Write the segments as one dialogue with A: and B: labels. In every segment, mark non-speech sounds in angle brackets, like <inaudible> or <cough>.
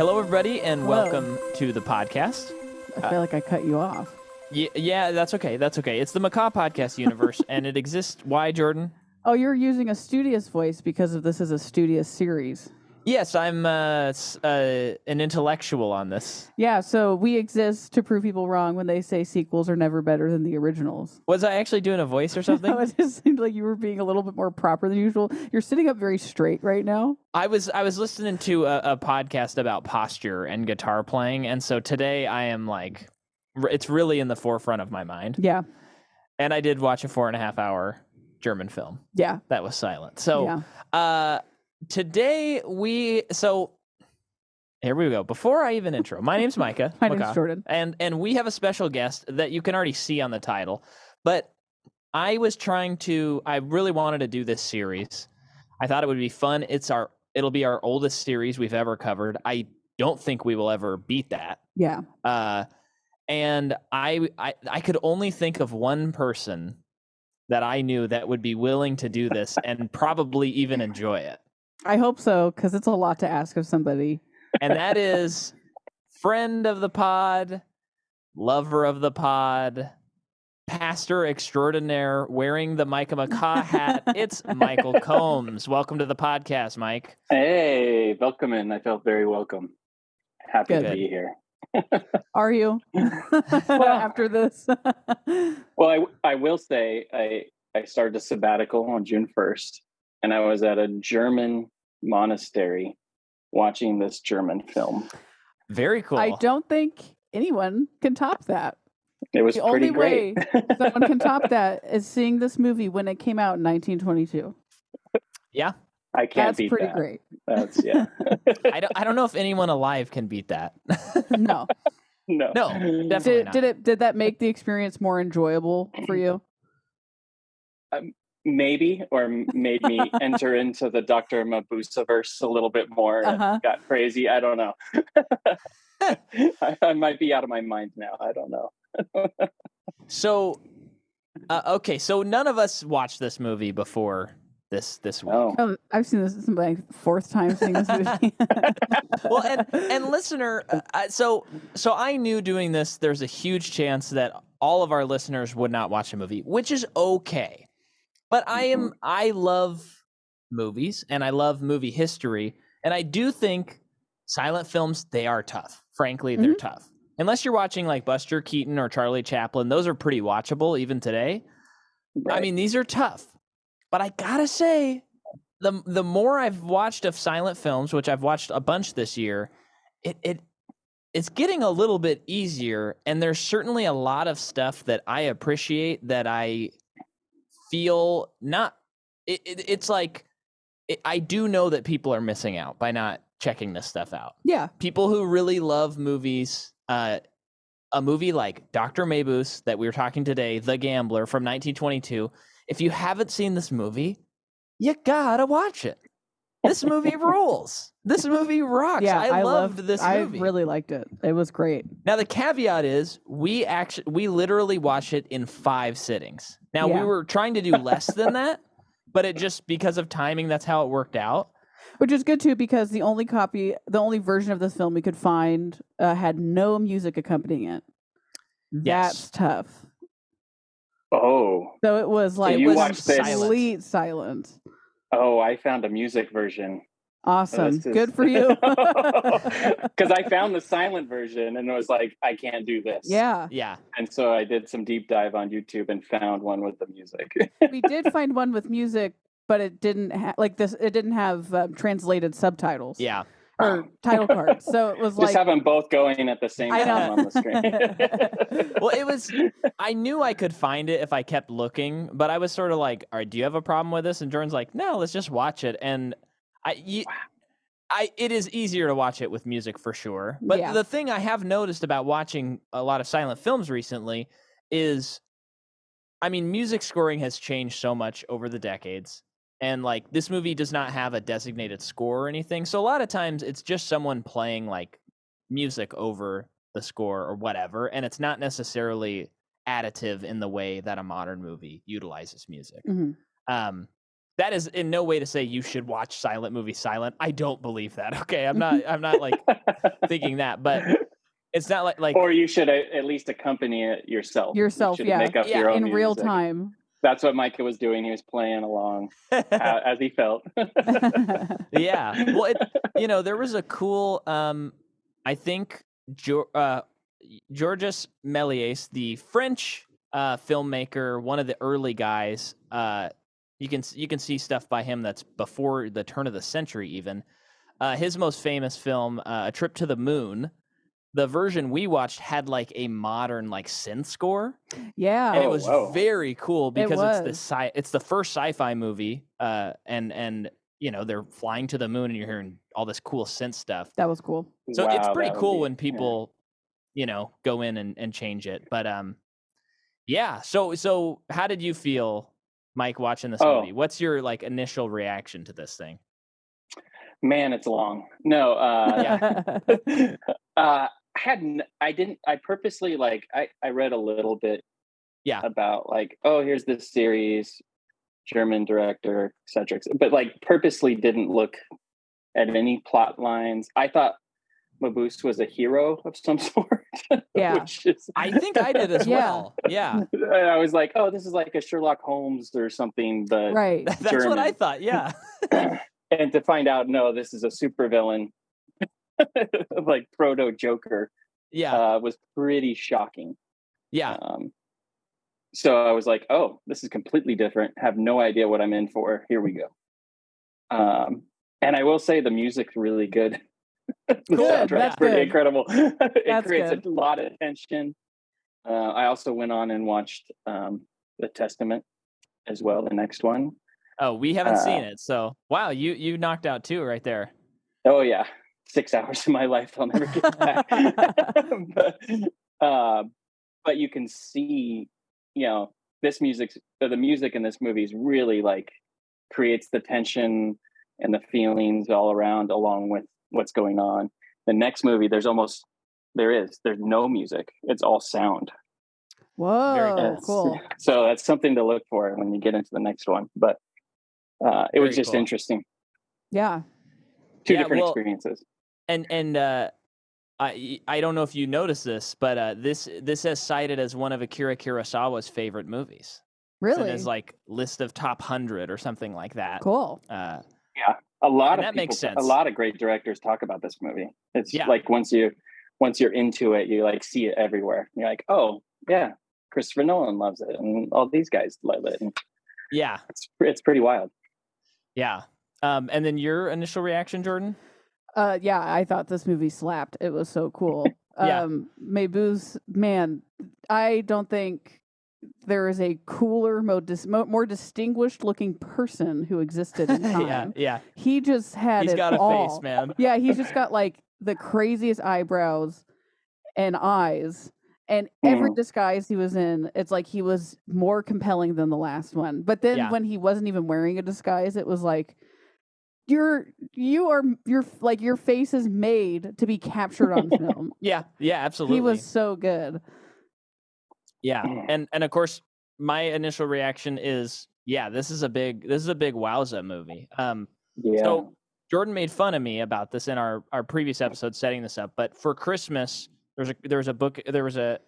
A: everybody, and
B: Whoa.
A: welcome to the podcast.
B: I feel like I cut you off.
A: Yeah, yeah, that's okay. That's okay. It's the Macaw Podcast universe, and it exists. Why, Jordan?
B: Oh, you're using a studious voice because of this is a studious series.
A: Yes, I'm uh, s- uh, an intellectual on this.
B: Yeah, so we exist to prove people wrong when they say sequels are never better than the originals. <laughs>
A: Was I actually doing a <laughs> voice or
B: No,
A: something?
B: it just seemed like you were being a little bit more proper than usual. You're sitting up very straight right now.
A: I was. I was listening to a, a podcast about posture and guitar playing, and so today I am like, r- it's really in the forefront of my mind.
B: Yeah,
A: And I did watch a four and a half hour German film
B: yeah,
A: that was silent. So.
B: yeah.
A: Uh, today we so here we go. Before I even intro, my name's Micah.
B: <laughs> My name's
A: Macaw,
B: Jordan.
A: and and we have a special guest that you can already see on the title, but I was trying to. I really wanted to do this series. I thought it would be fun. It's our. It'll be our oldest series we've ever covered. I don't think we will ever beat that.
B: Yeah,
A: Uh, and I, I I could only think of one person that I knew that would be willing to do this and probably even enjoy it.
B: I hope so because it's a lot to ask of somebody.
A: And that is friend of the pod, lover of the pod, pastor extraordinaire wearing the Micah Macaw hat. It's Michael Combs. Welcome to the podcast, Mike.
C: Hey, welcome in. I felt very welcome. Happy
B: Good.
C: to be here.
B: Are you <laughs> after this? <laughs>
C: Well, I, I will say I, I started a sabbatical on June 1st, and I was at a German monastery watching this German film.
A: Very cool.
B: I don't think anyone can top that.
C: It was
B: The
C: pretty
B: only
C: great.
B: Someone can top that is seeing this movie when it came out in 1922.
C: I can't
B: That's
C: beat
B: pretty
C: that.
B: great. <laughs>
C: That's yeah.
A: I don't I don't know if anyone alive can beat that. <laughs>
B: No,
C: No.
A: No, definitely.
B: did,
A: not.
B: did it? Did that make the experience more enjoyable
A: <laughs>
B: for you?
C: Maybe or m-
B: <laughs>
C: made me enter into the Dr. Mabusa verse a little bit more and
B: Uh-huh.
C: got crazy.
B: <laughs>
C: I don't know. <laughs> I, I might be out of my mind now. I don't know.
A: So, uh, okay, so none of us watched this movie before this this week.
C: Oh.
B: Um, I've seen this, this is my fourth time seeing this movie.
A: <laughs> Well, and and listener, uh, I- so so I knew doing this, there's a huge chance that all of our listeners would not watch a movie, which is okay. But I am I love movies and I love movie history, and I do think silent films they are tough. Frankly, they're tough. Unless you're watching like Buster Keaton or Charlie Chaplin, those are pretty watchable even today. I
C: Right.
A: mean, these are tough, but I gotta say, the the more I've watched of silent films, which I've watched a bunch this year, it it it's getting a little bit easier, and there's certainly a lot of stuff that I appreciate that I feel not. It, it it's like it, I do know that people are missing out by not checking this stuff out
B: yeah,
A: people who really love movies, uh, a movie like Dr. Mabuse that we were talking today, The Gambler from 1922. If you haven't seen this movie, you gotta watch it. This movie
B: <laughs>
A: rules. This movie rocks.
B: yeah.
A: I, loved
B: loved-
A: this
B: I
A: movie.
B: really liked it. It was great.
A: now the caveat is we actually we literally watched it in five sittings. Now
B: Yeah.
A: we were trying to do less than that, but it just because of timing, that's how it worked out.
B: Which is good too, because the only copy, the only version of this film we could find uh, had no music accompanying it. That's
A: Yes.
B: tough.
C: Oh,
B: So it was like
C: you
B: was
C: watched this-
B: complete silence.
C: Oh, I found a music version. Oh,
B: Awesome.
C: This is-
B: Good for
C: <laughs>
B: you. <laughs>
C: Because I found the silent version and was like, I can't do this.
B: yeah.
A: Yeah.
C: And so I did some deep dive on YouTube and found one with the music.
B: We did find one with music, but it didn't ha- like this it didn't have um, translated subtitles
A: Yeah.
C: <laughs>
B: or title cards. So it was
C: Just
B: like
C: have them both going at the same
B: I know.
C: time on the screen.
A: well, it was. I knew I could find it if I kept looking, but I was sort of like, "All right, do you have a problem with this?" And Jordan's like, "No, let's just watch it." And I, you, I, it is easier to watch it with music for sure. But
B: Yeah.
A: the thing I have noticed about watching a lot of silent films recently is, I mean, music scoring has changed so much over the decades. And like this movie does not have a designated score or anything. So a lot of times it's just someone playing like music over the score or whatever and it's not
B: mm-hmm.
A: necessarily additive in the way that a modern movie utilizes music
B: Mhm.
A: um that is in no way to say you should watch silent movie silent. I don't believe that. Okay, I'm not. I'm not like
B: <laughs>
A: thinking that,
C: <laughs>
A: but it's not like like
C: or you should a- at least accompany it yourself. You
B: Yourself,
C: should
B: yeah.
C: Make up
A: Yeah,
C: your own
B: in real
C: music.
B: time.
C: <laughs> That's what Micah was doing. He was
B: <laughs>
C: playing along uh, as he felt.
A: yeah. Well, it, you know, there was a cool. Um, I think Geor- uh, Georges Méliès, the French uh, filmmaker, one of the early guys. Uh, you can s- you can see stuff by him that's before the turn of the century, even. Uh, his most famous film, uh, A Trip to the Moon. The version we watched had like a modern like synth score
B: yeah.
A: and it
C: Oh,
A: was
C: wow.
A: very cool because it's the
B: was.
A: sci- it's the first sci-fi movie uh and and you know they're flying to the moon and you're hearing all this cool synth stuff
B: that was cool.
A: so it's
C: Wow,
A: pretty
C: that would
A: cool
C: be-
A: when
C: yeah.
A: people you know go in and, and change it but um yeah so so how did you feel mike watching this
C: Oh.
A: movie what's your like initial reaction to this thing
C: Man, it's long. No, <laughs> uh, uh, I hadn't. I didn't. I purposely like. I I read a little bit.
A: Yeah.
C: About like, oh, here's this series, German director, et cetera, et cetera. But like, purposely didn't look at any plot lines. I thought Mabuse was a hero of some <laughs> sort.
B: Yeah.
C: Which is,
A: i think i did as
B: Yeah.
A: well yeah
C: <laughs>
A: <laughs>
C: I was like, oh, this is like a Sherlock Holmes or something,
B: <laughs>
C: but <laughs>
B: right.
A: that's what i
C: German.
A: thought
C: <laughs>
A: yeah
C: and to find out, no, this is a supervillain, <laughs> like proto Joker,
A: yeah
C: uh, was pretty shocking.
A: yeah
C: Um, so I was like, oh, this is completely different. Have no idea what I'm in for. Here we go. Um, and I will say the music's really good. <laughs> The
A: Good,
C: soundtrack's
B: that's
C: pretty
B: good.
C: incredible. <laughs> it
B: That's
C: creates
B: good.
C: a lot of tension. Uh, I also went on and watched um, The Testament as well, the next one.
A: oh we haven't
C: uh,
A: seen it so wow you you knocked out two right there
C: Oh yeah, six <laughs> hours of my life I'll never get
A: <laughs>
C: back. <laughs> but, uh, but you can see, you know, this music's uh, the music in this movie is really like creates the tension and the feelings all around, along with what's going on. The next movie, there's almost there is there's no music; it's all sound.
B: Whoa,
C: Yes. <laughs>
B: cool.
C: So that's something to look for when you get into the next one. But uh, it
A: Very
C: was just
A: cool.
C: interesting.
B: Yeah.
C: Two
A: Yeah,
C: different
A: well,
C: experiences.
A: and and uh I, I don't know if you noticed this, but uh, this this is cited as one of Akira Kurosawa's favorite movies. It's in
B: Really?
A: his like list of top hundred or something like that.
B: cool.
A: Uh,
C: a lot
A: And
C: of
A: that makes sense.
C: people- A lot of great directors talk about this movie. It's
A: Yeah.
C: like once you once you're into it, you like see it everywhere. You're like, oh yeah, Christopher Nolan loves it, and all these guys love it. And
A: yeah,
C: it's it's pretty wild.
A: yeah. Um, and then your initial reaction, Jordan?
B: <laughs> Uh, yeah, I thought this movie slapped. It was so cool.
A: <laughs> Yeah.
B: Um, Mabuse, man, I don't think there is a cooler, more, dis- mo- more distinguished looking person who existed in time.
A: <laughs> yeah, yeah.
B: He just had
A: He's
B: it
A: got a
B: all.
A: face, man.
B: Yeah, he's just got like the craziest eyebrows and eyes. And every
A: Mm.
C: Mhm.
B: disguise he was in, it's like he was more compelling than the last one. But then
A: Yeah.
B: when he wasn't even wearing a disguise, it was like you're you are you're like your face is made to be captured on film.
A: Yeah, yeah. Absolutely.
B: he was so good.
A: Yeah, and and of course, my initial reaction is, yeah, this is a big this is a big wowza movie. Um,
C: Yeah. <laughs>
A: So Jordan made fun of me about this in our, our previous episode setting this up, but for Christmas there's a there was a book there was a,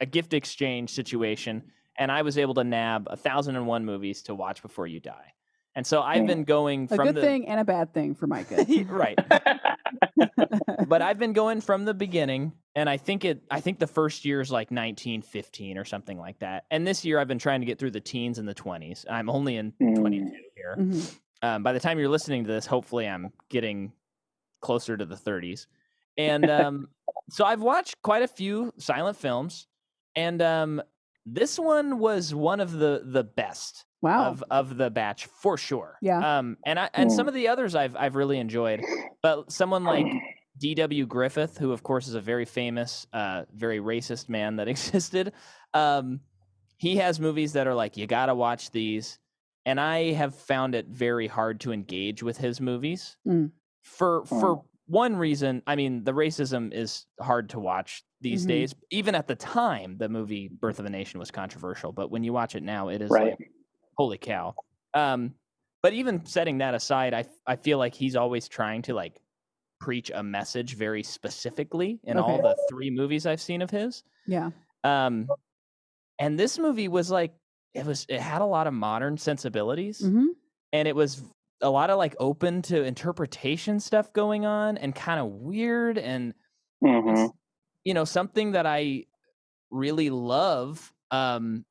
A: a gift exchange situation, and I was able to nab a thousand and one movies to watch before you die. And so I've
C: Mm.
A: been going
B: A
A: from
B: good
A: the <laughs>
B: thing and a bad thing for Micah.
A: right. But I've been going from the beginning and I think it I think the first year is like nineteen fifteen or something like that. And this year I've been trying to get through the teens and the twenties. I'm only in
C: Mm.
A: twenty two here
B: Mhm.
A: um, by the time you're listening to this, hopefully I'm getting closer to the 30s. And
B: <laughs>
A: um, so I've watched quite a few silent films, and um, this one was one of the the best
B: Wow.
A: of of the batch for sure.
B: Oh. Yeah.
A: Um, and I and
C: Mm.
A: some of the others I've I've really enjoyed, but someone like D.W. Griffith, who of course is a very famous, uh, very racist man that <laughs> existed, um, he has movies that are like you gotta watch these, and I have found it very hard to engage with his movies
B: Mm.
A: for for
C: Mm.
A: one reason. I mean, the racism is hard to watch these
B: Mhm.
A: days. Even at the time, the movie Birth of a Nation was controversial, but when you watch it now, it is
C: Right.
A: like holy cow. Um, But even setting that aside, I I feel like he's always trying to like preach a message very specifically in all
B: Okay.
A: the three movies I've seen of his.
B: Yeah.
A: Um, and this movie was like it was it had a lot of modern sensibilities
B: hmm
A: and it was a lot of like open to interpretation stuff going on and kind of weird and
C: hmm
A: you know something that i really love um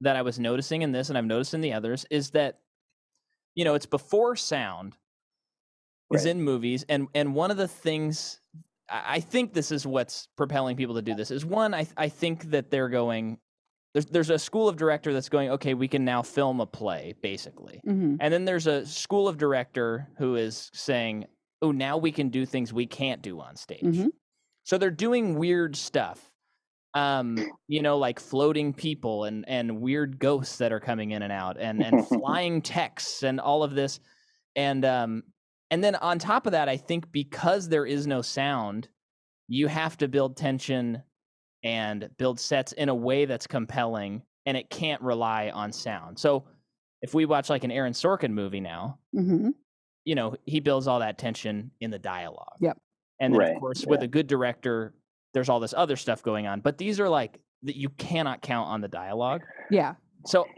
A: that i was noticing in this and i've noticed in the others is that you know it's before sound is
C: Right.
A: in movies and and one of the things I, I think this is what's propelling people to do this is one i i think that they're going there's there's a school of director that's going okay we can now film a play basically
B: hmm
A: and then there's a school of director who is saying, oh, now we can do things we can't do on stage.
B: Mhm.
A: So they're doing weird stuff. Um, you know, like floating people and and weird ghosts that are coming in and out and and flying texts and all of this. And um and then on top of that, I think because there is no sound, you have to build tension and build sets in a way that's compelling and it can't rely on sound. So if we watch like an Aaron Sorkin movie now,
B: hmm
A: you know, he builds all that tension in the dialogue.
B: Yep.
A: And then
C: Right,
A: of course with a good director, there's all this other stuff going on, but these are like that you cannot count on the dialogue.
B: Yeah.
A: So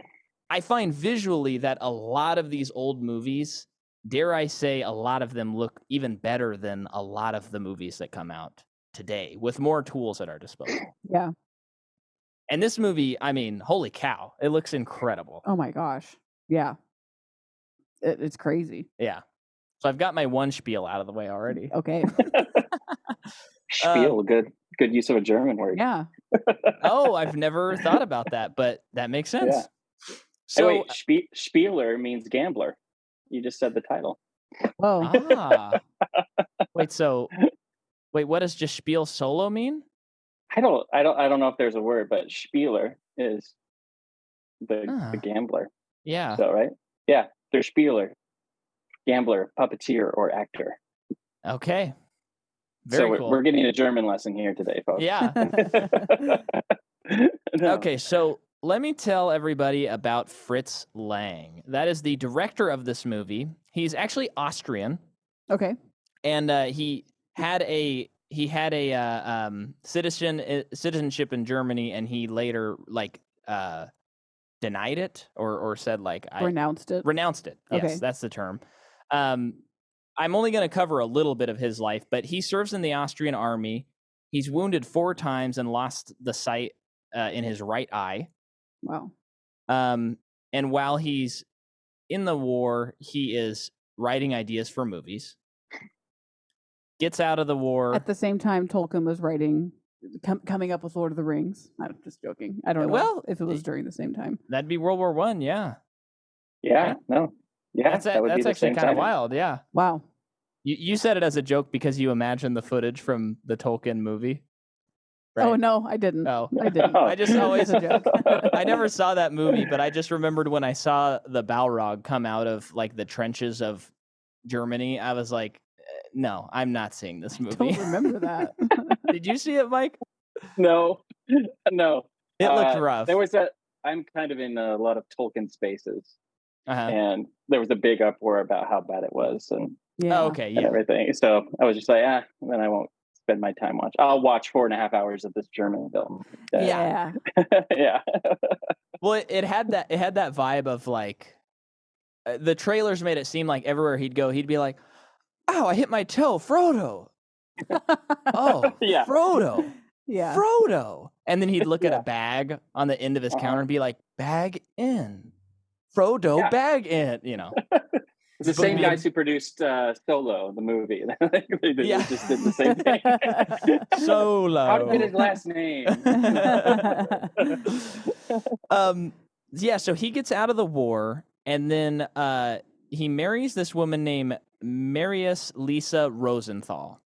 A: I find visually that a lot of these old movies, dare I say, a lot of them look even better than a lot of the movies that come out today with more tools at our disposal.
B: Yeah.
A: And this movie, I mean, holy cow, it looks incredible.
B: Oh my gosh. Yeah. It, it's crazy.
A: Yeah. So I've got my one spiel out of the way already. <laughs>
B: Okay.
A: uh,
C: Spiel, good good use of a German word.
B: Yeah.
A: oh, I've never thought about that, but that makes
C: Yeah.
A: sense.
C: Hey,
A: So,
C: wait, spie- Spieler means gambler. You just said the title.
B: Whoa.
A: ah, wait. So, wait. What does just spiel solo mean?
C: I don't, I don't, I don't know if there's a word, but Spieler is the
A: Ah.
C: the gambler.
A: Yeah.
C: So right? Yeah, they're Spieler, gambler, puppeteer, or actor.
A: Okay.
C: so
A: Very
C: we're,
A: cool.
C: we're getting a German lesson here today, folks. <laughs>
A: yeah.
C: No.
A: Okay. So let me tell everybody about Fritz Lang. That is the director of this movie. He's actually Austrian.
B: <laughs> Okay.
A: and uh, he had a he had a uh, um, citizen uh, citizenship in Germany, and he later like uh, denied it or or said like I
B: Renounced it.
A: renounced it. Yes,
B: Okay.
A: that's the term. Um, I'm only going to cover a little bit of his life, but he serves in the Austrian army. He's wounded four times and lost the sight uh, in his right eye.
B: wow.
A: Um, and while he's in the war, he is writing ideas for movies. Gets out of the war.
B: At the same time, Tolkien was writing, com- coming up with Lord of the Rings. I'm just joking. I don't know
A: Well,
B: if it was
A: y-
B: during the same time.
A: That'd be World War One. Yeah,
C: Yeah. No. Yeah.
A: that's
C: that would be
A: that's
C: the
A: actually
C: same
A: kind of
C: timing.
A: wild. Yeah,
B: Wow.
A: you you said it as a joke because you imagined the footage from the Tolkien movie.
B: Oh no, I didn't.
A: Oh, <laughs>
B: I
C: <laughs>
B: didn't.
A: I
B: <laughs>
A: just always- <laughs>
B: a joke.
A: I never saw that movie, but I just remembered when I saw the Balrog come out of like the trenches of Germany. I was like, eh, no, I'm not seeing this
B: Don't
A: movie. <laughs>
B: remember that.
A: Did you see it, Mike?
C: No. <laughs> No.
A: It looked
C: Uh,
A: rough.
C: There was that. I'm kind of in a lot of Tolkien spaces,
A: uh-huh.
C: and there was a big uproar about how bad it was and,
B: yeah.
A: Oh, okay,
C: and
A: yeah.
C: everything. So I was just like, ah, then I won't spend my time watching. I'll watch four and a half hours of this German film.
A: Yeah.
B: Yeah.
C: <laughs> yeah.
A: Well, it, it had that it had that vibe of like uh, the trailers made it seem like everywhere he'd go, he'd be like, "Oh, I hit my toe, Frodo." Oh,
C: <laughs> Yeah.
A: Frodo.
B: Yeah.
A: Frodo. And then he'd look at
C: Yeah.
A: a bag on the end of his
C: Uh-huh.
A: counter and be like, "Bag in." Frodo
C: Yeah.
A: bag in, you
C: <laughs>
A: know.
C: It's the
A: But
C: same
A: we-
C: guys who produced uh, Solo, the movie. <laughs> they they
A: Yeah.
C: just did the same thing.
A: <laughs> Solo.
C: How to get his
A: <laughs>
C: last name?
A: um yeah so he gets out of the war and then uh he marries this woman named marius lisa rosenthal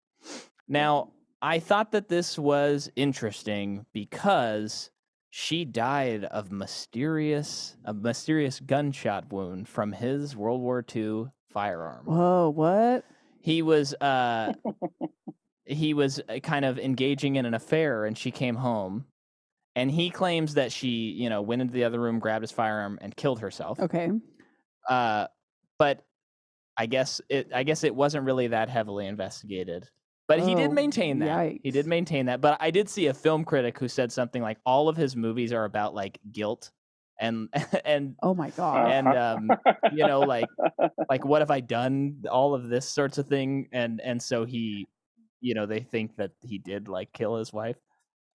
A: now i thought that this was interesting because she died of mysterious a mysterious gunshot wound from his world war ii firearm
B: <laughs> Whoa. What?
A: he was
B: <laughs>
A: uh he was uh, kind of engaging in an affair and she came home and he claims that she you know went into the other room grabbed his firearm and killed herself
B: Okay.
A: uh but I guess it I guess it wasn't really that heavily investigated. But he did
B: Oh,
A: maintain that. He did
B: yikes.
A: maintain that. But I did see a film critic who said something like all of his movies are about like guilt and <laughs> and
B: Oh my god.
A: and um
C: Uh-huh.
A: you know
C: <laughs>
A: like like what have I done all of this sorts of thing and and so he you know they think that he did like kill his wife.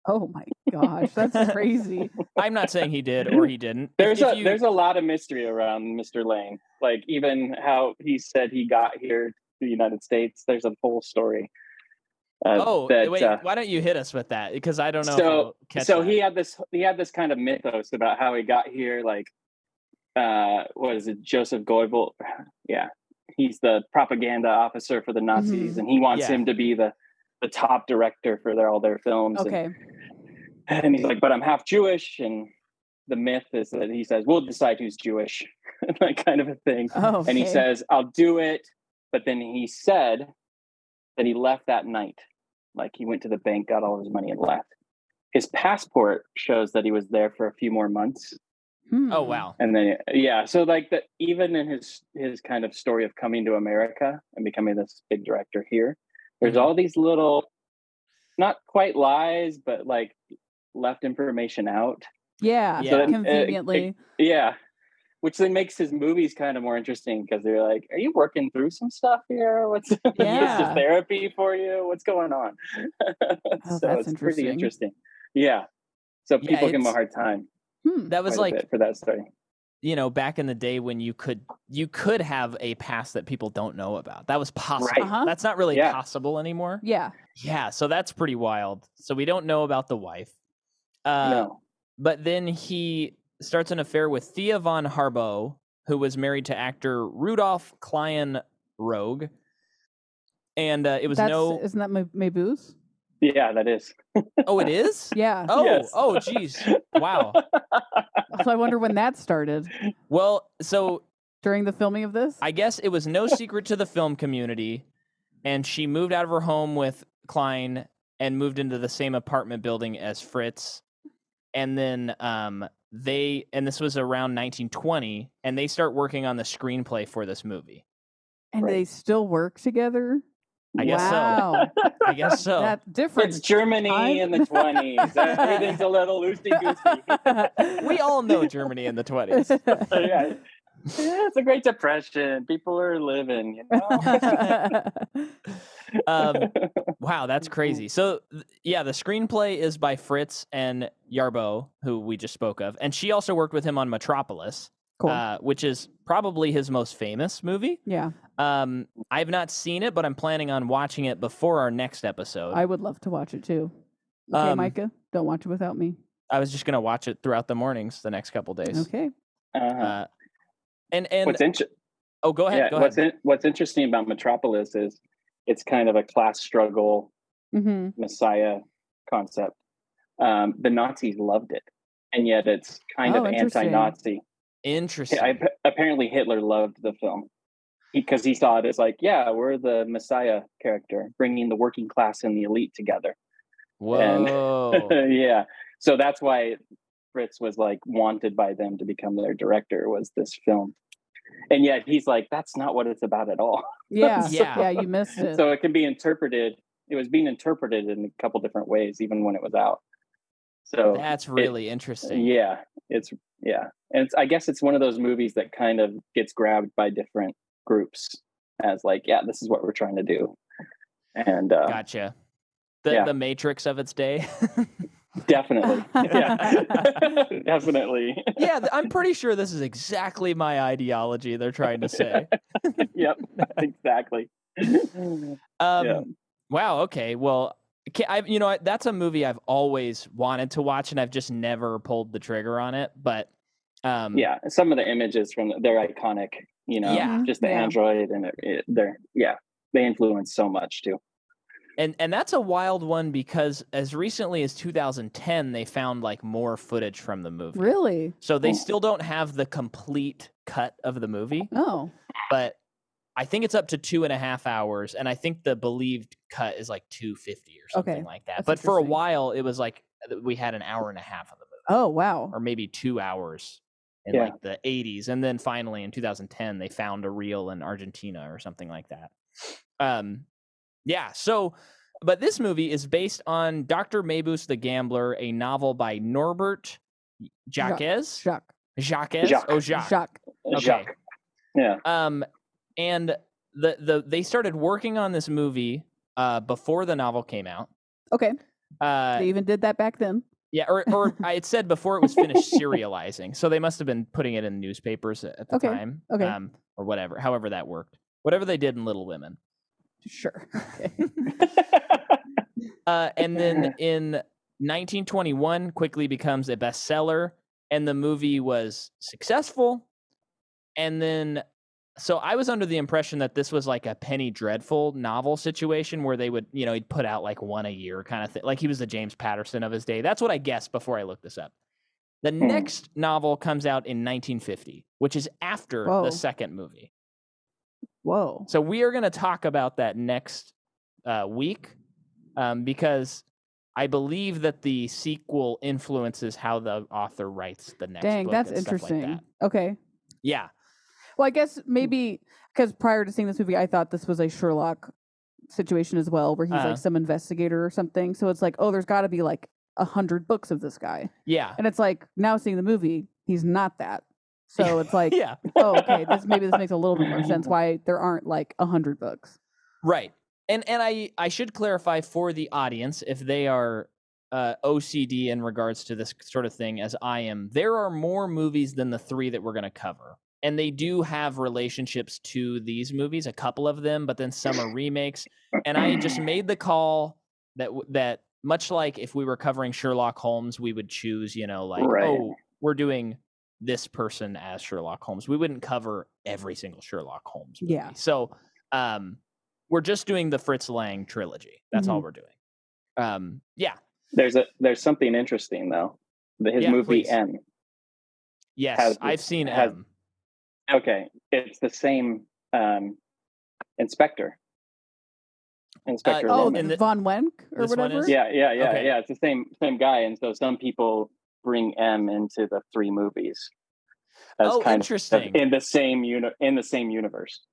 B: Oh my gosh.
A: <laughs>
B: That's crazy.
A: I'm not saying he did or he didn't. If-
C: there's
A: if
C: a
A: you-
C: there's a lot of mystery around Mr. Lane. Like even how he said he got here to the United States. There's a whole story. uh,
A: Oh,
C: that,
A: wait,
C: uh,
A: why don't you hit us with that? Because I don't know if
C: so-
A: I'll catch
C: so
A: that.
C: he had this he had this kind of mythos about how he got here like uh what is it joseph goebbels <sighs> yeah he's the propaganda officer for the nazis
B: Mhm.
C: and he wants
A: Yeah.
C: him to be the the top director for their all their films and-
B: Okay.
C: <laughs> and, he's like but i'm half jewish and the myth is that he says we'll decide who's jewish <laughs> that kind of a thing
B: Oh.
C: and he
B: okay.
C: says i'll do it but then he said that he left that night like he went to the bank got all his money and left his passport shows that he was there for a few more months
B: Hmm.
A: Oh wow.
C: and then yeah so like that even in his his kind of story of coming to america and becoming this big director here there's
A: Mm-hmm.
C: all these little not quite lies but like left information out
B: Hmm. Yeah.
A: Yeah. So, uh,
B: Conveniently.
C: yeah. Which then makes his movies kind of more interesting because they're like, are you working through some stuff here? What's <laughs> is this
B: Yeah.
C: just therapy for you? What's going on? <laughs>
B: Oh,
C: so
B: that's
C: it's
B: interesting.
C: pretty interesting. Yeah. So
A: Yeah,
C: people give him a
A: it's-
C: hard time.
B: Hmm.
A: That was
C: quite a
A: like
C: bit for that story.
A: you know back in the day when you could you could have a pass that people don't know about. That was possible.
C: Right.
B: Uh-huh.
A: That's not really
C: Yeah.
A: possible anymore.
B: Yeah.
A: Yeah, so that's pretty wild. So we don't know about the wife. Uh,
C: no.
A: But then he starts an affair with Thea von Harbo, who was married to actor Rudolph Klein Rogue. And uh, it was
B: That's
A: no.
B: isn't that my, my booze?
C: Yeah, that is.
A: Oh, it is.
B: <laughs> Yeah.
A: Oh,
C: Yes.
A: oh, geez. Wow.
B: So I wonder when that started
A: Well, so
B: during the filming of this.
A: I guess it was no secret to the film community, and she moved out of her home with Klein and moved into the same apartment building as Fritz, and then um, they and this was around 1920, and they start working on the screenplay for this movie.
B: and
C: Right.
B: they still work together.
A: I guess so.
B: wow.
A: I guess <laughs>
C: <laughs>
A: so.
B: That's different.
C: It's Germany
B: time.
C: in the 20s. Everything's a little
B: <laughs>
C: loosey goosey.
A: we all know Germany in the 20s.
C: yeah. Yeah, it's a great depression. People are living, you know?
B: <laughs>
C: <laughs>
A: Um, wow, that's crazy.
C: Mm.
A: So, th- yeah, the screenplay is by Fritz and Yarbo, who we just spoke of, and she also worked with him on Metropolis. <laughs>
B: cool.
A: uh, which is probably his most famous movie.
B: yeah,
A: Um, I've not seen it, but I'm planning on watching it before our next episode. I,
B: I would love to watch it too. Okay,
A: Um,
B: Micah, don't watch it without me.
A: was just gonna watch it throughout the mornings the next couple days.
B: Okay.
C: Uh,
A: Uh, and and
C: what's interesting?
A: oh, go ahead.
C: yeah,
A: go
C: what's
A: ahead.
C: in, what's interesting about Metropolis is it's kind of a class struggle
B: Mm-hmm.
C: messiah concept. Um, the Nazis loved it, and yet it's kind
B: Oh,
C: of
B: interesting.
C: anti-Nazi.
A: Interesting.
C: Yeah, I, apparently, Hitler loved the film because he saw it as like, yeah, we're the messiah character, bringing the working class and the elite together.
A: <laughs>
C: and-
A: Whoa.
C: <laughs> yeah, so that's why Fritz was like wanted by them to become their director was this film. And yet he's like, that's not what it's about at all. <laughs>
B: Yeah,
A: <laughs> Yeah.
B: yeah. You missed it.
C: so it can be interpreted it was being interpreted in a couple different ways even when it was out so
A: That's really interesting.
C: yeah it's yeah and it's, i guess it's one of those movies that kind of gets grabbed by different groups as like yeah this is what we're trying to do and uh,
A: Gotcha. The
C: Yeah.
A: the Matrix of its day. <laughs>
C: definitely yeah <laughs> definitely
A: yeah, th- I'm pretty sure this is exactly my ideology they're trying to <laughs> say.
C: yep exactly
B: Mm-hmm.
A: Um,
C: Yeah.
A: Wow. Okay. Well, ca- I you know I- that's a movie I've always wanted to watch, and I've just never pulled the trigger on it. But um,
C: yeah some of the images from they're iconic you know
A: Yeah.
C: just the
B: Yeah.
C: android and it, it, they're yeah they influence so much too
A: and and that's a wild one because as recently as 2010, they found like more footage from the movie.
B: really?
A: So they
C: Hmm.
A: still don't have the complete cut of the movie,
B: Oh,
A: but I think it's up to two and a half hours, and I think the believed cut is like 250 or something
B: Okay,
A: like that.
B: that's
A: But for a
B: interesting.
A: uh, while, it was like we had an hour and a half of the movie,
B: oh, wow.
A: or maybe two hours in
C: Yeah.
A: like the 80s and then finally in 2010 they found a reel in Argentina or something like that. Um yeah, so but this movie is based on Dr. Mabuse the Gambler, a novel by Norbert Jacques.
B: Jacques. Jacques.
A: Jacques.
C: Jacques.
A: Oh, Jacques.
B: Jacques.
A: Okay.
C: Jacques. <laughs> Yeah.
A: Um, and the the they started working on this movie uh before the novel came out.
B: Okay.
A: Uh,
B: they even did that back then.
A: yeah, or or I had said before it was finished serializing, so they must have been putting it in newspapers at at the
B: Okay,
A: time,
B: okay.
A: um, or whatever. However, that worked. Whatever they did in Little Women.
B: Sure. <laughs> Okay.
A: Uh, and then in 1921, quickly becomes a bestseller, and the movie was successful. And then, so I was under the impression that this was like a Penny Dreadful novel situation where they would, you know, he'd put out like one a year kind of thing. Like he was the James Patterson of his day. That's what I guessed before I looked this up. The
C: Hmm.
A: next novel comes out in 1950, which is after
B: Whoa.
A: the second movie.
B: Whoa.
A: So we are going to talk about that next uh, week um, because I believe that the sequel influences how the author writes the next.
B: Dang,
A: book
B: that's
A: and stuff like
B: interesting.
A: that. Hmm.
B: Okay.
A: Yeah,
B: Well, I guess maybe because prior to seeing this movie, I thought this was a Sherlock situation as well, where he's
A: Uh-huh.
B: like some investigator or something. So it's like, oh, there's got to be like a hundred books of this
A: <laughs>
B: guy,
A: yeah,
B: and it's like now seeing the movie, he's not that. So
A: <laughs>
B: it's like,
A: yeah.
B: oh, okay, this maybe this makes a little bit
A: <laughs>
B: more sense why there aren't like a hundred books.
A: Right. And and I I should clarify for the audience if they are uh, OCD in regards to this sort of thing as I am. There are more movies than the three that we're going to cover. And they do have relationships to these movies, a couple of them, but then some are remakes. And I just made the call that w- that much like if we were covering Sherlock Holmes, we would choose, you know, like
C: Right.
A: oh, we're doing this person as Sherlock Holmes. We wouldn't cover every single Sherlock Holmes movie.
B: Yeah.
A: So, um, we're just doing the Fritz Lang trilogy. That's all we're doing. Um, yeah.
C: There's a there's something interesting though. The- His
A: Yeah,
C: movie
A: please.
C: M.
A: Yes,
C: Has-
A: I've seen
C: has-
A: M.
C: Okay, it's the same um, inspector. Inspector.
A: Oh,
B: Oh,
A: and
C: Lohman.
A: the-
B: Von Wenck or
A: this one
B: whatever.
A: is-
C: yeah, yeah, yeah,
A: okay.
C: yeah. It's the same same guy, and so some people bring M into the three movies. As
A: Oh,
C: kind of
A: interesting.
C: in the same uni- in the same universe.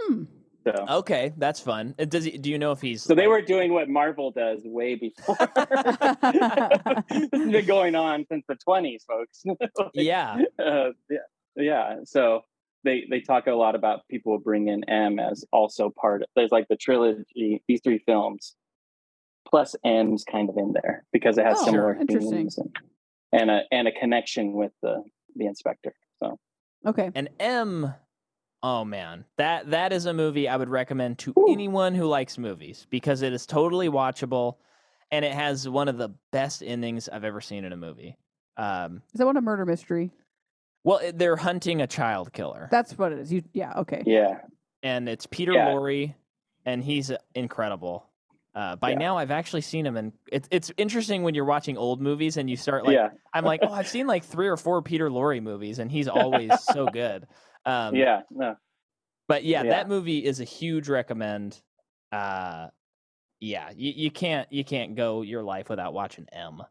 B: Hmm.
C: So.
A: Okay, that's fun. Uh, Does he, do you know if he's
C: So they
A: like-
C: were doing what Marvel does way before. it's been going on since the 20s, folks. <laughs> Like,
A: Yeah.
C: uh, yeah, yeah. So they they talk a lot about people bring in M as also part. Of, there's like the trilogy, these three films, plus M's kind of in there because it has
B: Oh,
C: similar
B: sure. Interesting.
C: themes and, and a and a connection with the the inspector. So
B: Okay.
A: And M Oh man, that that is a movie I would recommend to
C: Ooh.
A: anyone who likes movies because it is totally watchable and it has one of the best endings I've ever seen in a movie. Um
B: Is that one a murder mystery?
A: well, it- they're hunting a child killer.
B: That's what it is. You yeah. Okay.
C: yeah,
A: and it's Peter
C: Yeah.
A: Lorre, and he's incredible. Uh, by
C: Yeah.
A: now, I've actually seen him, and it's it's interesting when you're watching old movies and you start like
C: yeah,
A: I'm like, oh, I've seen like three or four Peter Lorre movies, and he's always
C: <laughs>
A: so good. Um,
C: yeah. No,
A: but yeah,
C: Yeah.
A: that movie is a huge recommend. Uh, yeah, you, you can't you can't go your life without watching M.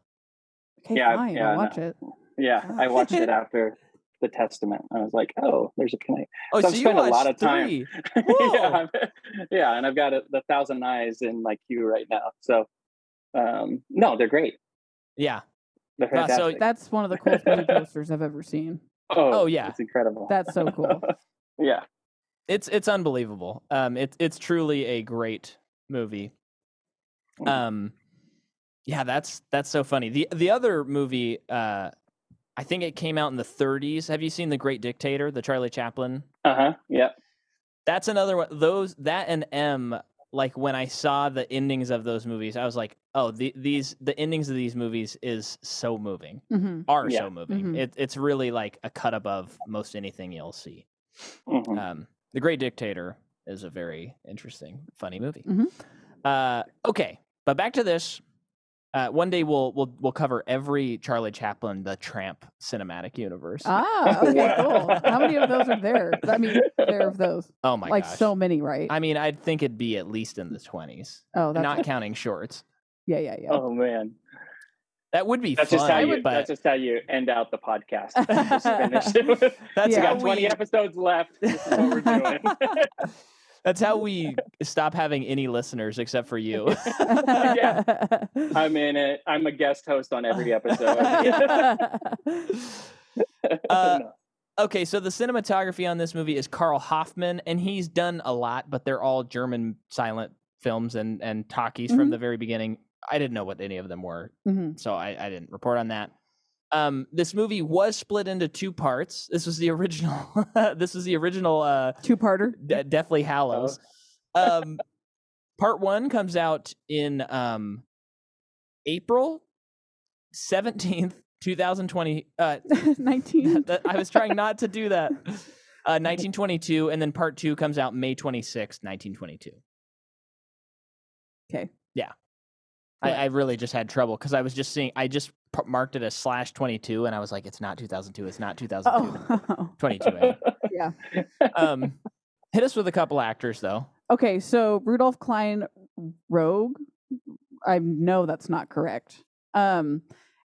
B: Okay.
C: Yeah,
B: fine.
C: yeah,
B: I'll
C: no.
B: watch it.
C: yeah. I watched it
A: Wow.
C: after the Testament. I was like, oh, there's a connection.
A: Oh,
C: So
A: so,
C: I've
A: you
C: spent a
A: watched
C: lot of time.
A: three. Whoa.
C: <laughs> yeah, I'm- yeah, and I've got a, the thousand eyes in my queue right now. So, um, no, they're great.
A: Yeah,
C: They're
A: Ah, so
C: fantastic.
B: That's one of the coolest movie posters I've ever seen.
A: oh, yeah.
C: it's incredible.
B: That's so cool.
C: <laughs> yeah,
A: it's it's unbelievable. Um, it's it's truly a great movie.
C: Mhm.
A: Um, yeah, that's that's so funny. the The other movie, uh, I think it came out in the 30s. Have you seen The Great Dictator, the Charlie Chaplin?
C: uh huh, yeah,
A: That's another one. Those that and M. Like when I saw the endings of those movies, I was like, "Oh, the, these the endings of these movies is so moving, <laughs>
B: hmm
A: are
C: Yeah.
A: so moving.
B: Mhm.
A: It, it's really like a cut above most anything you'll see."
B: Hmm.
C: mhm.
A: Um, the Great Dictator is a very interesting, funny movie.
B: Mhm.
A: Uh, okay, but back to this. Uh, one day we'll we'll we'll cover every Charlie Chaplin the Tramp cinematic universe.
B: Ah, okay,
C: Wow.
B: cool. How many of those are there? I mean, there of those.
A: <laughs> oh my
B: like
A: gosh!
B: so many, right?
A: I mean, I'd think it'd be at least in the twenties,
B: oh, that's
A: not counting shorts. <laughs>
B: yeah, yeah, yeah.
C: Oh man,
A: That would be
C: That's
A: fun.
C: just how you.
A: but
C: That's just how you end out
A: <laughs>
C: the podcast. Just finish it with,
A: that's
C: we
B: Yeah.
A: how we,
C: got 20 episodes left. This is what
A: <laughs>
C: we're doing.
A: that's how we stop having any listeners except for you.
B: <laughs>
C: <laughs> I'm in it. I'm a guest host on
A: <laughs>
C: every episode. <laughs>
B: <laughs>
A: Uh,
C: No.
A: okay, so the cinematography on this movie is Carl Hoffman, and he's done a lot, but they're all German silent films and and talkies from
B: Mhm.
A: the very beginning. I didn't know what any of them were,
B: Mhm.
A: so I, I didn't report on that. Um, this movie was split into two parts. This was the original. <laughs> this was the original uh,
B: Two-parter. <laughs>
A: De- Deathly Hallows. Um, part one comes out in um, April seventeenth, two thousand twenty. Uh,
B: 19.
A: that- I was trying not to do that. <laughs> Uh, nineteen twenty two, and then part two comes out May twenty sixth, nineteen twenty two.
B: 'Kay.
A: Yeah. I,
B: Right.
A: I really just had trouble because I was just seeing. I just p- marked it as slash twenty two, and I was like, "It's not two thousand two. It's not two thousand two.
B: Oh.
A: Twenty two.
C: <laughs>
B: yeah.
A: <laughs> Um, hit us with a couple actors though.
B: Okay, so Rudolph Klein Rogue. I know that's not correct. Um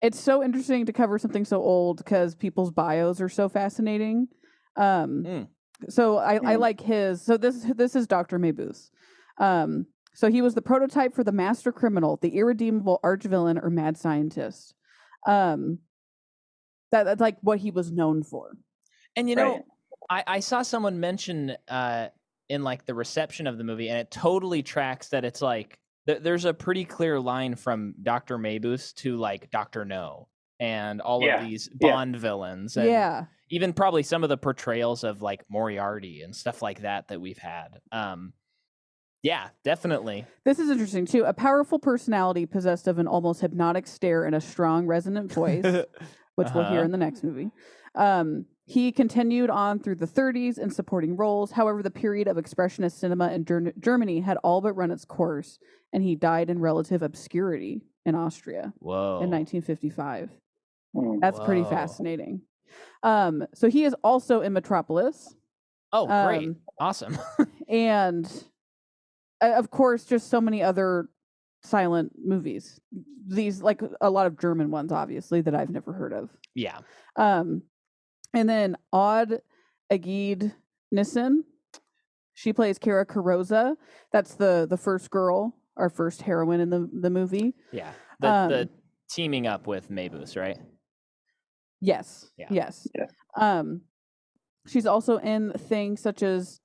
B: it's so interesting to cover something so old because people's bios are so fascinating. Um
A: Mm.
B: so I, I
C: Mm.
B: like his. So this this is Dr. Mabuse. Um so he was the prototype for the master criminal, the irredeemable archvillain or mad scientist. Um that, that's like what he was known for.
A: And you know, I,
C: Right.
A: I saw someone mention uh, in like the reception of the movie, and it totally tracks that it's like th- there's a pretty clear line from Doctor Mabuse to like Doctor No and all
C: Yeah,
A: of these
C: yeah.
A: Bond villains, and
B: yeah.
A: even probably some of the portrayals of like Moriarty and stuff like that that we've had. Um, yeah, definitely.
B: This is interesting too. A powerful personality possessed of an almost hypnotic stare and a
A: <laughs>
B: strong resonant voice, which we'll hear
A: Uh-huh.
B: in the next movie. Um, he continued on through the 30s in supporting roles. However, the period of expressionist cinema in Ger- Germany had all but run its course, and he died in relative obscurity in Austria
A: Whoa.
B: in 1955.
C: Mm.
B: That's pretty
A: Oh. Whoa.
B: fascinating. Um, so he is also in Metropolis.
A: oh, great.
B: um,
A: awesome. <laughs>
B: and uh, of course just so many other silent movies these like a lot of german ones obviously that i've never heard of
A: yeah.
B: um and then odd agid nissen she plays kara Carosa. that's the the first girl our first heroine in the the movie
A: Yeah. The, the
B: Um,
A: teaming up with Mabuse, right?
B: Yes.
A: Yeah.
B: Yes.
C: Yeah.
B: Um, she's also in things such as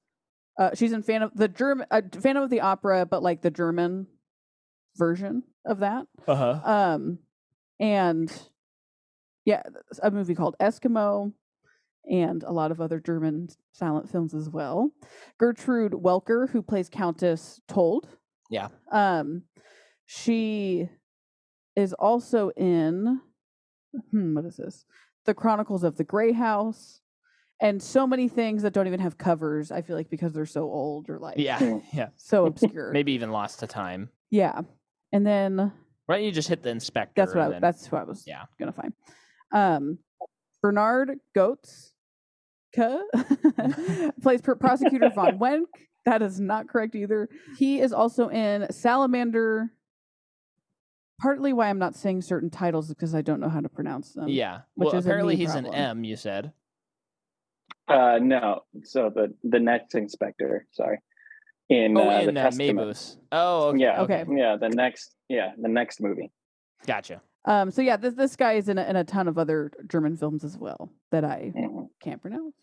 B: uh, she's in Phantom the German uh, Phantom of the Opera, but like the German version of that.
A: Uh
C: Uh-huh.
A: huh.
B: Um, and yeah, th- a movie called Eskimo, and a lot of other German silent films as well. Gertrude Welker, who plays Countess Told.
A: Yeah.
B: Um, she is also in hmm, what is this? The Chronicles of the Grey House, and so many things that don't even have covers. I feel like because they're so old or like
A: Yeah. Yeah.
B: <laughs>
A: <laughs>
B: so obscure.
A: Maybe even lost to time.
B: Yeah, and then
A: Why don't you just hit the inspector?
B: that's what
A: and
B: I,
A: then-
B: that's what I was
A: Yeah.
B: gonna find. Um, Bernard Goetz K <laughs> plays pr-
A: <laughs>
B: prosecutor von Wenck. That is not correct either. He is also in Salamander. Partly why I'm not saying certain titles is because I don't know how to pronounce them.
A: yeah.
B: um, which
A: well,
B: is a
A: apparently
B: me
A: he's an
B: problem.
A: M. You said.
C: Uh, no. So the the next inspector, sorry, in
A: oh,
C: uh,
A: in
C: the
A: uh,
C: Testament.
A: Mabuse. Oh, okay.
C: Yeah.
A: Okay.
B: Okay.
C: Yeah, the next. Yeah, the next movie.
A: Gotcha.
B: Um. So yeah, this this guy is in a, in a ton of other German films as well that I
C: Mhm.
B: can't pronounce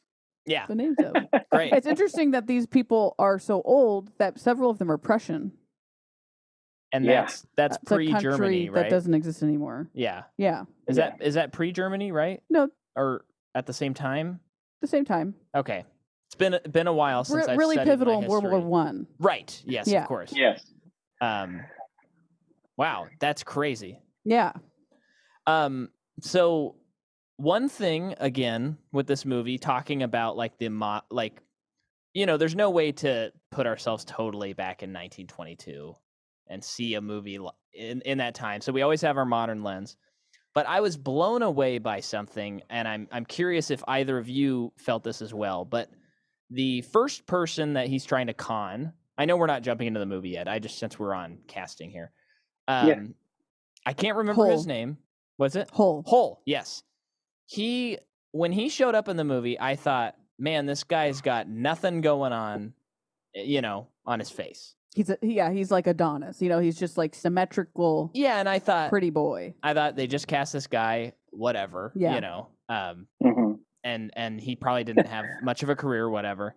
A: Yeah.
B: the names
A: <laughs>
B: of.
A: Great.
B: <laughs> it's interesting that these people are so old that several of them are Prussian.
A: And
C: Yeah.
A: that's that's
B: It's a country
A: pre-Germany,
B: that
A: right?
B: doesn't exist anymore.
A: yeah.
B: Yeah,
A: Is
C: Yeah.
A: that is that pre-Germany, right?
B: No.
A: Or at the same time?
B: the same time.
A: Okay. It's been a- been a while since
B: Re-
A: I've
B: really
A: studied my
B: pivotal in World War
A: history.
B: One.
A: Right. Yes.
B: Yeah.
A: Of course.
C: Yes.
A: Um. Wow, that's crazy.
B: Yeah,
A: Um, so one thing again with this movie, talking about like the mo- like, you know, there's no way to put ourselves totally back in 1922 and see a movie li- in in that time. So we always have our modern lens. But I was blown away by something, and I'm I'm curious if either of you felt this as well. But the first person that he's trying to con, I know we're not jumping into the movie yet. I just since we're on casting here, um,
C: Yeah.
A: I can't remember his
B: Cole.
A: name. Was it
B: Hole.
A: Hole? Yes. He when he showed up in the movie, I thought, man, this guy's got nothing going on, eh, you know, on his face.
B: He's a, yeah, he's like Adonis. You know, he's just like symmetrical,
A: Yeah, and I thought <laughs>
B: pretty boy.
A: I thought they just cast this guy, whatever,
B: Yeah.
A: you know, um,
C: Mhm.
A: and and he probably didn't have much of a career, whatever.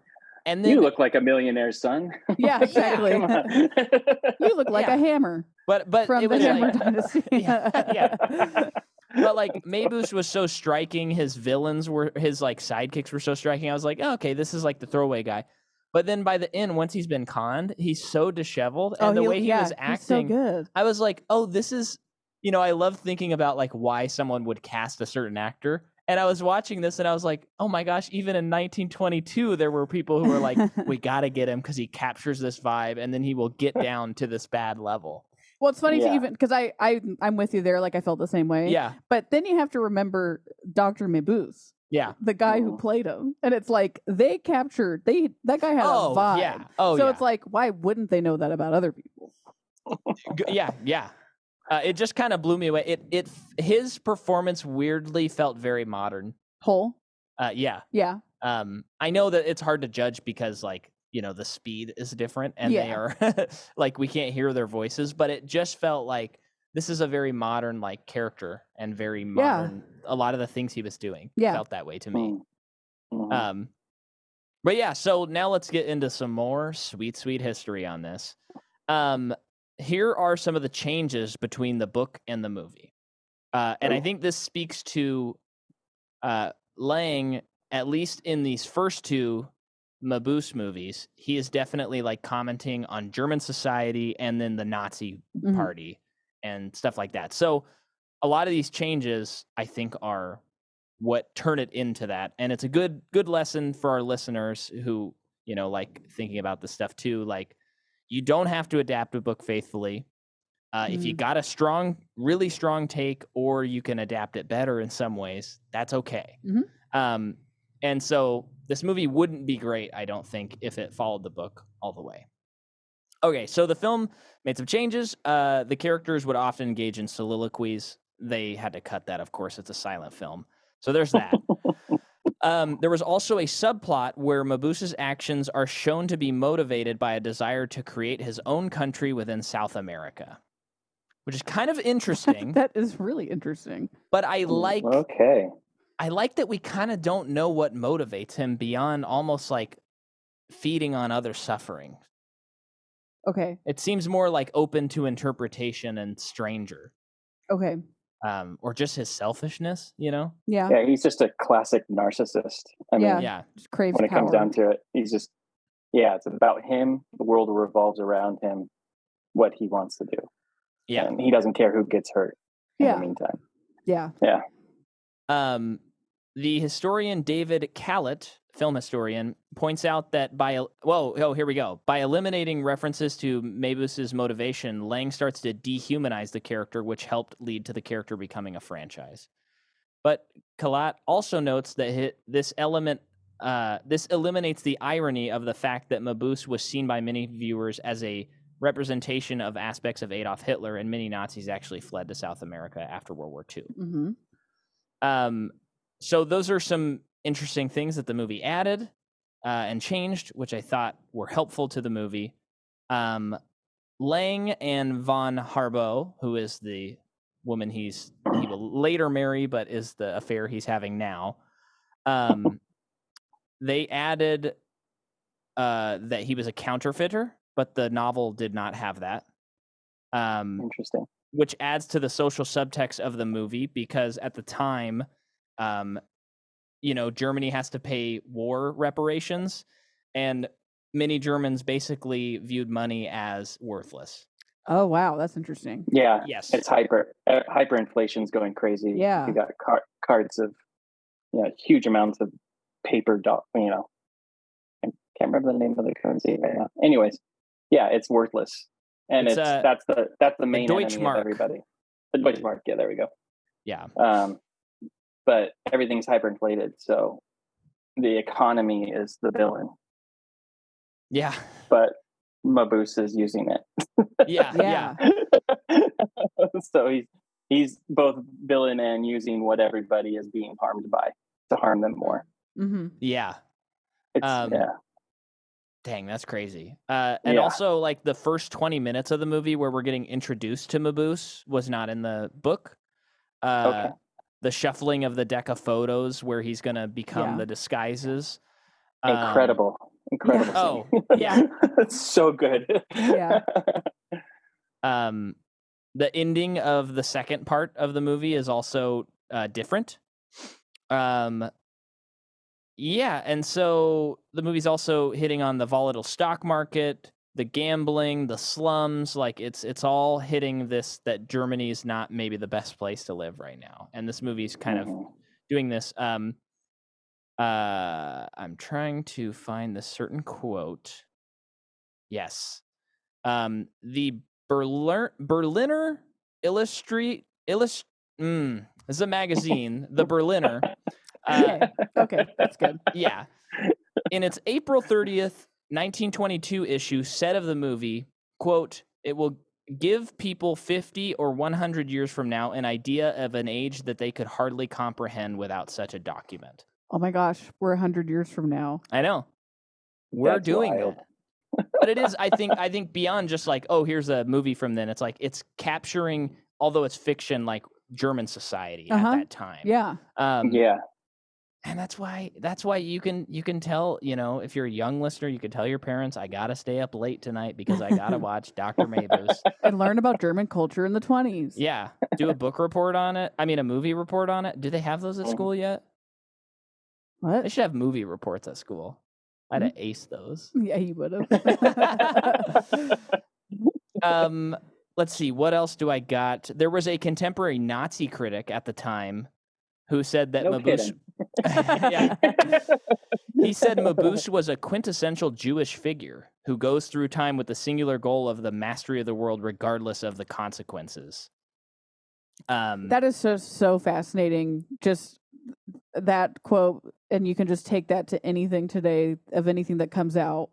A: And then,
C: You look like a millionaire's son. <laughs>
B: Yeah, exactly.
A: <laughs>
C: Come <laughs> on.
B: you look like
A: Yeah.
B: a hammer
A: but but
B: from
A: it
B: the
A: was
B: Hammer
A: like, <laughs>
B: Dynasty.
A: Yeah, yeah. but like Maybush was so striking, his villains were his like sidekicks were so striking. I was like, oh, okay, this is like the throwaway guy. But then by the end, once he's been conned, he's so disheveled, and the way he
B: Oh, yeah,
A: was
B: he's so
A: acting,
B: good.
A: I was like, oh, this is, you know, I love thinking about like why someone would cast a certain actor. And I was watching this and I was like, oh my gosh, even in 1922, there were people who were
B: <laughs>
A: like, we got to get him because he captures this vibe and then he will
B: <laughs>
A: get down to this bad level.
B: Well, it's funny to
C: Yeah.
B: even because I I I'm with you there. Like I felt the same way.
A: Yeah.
B: But then you have to remember Doctor Mabuse,
A: Yeah.
B: the guy who
C: Mhm.
B: played him, and it's like they captured they that guy had
A: Oh,
B: a vibe.
A: yeah. Oh,
B: so
A: yeah.
B: it's like why wouldn't they know that about other people?
A: G- yeah. Yeah. Uh, it just kind of blew me away. It, it, his performance weirdly felt very modern.
B: Hole.
A: Uh, yeah.
B: Yeah.
A: um i know that it's hard to judge because like you know the speed is different and they
B: Yeah.
A: are <laughs> like we can't hear their voices but it just felt like this is a very modern like character and very modern a lot of the things he was doing
B: Yeah.
A: felt that way to me
C: Mhm.
A: um but yeah so now let's get into some more sweet sweet history on this um here are some of the changes between the book and the movie uh and i
C: Ooh.
A: think this speaks to uh lang at least in these first two Mabuse movies, he is definitely like commenting on German society and then the Nazi
B: Mhm.
A: party and stuff like that. So a lot of these changes, I think, are what turn it into that. And it's a good good lesson for our listeners who, you know, like thinking about this stuff too. Like you don't have to adapt a book faithfully. Uh, If you
B: Mm.
A: got a strong, really strong take, or you can adapt it better in some ways, that's okay.
B: Mhm.
A: Um, and so this movie wouldn't be great, I don't think, if it followed the book all the way. Okay, so the film made some changes. Uh, the characters would often engage in soliloquies. They had to cut that, of course. It's a silent film. So there's that. um, there was also a subplot where Mabuse's actions are shown to be motivated by a desire to create his own country within South America, which is kind of interesting.
B: <laughs> <laughs> That is really interesting.
A: but I like
C: Mm-hmm. Okay.
A: I like that we kind of don't know what motivates him beyond almost like feeding on other suffering.
B: Okay.
A: It seems more like open to interpretation and stranger,
B: Okay.
A: um, or just his selfishness, you know?
B: Yeah.
C: Yeah, he's just a classic narcissist. I mean,
B: Yeah.
A: Yeah.
B: Just craves
C: when it
B: power.
C: comes down to it, he's just yeah, it's about him. The world revolves around him, what he wants to do,
A: Yeah.
C: and he doesn't care who gets hurt. In
B: yeah.
C: the meantime,
B: Yeah.
A: Um, the historian David Callett, film historian, points out that by el- whoa, oh, here we go. By eliminating references to Mabus's motivation, Lang starts to dehumanize the character, which helped lead to the character becoming a franchise. But Callett also notes that hi- this element. Uh, this eliminates the irony of the fact that Mabuse was seen by many viewers as a representation of aspects of Adolf Hitler, and many Nazis actually fled to South America after World War II.
B: hmm
A: Um, so those are some interesting things that the movie added uh, and changed, which I thought were helpful to the movie. Um, Lang and Von Harbo, who is the woman he's he will later marry, but is the affair he's having now. Um, they added uh, that he was a counterfeiter, but the novel did not have that. Um,
C: interesting.
A: which adds to the social subtext of the movie because at the time um you know germany has to pay war reparations and many germans basically viewed money as worthless
B: Oh wow, that's
C: <laughs>
B: interesting.
C: Yeah,
A: yes
C: it's hyper uh, hyperinflation's going crazy.
B: Yeah.
C: you got car- cards of you know huge amounts of paper. Do- you know, I can't remember the name of the currency right now. Anyways, yeah, it's worthless, and
A: It's,
C: it's,
A: uh,
C: that's the that's the main enemy
A: Deutschmark.
C: of everybody. The Deutschmark. Yeah, there we go.
A: yeah
C: um, but everything's hyperinflated, so the economy is the villain.
A: yeah
C: But Mabuse is using it, <laughs>
A: yeah yeah
B: Yeah.
C: so he's he's both villain and using what everybody is being harmed by to harm them more.
B: Mm-hmm.
A: Yeah.
C: It's,
A: Um,
C: yeah,
A: Dang, that's crazy. Uh, and
C: Yeah.
A: also, like the first 20 minutes of the movie where we're getting introduced to Maboose was not in the book. Uh,
C: Okay.
A: The shuffling of the deck of photos where he's going to become
B: Yeah.
A: the disguises. Um,
C: incredible, incredible.
A: Oh, yeah.
C: yeah, <laughs> it's so good. <laughs>
B: Yeah.
A: Um, the ending of the second part of the movie is also uh, different. Um, yeah, and so the movie's also hitting on the volatile stock market, the gambling, the slums. Like it's it's all hitting this that Germany's not maybe the best place to live right now, and this movie's kind of
C: Mhm.
A: doing this. Um, uh, I'm trying to find the certain quote. Yes, um, the Berlin Berliner Illustrate Illust. Mm, this is a magazine, the Berliner. Uh,
B: Yay. okay, that's good.
A: yeah. In its April 30th, 1922 issue, said of the movie, quote, it will give people 50 or 100 years from now an idea of an age that they could hardly comprehend without such a document.
B: Oh my gosh, we're hundred years from now.
A: I know. We're
C: That's
A: doing
C: wild.
A: that. But it is I think I think beyond just like, oh, here's a movie from then. It's like it's capturing although it's fiction like German society
B: Uh-huh.
A: at that time.
B: Yeah,
A: Um,
B: <laughs>
C: yeah,
A: and that's why that's why you can you can tell you know if you're a young listener you can tell your parents i gotta stay up late tonight because i
C: <laughs>
A: gotta watch dr mabuse
B: and learn about German culture in the twenties.
C: <laughs>
A: yeah do a book report on it i mean a movie report on it do they have those at
C: Mhm.
A: school yet they
B: What?
A: should have movie reports at school i'd
C: Mm-hmm.
A: have aced those
B: Yeah, you would
C: <laughs>
B: <laughs> have.
A: um let's see what else do i got there was a contemporary nazi critic at the time who said that
C: No
A: mabuse
C: kidding.
A: <laughs> yeah,
C: <laughs>
A: He
B: <laughs>
A: said Mabuse was a quintessential Jewish figure who goes through time with the singular goal of the mastery of the world, regardless of the consequences. Um,
B: That is so so fascinating. Just that quote, and you can just take that to anything today of anything that comes out,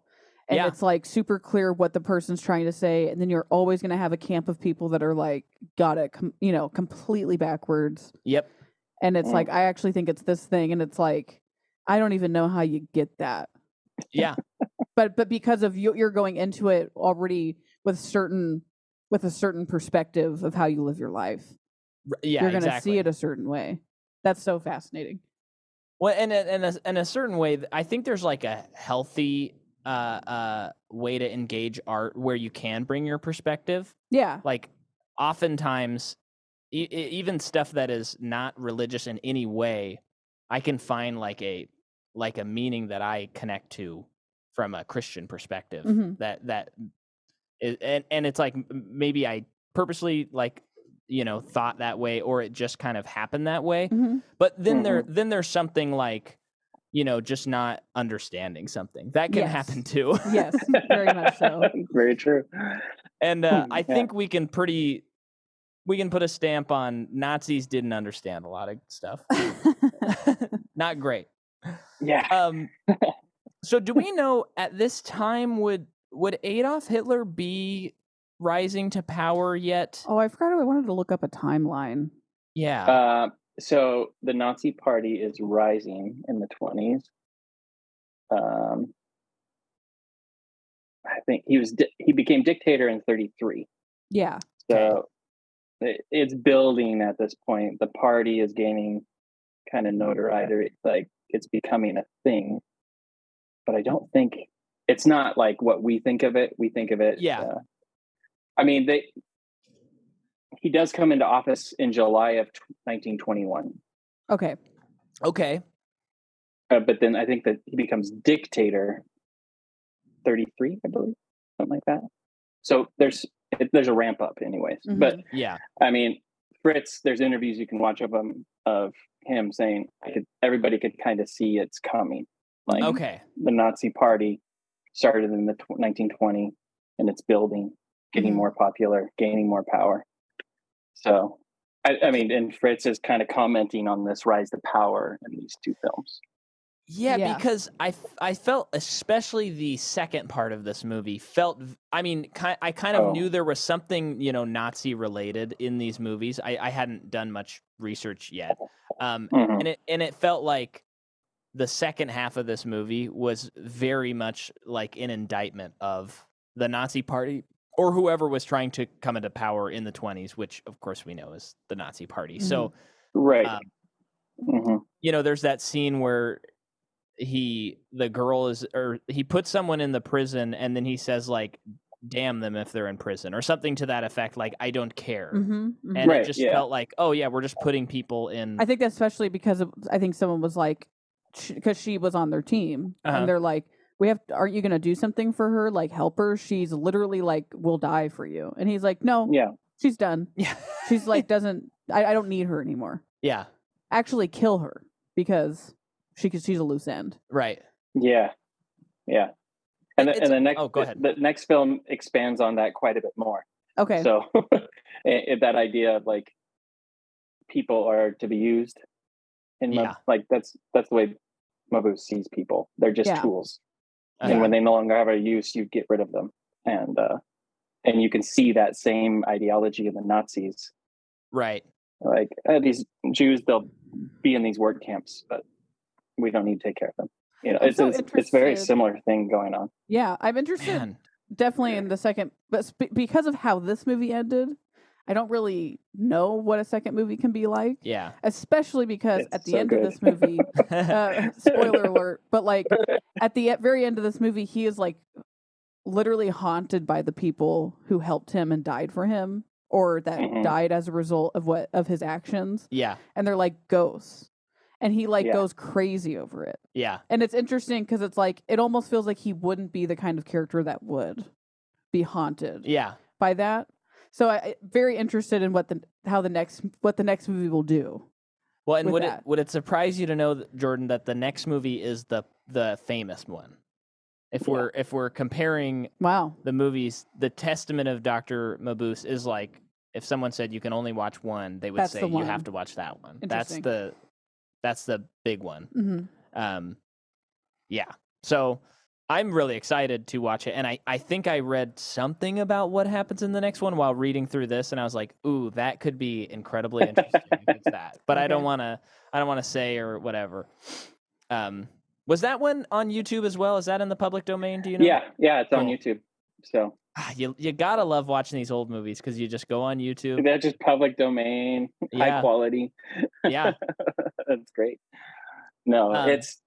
B: and
A: Yeah.
B: it's like super clear what the person's trying to say, and then you're always going to have a camp of people that are like got it, com- you know, completely backwards,
A: yep.
B: and it's
C: Mm.
B: like I actually think it's this thing, and it's like I don't even know how you get that,
A: Yeah.
B: but but because of you, you're going into it already with certain with a certain perspective of how you live your life
A: r- Yeah.
B: you're going to
A: exactly.
B: see it a certain way. That's so fascinating.
A: Well, and a- and a, in a certain way, th- I think there's like a healthy uh, uh, way to engage art where you can bring your perspective.
B: Yeah.
A: Like, oftentimes, e- e- even stuff that is not religious in any way, I can find like a like a meaning that I connect to from a Christian perspective.
B: Mhm.
A: That that i- and and it's like m- maybe I purposely like you know thought that way or it just kind of happened that way
B: Mhm.
A: but then there then there's something like you know just not understanding something that can
B: Yes.
A: happen too
B: <laughs> Yes, very much so.
C: Very true.
A: and uh,
C: Hmm,
A: i
C: yeah.
A: think we can pretty we can put a stamp on nazis didn't understand a lot of stuff not great
C: Yeah.
A: um so do we know at this time would would adolf hitler be rising to power yet
B: <laughs> oh, I forgot I wanted to look up a timeline.
A: yeah
C: Uh, so the Nazi Party is rising in the twenties. Um, I think he was di- he became dictator in thirty three.
B: Yeah.
A: Okay.
C: So it, it's building at this point. The party is gaining kind of notoriety, like it's becoming a thing. But I don't think it's not like what we think of it. We think of it.
A: Yeah.
C: uh, I mean, they. He does come into office in July of tw- 1921,
B: Okay.
A: okay
C: uh, but then I think that he becomes dictator. 33, I believe, something like that. So there's it, there's a ramp up, anyways.
A: Mm-hmm.
C: But
B: Mhm.
A: yeah
C: I mean, Fritz, there's interviews you can watch of him of him saying I could everybody could kind of see it's coming. Like
A: okay
C: the Nazi Party started in the tw- 1920 and it's building, getting
A: Mm-hmm.
B: Mhm.
C: more popular, gaining more power. So, I, I mean, and Fritz is kind of commenting on this rise to power in these two films.
A: Yeah,
B: Yeah.
A: because I f- I felt especially the second part of this movie felt. v- I mean, ki- I kind of
C: Oh.
A: knew there was something you know Nazi related in these movies. I, I hadn't done much research
C: <laughs>
A: yet, um,
C: Mhm.
A: and it and it felt like the second half of this movie was very much like an indictment of the Nazi Party or whoever was trying to come into power in the twenties, which of course we know is the Nazi Party. So
C: Mm-hmm. Right.
A: Um,
C: hmm
A: you know, there's that scene where he the girl is or he puts someone in the prison and then he says like damn them if they're in prison or something to that effect like I don't care.
B: hmm
A: And
C: Mm-hmm. Right,
A: it just
C: yeah.
A: felt like, oh yeah, we're just putting people in
B: I think that's especially because of, I think someone was like, because she was on their team,
A: Uh-huh.
B: and they're like, "We have. Aren't you going to do something for her? Like help her? She's literally like, will die for you." And he's like,
A: oh.
B: "No,
C: Yeah.
B: she's done.
A: Yeah.
B: She's <laughs> like, doesn't. I, I don't need her anymore.
A: yeah,
B: Actually, kill her because she could. She's a loose end.
A: right.
C: Yeah. Yeah. And the,
A: It's-
C: and the next
A: oh, go ahead.
C: the next film expands on that quite a bit more.
B: Okay.
C: So <laughs> i- i- that idea of like people are to be used in Mo-
A: Yeah.
C: like that's that's the way Mabu sees people. They're just
B: Yeah.
C: tools.
A: Uh,
C: And when they no longer have a use, you get rid of them. And uh and you can see that same ideology in the Nazis.
A: Right.
C: Like uh, these Jews, they'll be in these work camps, but we don't need to take care of them. You know,
B: I'm
C: it's
B: so
C: it's, it's very
B: interested-
C: similar thing going on.
B: yeah, I'm interested.
A: Man.
B: Definitely in the second, but sp- because of how this movie ended, I don't really know what a second movie can be like.
A: Yeah.
B: Especially because
C: It's
B: at the
C: so
B: end
C: good.
B: of this movie,
C: <laughs>
B: uh, spoiler alert, but like at the e- very end of this movie, he is like literally haunted by the people who helped him and died for him or that
C: Mhm.
B: died as a result of what of his actions
A: <laughs> yeah.
B: and they're like ghosts and he like
C: Yeah.
B: goes crazy over it
A: Yeah.
B: and it's interesting because it's like it almost feels like he wouldn't be the kind of character that would be haunted
A: Yeah.
B: by that so i I- very interested in what the how the next what the next movie will do
A: Well, and
B: with
A: would
B: that.
A: it would it surprise you to know, that, Jordan, that the next movie is the the famous one? If
C: Yeah.
A: we're if we're comparing
B: wow
A: the movies, the testament of Dr. Mabuse is like if someone said you can only watch one, they would
B: That's
A: say
B: the
A: you have
B: one.
A: to watch that one. That's
B: Interesting.
A: the that's the big one.
B: hmm
A: Um yeah. So I'm really excited to watch it and I I think I read something about what happens in the next one while reading through this and I was like, "Ooh, that could be incredibly interesting if it's that." But I don't
B: Okay.
A: want to I don't want to say or whatever. Um was that one on YouTube as well? Is that in the public domain? Do you know?
C: yeah, yeah, it's on
A: Cool.
C: YouTube. So
A: Ah, you you gotta love watching these old movies because you just go on
C: <laughs>
A: YouTube.
C: that's just public domain, high
A: Yeah,
C: quality.
A: yeah,
C: <laughs> that's great. No,
A: Um,
C: it's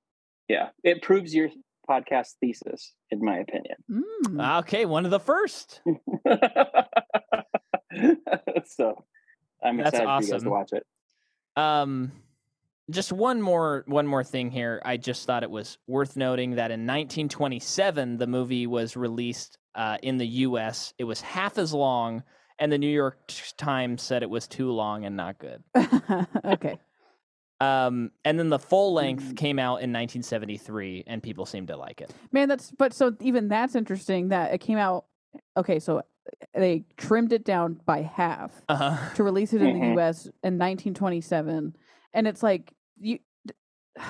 C: yeah, it proves your podcast thesis, in my opinion. <laughs>
B: Mm.
A: okay. One of the first.
C: so I'm
A: That's
C: excited for you guys
A: awesome.
C: to watch it.
A: Um, just one more one more thing here. I just thought it was worth noting that in 1927 the movie was released uh, in the U.S. It was half as long, and the New York Times said it was too long and not good.
B: <laughs> okay.
A: Um, and then the full length
B: Hmm.
C: Mm.
A: came out in 1973, and people seemed to like it.
B: Man, that's but so even that's interesting that it came out okay, so they trimmed it down by half
A: <laughs> Uh
B: to
A: huh.
B: release it in
C: Mhm.
B: the US in 1927 and it's like you <sighs> it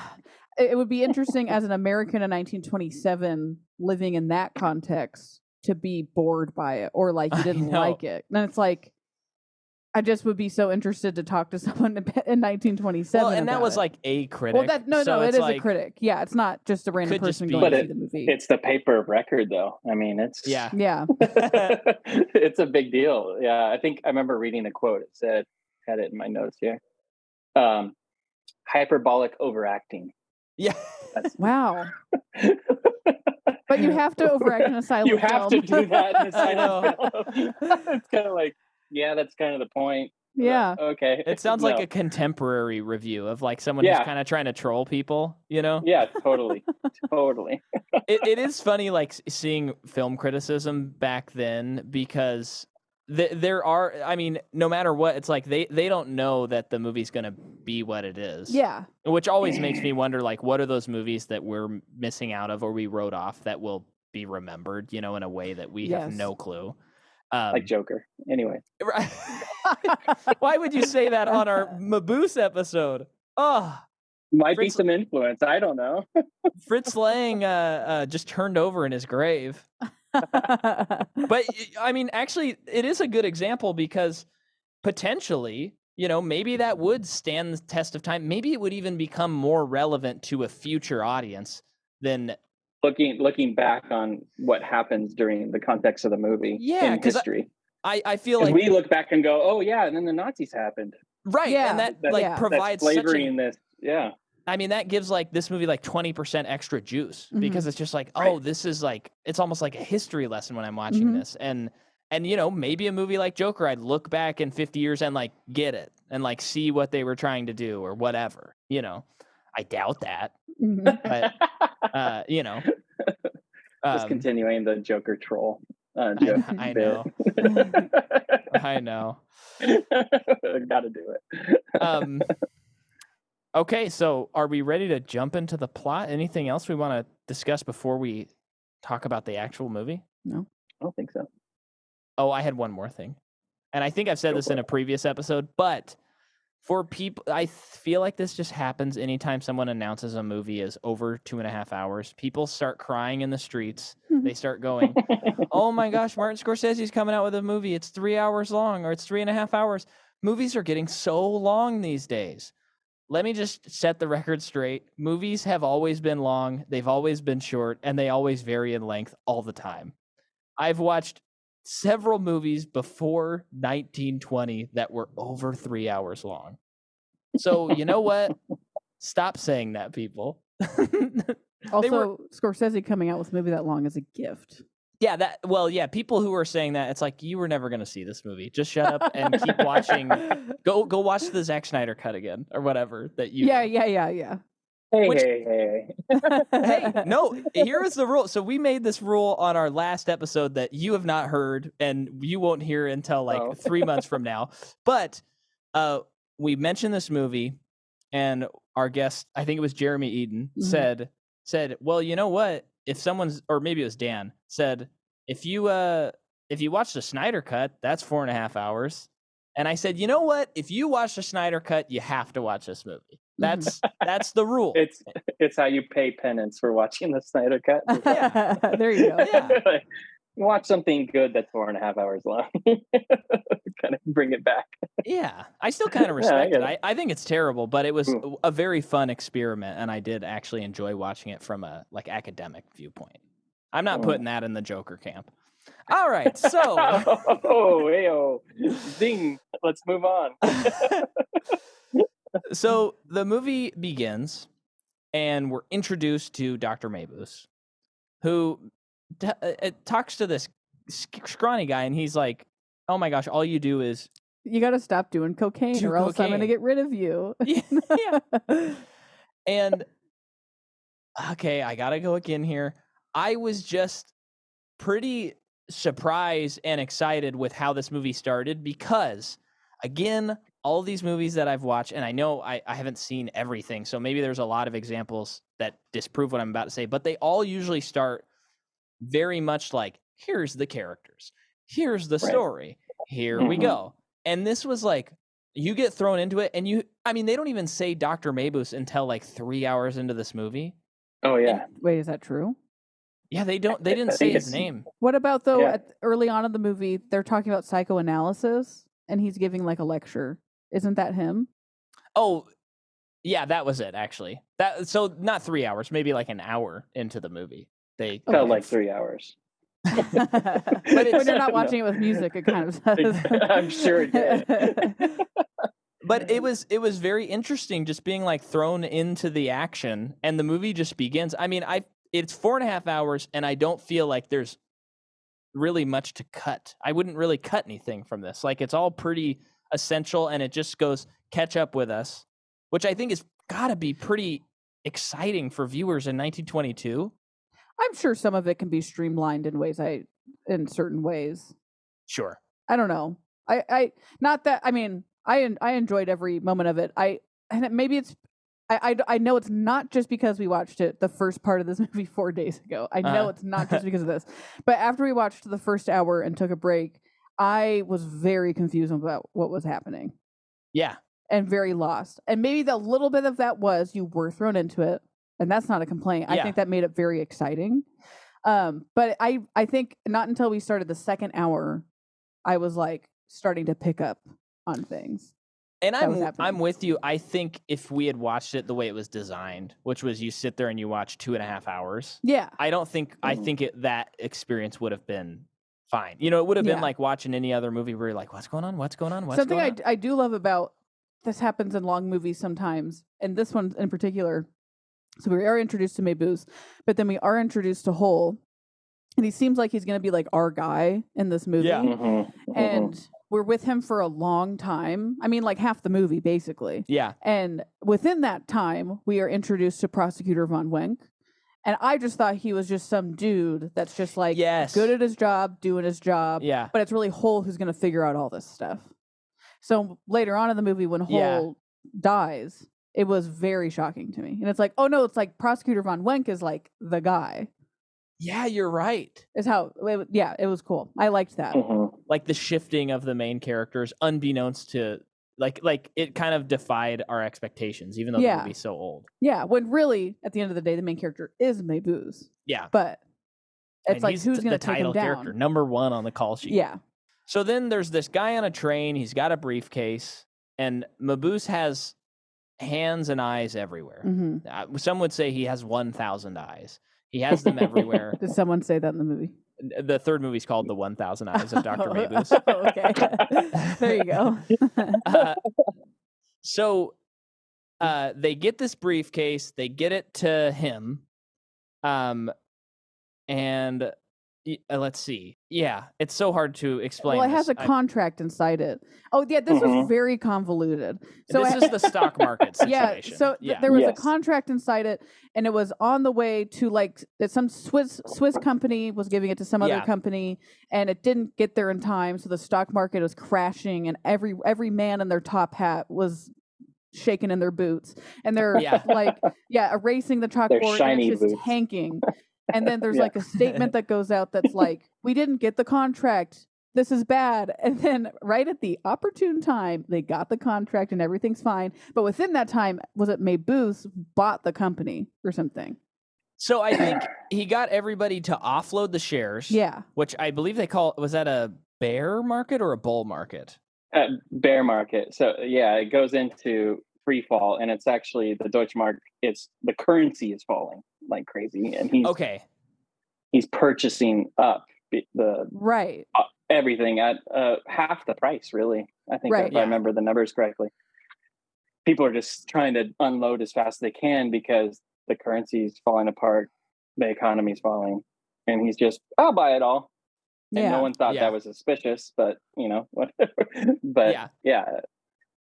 B: it would be interesting as an American in 1927 living in that context to be bored by it or
A: <laughs>
B: like
A: I
B: you didn't
A: know.
B: like it. And it's like I just would be so interested to talk to someone <laughs> in 1927.
A: Well, and that
B: about
A: was
B: it.
A: like a critic.
B: Well, that no,
A: so
B: no, it
A: it's
B: is
A: like,
B: a critic. Yeah, it's not just a random
A: could just
B: person
A: be-
B: going
C: But
B: to
C: it-
A: <laughs>
B: see the movie.
C: It's the paper of record though. I mean it's
A: Yeah. <laughs>
B: yeah,
C: <laughs> it's a big deal. Yeah, I think I remember reading a quote. It said, had it in my notes here. Um, hyperbolic overacting.
A: Yeah. <laughs>
B: wow. But you have to overact in a silent.
C: you have to
B: film.
C: do
A: <laughs>
C: that in a
A: I
C: silent film. <laughs> it's kind of like, yeah, that's kind of the point.
B: <laughs>
C: But,
B: yeah,
C: Okay.
A: It sounds like
C: No.
A: a contemporary review of like someone
C: Yeah.
A: who's kind of trying to troll people, you know?
C: Yeah, totally.
A: <laughs>
C: totally.
A: It, it is funny like s- seeing film criticism back then because th- there are I mean, no matter what, it's like they they don't know that the movie's going to be what it is.
B: yeah,
A: Which always makes me wonder like what are those movies that we're m- missing out of or we wrote off that will be remembered, you know, in a way that we have
B: Yes.
A: no clue. Um,
C: Like Joker. Anyway.
A: <laughs> Right.
B: <laughs>
A: Why would you say that on our Maboose episode? Oh,
C: Might be
A: Fritz-
C: some influence. I don't know.
A: Fritz Lang uh, uh, just turned over in his grave.
B: Mm-hmm. <laughs>
A: But y- I mean, actually, it is a good example because potentially, you know, maybe that would stand the test of time. Maybe it would even become more relevant to a future audience than
C: Looking looking back on what happens during the context of the movie
A: Yeah,
C: in
A: 'cause I-
C: history,
A: I. I feel
C: 'Cause
A: like
C: we look back and go, "Oh yeah," and then the Nazis happened.
A: right,
B: Yeah,
A: and that
C: that-
A: like
B: yeah.
A: provides
C: That's
A: such
C: flavoring
A: a,
C: this.
A: <laughs>
C: Yeah,
A: I mean, that gives like this movie like twenty percent extra juice
B: Mhm.
A: because it's just like,
C: Mm-hmm. Right. Mm-hmm.
A: oh, this is like it's almost like a history lesson when I'm watching
B: Mhm.
A: this, and and you know maybe a movie like Joker, I'd look back in fifty years and like get it and like see what they were trying to do or whatever, you know. I doubt that,
B: Mhm.
A: but
C: <laughs>
A: uh, you know.
C: just
A: Um,
C: continuing the Joker troll. Uh,
A: I,
C: joke
A: <laughs> I
C: bit. <laughs>
A: know, I know.
C: Got to do it.
A: Um, okay, so are we ready to jump into the plot? Anything else we want to discuss before we talk about the actual movie?
C: I don't think so.
A: Oh, I had one more thing. And I think I've said
C: Go
A: this
C: for
A: in
C: it.
A: a previous episode, but for people, I th- feel like this just happens anytime someone announces a movie is over two and a half hours. People start crying in the streets.
C: <laughs>
A: They start going, Oh my gosh, Martin Scorsese's coming out with a movie. It's three hours long or it's three and a half hours. Movies are getting so long these days. Let me just set the record straight. Movies have always been long, they've always been short, and they always vary in length all the time. I've watched several movies before 1920 that were over three hours long. So, you know what? Stop saying that, people. <laughs>
B: also,
A: were-
B: Scorsese coming out with a movie that long is a gift.
A: Yeah, that well, yeah, people who are saying that, it's like you were never gonna see this movie. Just shut up and keep watching. Go go watch the Zack Snyder cut again or whatever that you
B: Yeah, yeah, yeah, yeah.
C: hey,
A: Which-
C: hey, hey.
A: <laughs>
C: <laughs>
A: Hey, no, here is the rule. So we made this rule on our last episode that you have not heard and you won't hear until like
C: Oh.
A: 3 months from now. But uh we mentioned this movie and our guest, I think it was Jeremy Eden,
B: Mhm.
A: said said, "Well, you know what? If someone's or maybe it was Dan said, if you uh if you watch the Snyder cut, that's four and a half hours. And I said, you know what? If you watch the Snyder cut, you have to watch this movie.
B: Mm-hmm.
A: That's that's the rule.
C: It's it's how you pay penance for watching the Snyder Cut.
B: Mm-hmm. <laughs>
C: <laughs>
B: there you go.
A: Yeah.
C: Like, Watch something good that's four and a half hours long. <laughs> kind of bring it back.
A: yeah, I
C: <laughs>
A: still kind
C: Yeah,
A: of
C: I
A: respect
C: get
A: it. I, I think it's terrible, but it was
C: Mm.
A: w- a very fun experiment, and I did actually enjoy watching it from a like academic viewpoint. I'm not
C: Mm.
A: putting that in the Joker camp. All right, so
C: <laughs>
A: <laughs>
C: oh, hey, oh, ding. Let's move on.
A: so the movie begins, and we're introduced to Dr. Mabuse, who t- uh, uh, talks to this sc- scrawny guy, and he's like, "Oh my gosh, all you do is
B: You got to stop doing cocaine,
A: Do
B: or else I'm going to
A: cocaine.
B: get rid of you.
A: yeah, <laughs> and okay, I gotta go again here. I was just pretty surprised and excited with how this movie started because, again, all these movies that I've watched, and I know I, I haven't seen everything, so maybe there's a lot of examples that disprove what I'm about to say, but they all usually start very much like here's the characters, here's the
C: Right.
A: story, here we
C: Mhm.
A: go. And this was like, you get thrown into it, and you, I mean, they don't even say Dr. Mabuse until like three hours into this movie.
C: Oh, yeah.
B: <laughs> Wait, is that true?
A: Yeah, they don't. They
C: I
A: didn't
C: think
A: say his
C: it's-
A: name.
B: What about though?
C: Yeah.
B: At, early on in the movie, they're talking about psychoanalysis, and he's giving like a lecture. Isn't that him?
A: Oh, yeah, that was it actually. That so not three hours, maybe like an hour into the movie. They
B: Okay.
C: Felt like three hours.
B: but <laughs> when
A: it's-
B: you're not
C: No.
B: watching it with music, it kind of says.
C: I'm sure it did.
A: but it was it was very interesting just being like thrown into the action and the movie just begins. I mean, I it's four and a half hours, and I don't feel like there's really much to cut. I wouldn't really cut anything from this. Like it's all pretty essential, and it just goes catch up with us, which I think is gotta be pretty exciting for viewers in 1922.
B: I'm sure some of it can be streamlined in ways I, in certain ways.
A: Sure.
B: I don't know. I, I, not that. I mean, I, en- I enjoyed every moment of it. I, and it, maybe it's, I, I d- I know it's not just because we watched it the first part of this <laughs> movie four days ago. I know
A: Uh-huh.
B: it's not just because of this, but after we watched the first hour and took a break, I was very confused about what was happening.
A: Yeah.
B: and very lost. And maybe the little bit of that was you were thrown into it, and that's not a complaint. I
A: Yeah.
B: think that made it very exciting. Um, but I I think not until we started the second hour, I was like starting to pick up on things.
A: And
B: that
A: I'm
B: was
A: w- I'm
B: happening.
A: with you. I think if we had watched it the way it was designed, which was you sit there and you watch two and a half hours,
B: Yeah,
A: I don't think I
B: Mm-hmm.
C: Mhm.
A: think it, that experience would have been fine. You know, it would have
B: Yeah.
A: been like watching any other movie where you're like, "What's going on? What's going on? What's
B: something
A: going
B: I
A: on?"
B: d- I do love about this happens in long movies sometimes, and this one in particular. So we are introduced to Mabuse, but then we are introduced to Hole, and he seems like he's going to be like our guy in this movie.
A: Yeah.
C: Mhm,
A: Mm-hmm.
C: mhm.
B: and we're with him for a long time. I mean, like half the movie, basically.
A: yeah,
B: And within that time, we are introduced to Prosecutor Von Wenck. And I just thought he was just some dude that's just like
A: yes,
B: good at his job, doing his job.
A: yeah,
B: But it's really Hole who's going to figure out all this stuff. So later on in the movie, when Hole
A: Yeah.
B: dies, it was very shocking to me. And it's like, oh no, it's like Prosecutor Von Wenck is like the guy,
A: yeah. You're right.
B: is how, it, yeah, it was cool. I liked that.
C: Mhm.
A: Like the shifting of the main characters, unbeknownst to like like it kind of defied our expectations, even though
B: Yeah.
A: the movie's so old.
B: Yeah, when really at the end of the day, the main character is Maybooz,
A: Yeah,
B: but it's
A: and
B: like
A: he's
B: who's
A: th-
B: going
A: the
B: to take
A: title
B: him down?
A: character, number one on the call sheet.
B: Yeah,
A: So then there's this guy on a train. He's got a briefcase, and Mabuse has hands and eyes everywhere.
B: hmm
A: Uh, some would say he has 1,000 eyes. He has
B: <laughs>
A: them everywhere.
B: did someone say that in
A: <laughs>
B: the movie?
A: the third movie's called The 1,000 Eyes of
B: <laughs>
A: Dr. Mabuse.
B: Oh, okay, <laughs> there
A: <laughs>
B: you go. <laughs>
A: Uh, so uh, they get this briefcase, they get it to him. Um, and y- uh, let's see. Yeah, it's so hard to explain.
B: well, it has
A: this.
B: a
A: I- Mm-hmm.
B: contract inside it. Oh yeah, this was
C: Mhm.
B: very convoluted. So
A: this
B: I-
A: is the stock market
B: <laughs> yeah,
A: situation.
B: so th-
A: yeah.
B: there was a
C: Yes.
B: contract inside it, and it was on the way to like that some Swiss Swiss company was giving it to some other
A: Yeah.
B: company, and it didn't get there in time, so the stock market was crashing, and every every man in their top hat was shaking in their boots, and they're
A: Yeah.
B: like yeah erasing the chalkboard, and
C: shiny
B: it's just
C: boots. <laughs>
B: tanking. And then there's
C: Yeah.
B: like a statement that goes out
C: <laughs>
B: that's like, "We didn't get the contract. This is bad." <laughs> And then right at the opportune time, they got the contract and everything's fine. But within that time, was it Maybooth bought the company or something?
A: So I
B: <clears throat>
A: think he got everybody to offload the shares.
B: Yeah,
A: Which I believe they call was that a bear market or a bull market?
C: Uh, bear market. So yeah, it goes into free fall, and it's actually the Deutsche Mark. It's the currency is falling like crazy, and he's
A: Okay.
C: he's purchasing up the- the
B: right.
C: everything at uh, half the price, really. I think
B: Right.
C: if
A: Yeah.
C: I remember the numbers correctly. People are just trying to unload as fast as they can because the currency's falling apart, the economy's falling, and he's just, I'll buy it all. And
B: yeah,
C: no one thought
A: Yeah.
C: that was suspicious, but you know, <laughs> whatever. but
A: yeah.
C: yeah,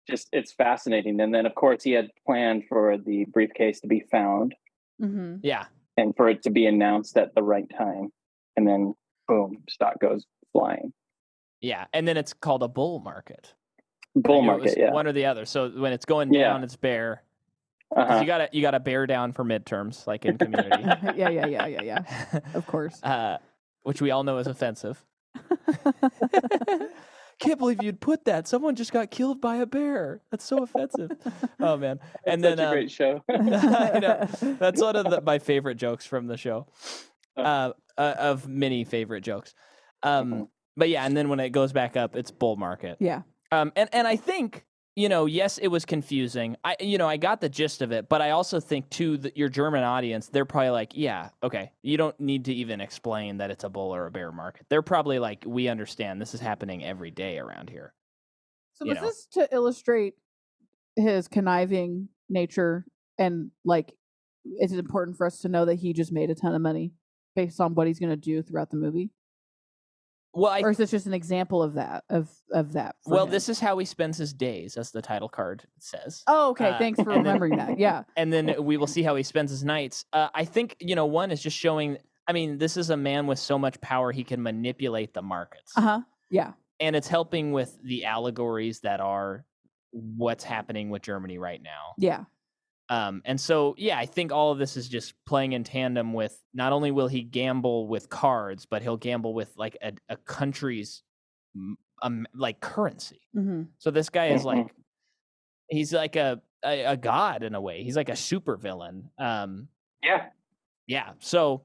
C: just it's fascinating. And then, of course, he had planned for the briefcase to be found
B: hmm
C: <laughs>
A: Yeah.
C: and for it to be announced at the right time. And then, boom, stock goes flying.
A: Yeah. And then it's called a bull market. I
C: Bull
A: knew it
C: market,
A: was
C: yeah.
A: One or the other. So when it's going
C: Yeah.
A: down, it's bear. 'Cause
C: Uh-huh.
A: You gotta you gotta bear down for midterms, like in
C: <laughs>
A: community.
B: yeah, yeah, yeah, yeah, yeah.
A: <laughs>
B: Of course.
A: uh, which we all know is offensive. <laughs> Can't believe you'd put that. Someone just got killed by a bear. That's so <laughs> offensive. Oh man. and
C: Such
A: then
C: a
A: um,
C: great show.
A: <laughs> I know. That's one of the, my favorite jokes from the show, uh, uh, of many favorite jokes. Um,
C: Mhm.
A: but yeah, and then when it goes back up, it's bull market.
B: <laughs> Yeah.
A: Um, and and I think you know, yes, it was confusing. I you know, I got the gist of it, but I also think to the, your German audience, they're probably like, yeah, okay, you don't need to even explain that it's a bull or a bear market. They're probably like, we understand this is happening every day around here.
B: So
A: you
B: was
A: know.
B: this to illustrate his conniving nature and like is it important for us to know that he just made a ton of money based on what he's going to do throughout the movie?
A: Well, I
B: or is this just an example of that of of that? for
A: well,
B: him?
A: this is how he spends his days, as the title card says.
B: Oh, okay.
A: uh,
B: Thanks for
A: and then-
B: remembering
A: <laughs>
B: that. Yeah.
A: and then we will see how he spends his nights. Uh, I think you know one is just showing. I mean, this is a man with so much power he can manipulate the markets,
B: Uh-huh. Yeah.
A: and it's helping with the allegories that are what's happening with Germany right now.
B: Yeah.
A: Um, and so, yeah, I think all of this is just playing in tandem with not only will he gamble with cards, but he'll gamble with like a, a country's m- um, like currency.
B: hmm
A: So this guy is
C: Mhm.
A: like he's like a, a a god in a way. He's like a super villain. Um,
C: yeah,
A: yeah. So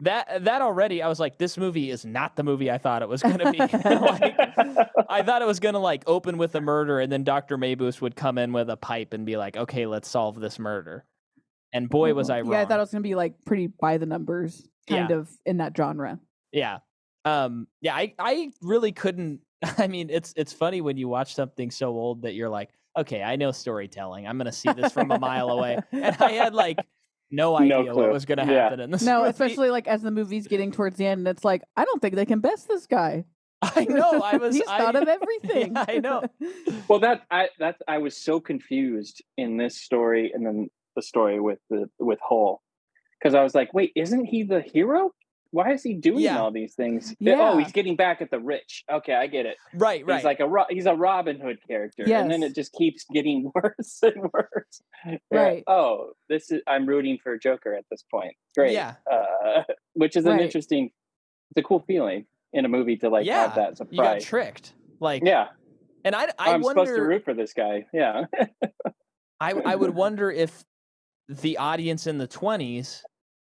A: that that already, I was like, this movie is not the movie I thought it was going to be. <laughs> <laughs> like, I thought it was going to like open with a murder, and then Doctor Mabuse would come in with a pipe and be like, "Okay, let's solve this murder." And boy, was I wrong.
B: Mm-hmm. Yeah, I thought it was gonna be like pretty by the numbers, kind of in
A: <laughs>
B: that genre.
A: Yeah. Um yeah, I I really couldn't <laughs> I mean, it's it's funny when you watch something so old that you're like, okay, I know storytelling. I'm going to see this from a mile away. And I had like no
C: <laughs> No
A: idea what
C: clue.
A: was going to
C: Yeah.
A: happen in this. <laughs>
B: No,
A: movie.
B: especially like as the movie's getting towards the end, and it's like I don't think they can best this guy.
A: I know
B: <laughs>
A: I was
B: He's
A: I,
B: thought
A: <laughs>
B: of everything.
A: Yeah, I
B: <laughs>
A: know.
C: <laughs> well that i that i was so confused in this story and then the story with the with Hull because i was like wait isn't he the hero why is he doing
A: Yeah.
C: all these things
B: Yeah.
C: oh he's getting back at the rich okay i get it
A: Right, right.
C: he's like a Ro- he's a robin hood character and then
B: Yes.
C: it just keeps getting <laughs> worse and worse You're like,
B: Right.
C: oh this is i'm rooting for joker at this point great
A: Yeah.
C: uh, <laughs> which is an
B: Right.
C: interesting it's a cool feeling in a movie to like
A: Yeah.
C: have that
A: you got
C: surprise
A: tricked. Like
C: yeah
A: and I I
C: i'm
A: wonder
C: supposed to root for this guy yeah
A: I I would wonder if the audience in the 20s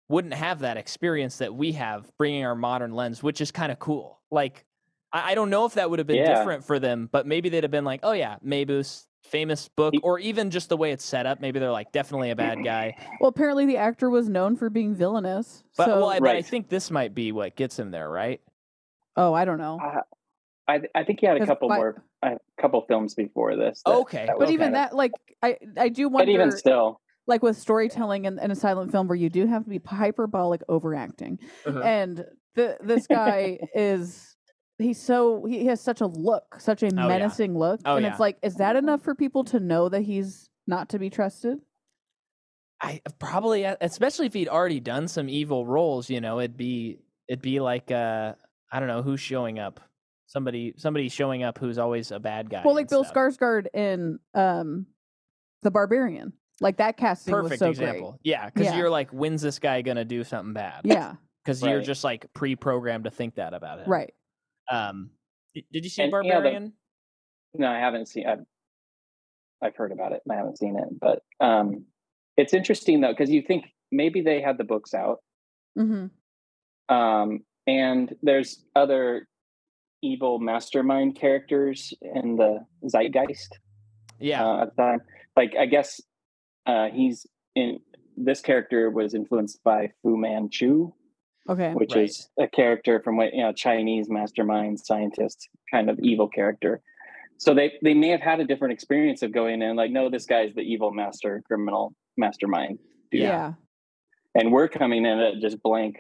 A: wouldn't have that experience that we have bringing our modern lens, which is kind of cool. Like, I, I don't know if that would have been
C: Yeah.
A: different for them, but maybe they'd have been like, oh, yeah, Mabuse, famous
C: E
A: book, or even just the way it's set up. Maybe they're like, definitely a bad guy.
B: Well, apparently the actor was known for being villainous.
A: But,
B: so,
A: well, I, but I
C: Right.
A: think this might be what gets him there, right?
B: oh, I don't know.
C: I, I think he had a
B: 'Cause
C: couple
B: by-
C: more, a couple films before this. that-
A: Okay,
C: that
B: But
C: was
B: even
C: kinda-
B: that, like, I I do
C: but
B: wonder,
C: even still,
B: like with storytelling and, and a silent film, where you do have to be hyperbolic overacting,
A: Uh-huh.
B: and the this guy is he's so he has such a look, such a
A: yeah.
B: menacing look,
A: Oh,
B: and
A: yeah.
B: it's like, is that enough for people to know that he's not to be trusted?
A: I probably, uh, especially if he'd already done some evil roles, you know, it'd be it'd be like uh, I don't know who's showing up, somebody somebody showing up who's always a bad guy.
B: Well, like
A: and
B: Bill
A: stuff.
B: Skarsgård in um, the Barbarian, like that casting was
A: perfect
B: so
A: example. Yeah, because
B: Yeah.
A: you're like, when's this guy gonna do something bad?
B: great. Yeah,
A: because you're
C: Right.
A: just like pre-programmed to think that about him.
B: right.
A: Um, d- did you see
C: And, yeah, the-
A: Barbarian?
C: no, I haven't seen. I've, I've heard about it, and I haven't seen it. But um, it's interesting though, because you think maybe they had the books out,
B: Mm-hmm.
C: um, and there's other evil mastermind characters in the zeitgeist
A: Yeah.
C: uh, at the time. Like, I guess uh, he's in. This character was influenced by Fu Manchu,
B: Okay.
C: which
A: Right.
C: is a character from what you know chinese mastermind scientist kind of evil character so they they may have had a different experience of going in like no this guy's the evil master criminal mastermind
A: yeah.
B: Yeah.
C: and we're coming in at just blank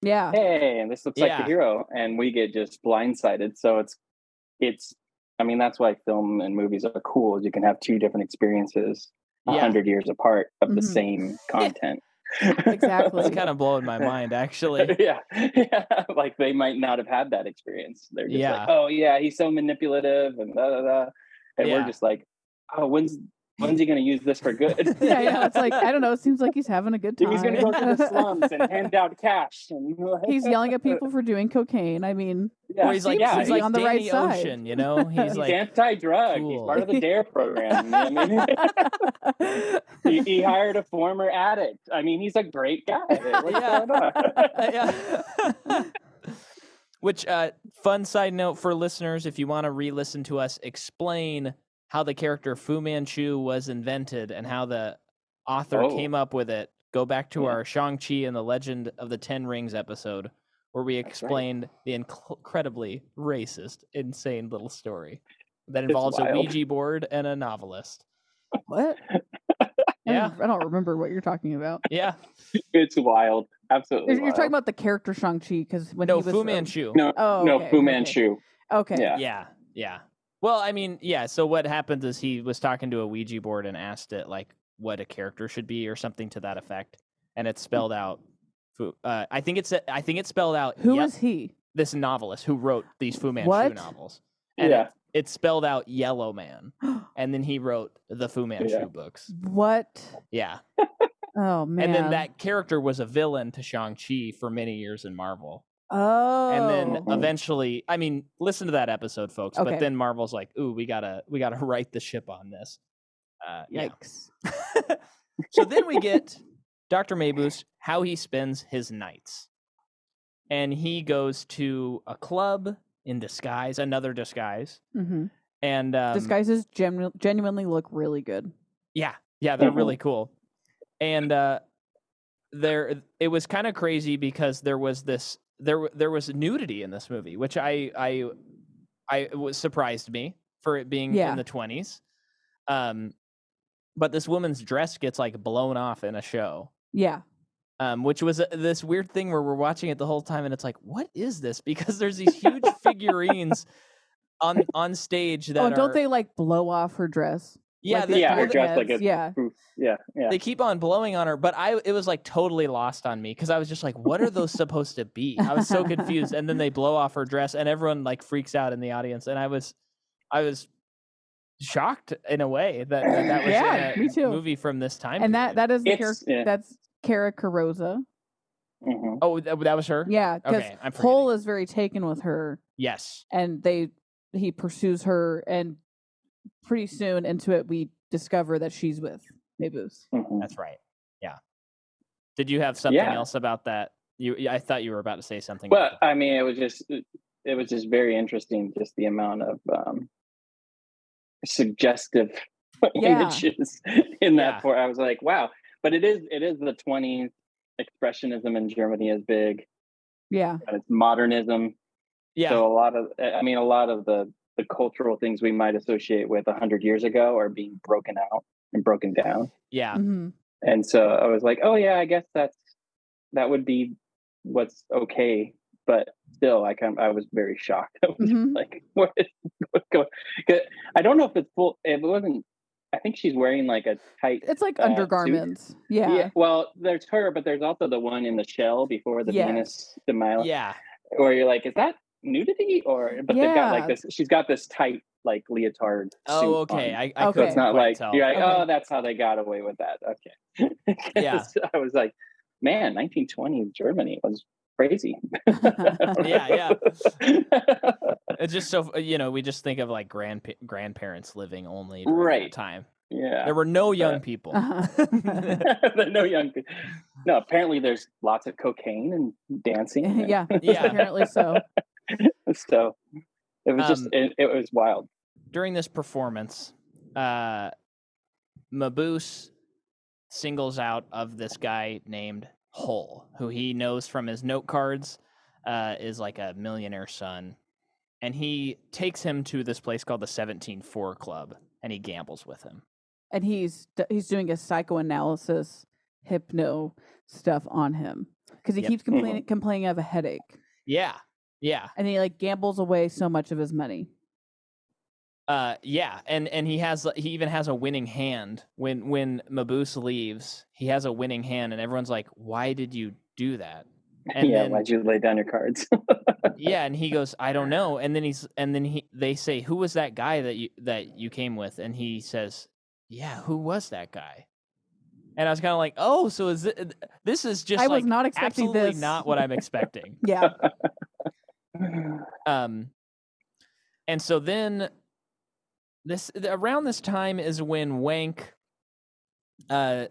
B: Yeah.
C: <laughs>
B: <laughs>
C: hey and this looks like
A: Yeah.
C: the hero and we get just blindsided so it's it's i mean that's why film and movies are cool is you can have two different experiences a
A: Yeah. Mm-hmm.
C: 100 years apart of the
A: <laughs>
B: Mhm.
C: same content
B: Exactly.
C: <laughs>
A: It's kind of blowing my mind, actually.
C: yeah. yeah. Like they might not have had that experience. They're just
A: Yeah.
C: like, oh yeah, he's so manipulative and da da da. And
A: Yeah.
C: we're just like, oh, when's when's he gonna use this for
A: <laughs>
C: good? <laughs>
B: yeah, yeah. It's like I don't know. It seems like he's having a good time.
C: He's gonna go
A: <laughs>
C: to the slums and hand out cash. And
B: <laughs> He's yelling at people for doing cocaine. I
C: <laughs>
B: mean,
C: Yeah.
A: Or he's like,
B: seems
A: he's
B: he's
A: like
B: on the right
A: Danny
B: side.
A: Ocean, you know? He's
C: <laughs> He's
A: like,
C: anti-drug.
A: cool.
C: He's part of the Dare program. you know what I mean? he,
B: <laughs>
C: he hired a former addict. I mean, he's a great guy.
B: <laughs>
C: What's
A: Yeah.
C: going on?
A: <laughs> yeah. Which uh fun side note for listeners, if you want to re-listen to us explain how the character Fu Manchu was invented and how the author
C: Oh.
A: came up with it, go back to
C: Yeah.
A: our Shang-Chi and the Legend of the Ten Rings episode where we
C: right.
A: explained the inc- incredibly racist, insane little story that
C: It's
A: involves a
C: wild.
A: Ouija board and a novelist.
B: what? I don't-
A: Yeah.
B: I don't remember what you're talking about.
A: Yeah.
C: It's wild. Absolutely.
B: You're, you're talking
C: wild.
B: about the character Shang Chi because when
A: No,
B: he was
A: Fu
B: um,
A: Manchu.
C: no,
B: Oh,
C: no
B: okay,
C: Fu
B: okay.
C: Manchu.
B: Okay.
C: Yeah.
A: yeah yeah well i mean yeah so what happened is he was talking to a ouija board and asked it like what a character should be or something to that effect and
B: Hmm.
A: it spelled out fu uh, i think it's i think it spelled out
B: Who
A: yep,
B: is he?
A: this novelist who wrote these fu manchu
B: What?
A: novels and
C: yeah.
A: it, it spelled out yellow
B: <gasps>
A: man and then he wrote the fu manchu
C: Yeah.
A: books
B: What?
A: yeah
B: Oh man.
A: and then that character was a villain to shang-chi for many years in marvel
B: Oh.
A: and then uh,
C: Oh.
A: eventually i mean listen to that episode folks
B: Okay.
A: but then marvel's like ooh we gotta we gotta <laughs> right the ship on this uh yeah
B: Yikes.
A: so then we get dr mabuse how he spends his nights and he goes to a club in disguise another disguise
B: hmm
A: and um,
B: Disguises genu- genuinely look really good.
A: Yeah, yeah, they're
C: Mhm.
A: really
B: Mm-hmm.
A: cool. And uh there it was kind of crazy because there was this there w- there was nudity in this movie, which I I I it was surprised me for it being
B: Yeah.
A: in the 20s. Um but this woman's dress gets like blown off in a show.
B: Yeah.
A: Um, which was uh, this weird thing where we're watching it the whole time, and it's like, what is this? <laughs> Because there's these huge
B: <laughs>
A: figurines on on stage that
B: oh, and don't
A: are-
B: they like blow off her dress?
A: yeah,
B: Like,
A: that-
B: they
C: Yeah,
B: blow
A: well,
C: her
A: th-
B: the
C: dress like
B: heads.
C: a-
B: Yeah.
C: yeah, yeah.
A: they keep on blowing on her but i it was like totally lost on me because i was just like what are those supposed to be i was so confused and then they blow off her dress and everyone like freaks out in the audience and i was i was shocked in a way that that, that was in
B: Yeah,
A: a
B: me too.
A: movie from this time
B: And that
A: period.
B: that is the
C: It's-
B: character.
C: yeah.
B: That's Kara Carosa.
C: Mhm.
A: oh that, that was her
B: Yeah, because
A: okay i'm
B: Cole
A: forgetting.
B: is very taken with her,
A: yes
B: and they he pursues her, and pretty soon into it, we discover that she's with Mabuse.
C: Mhm.
A: that's right yeah did you have something
C: Yeah.
A: else about that you yeah, i thought you were about to say something
C: Well,
A: about
C: I mean, it was just it was just very interesting, just the amount of um, suggestive <laughs>
B: Yeah.
C: images in that.
A: Yeah.
C: For I was like, wow, but it is it is the 20s expressionism in Germany is big,
B: Yeah,
C: and it's modernism.
A: it. yeah
C: So a lot of I mean, a lot of the the cultural things we might associate with 100 years ago are being broken out and broken down.
A: yeah <laughs>
B: hmm
C: and so i was like oh yeah i guess that's that would be what's okay but still i kind of, i was very shocked <laughs> I
B: <laughs>
C: was
B: Mhm.
C: like what is what's going 'cause i don't know if it's full if it wasn't i think she's wearing like a tight
B: it's like
C: Uh, suit.
B: undergarments. Yeah,
C: well there's her but there's also the one in the shell before the
B: Yes.
C: venus the mile
A: yeah
C: where you're like is that nudity or but they've got
B: Yeah.
C: like this she's got this tight like leotard suit
A: oh okay
C: on.
A: i, I
B: Okay.
A: couldn't
C: It's not
A: quite
C: like
A: tell.
C: you're like,
B: Okay.
C: oh, that's how they got away with that. Okay. <laughs> 'Cause
A: Yeah.
C: I was like, man, 1920 Germany was crazy. <laughs>
A: Yeah, yeah.
C: yeah.
A: It's just so uh, you know, we just think of like grand grandparents living only during
C: Right.
A: that time.
C: <laughs> yeah.
A: There were no young
C: Uh,
A: people. <laughs>
B: <laughs> Uh-huh.
C: <laughs> There- no young. pe- No, apparently there's lots of cocaine and dancing. and-
B: yeah,
A: <laughs> yeah, <laughs>
B: apparently so.
C: So it was just
A: Um,
C: it, it was wild.
A: during this performance, uh Mabuse singles out of this guy named Hull, who he knows from his note cards, uh, is like a millionaire son. And he takes him to this place called the 174 Club and he gambles with him.
B: And he's d- he's doing a psychoanalysis, hypno stuff on him because he
A: Yep. Mm-hmm.
B: keeps complaining complaining of a headache,
A: Yeah. Yeah.
B: and he like gambles away so much of his money.
A: Uh, yeah, and and he has he even has a winning hand when when Mabuse leaves. He has a winning hand, and everyone's like, "Why did you do
B: <laughs>
A: that?" And
C: yeah,
A: then,
C: why'd you lay down your cards?
A: yeah, and he goes, "I don't know." And then he's and then he they say, "Who was that guy that you that you came with?" And he says, "Yeah, who was that guy?" And I was kind of like, "Oh, so is it, this is just
B: I
A: like
B: was not expecting
A: absolutely
B: this.
A: not what I'm expecting."
B: yeah,
A: Um, and so then this th- around this time is when Wank uh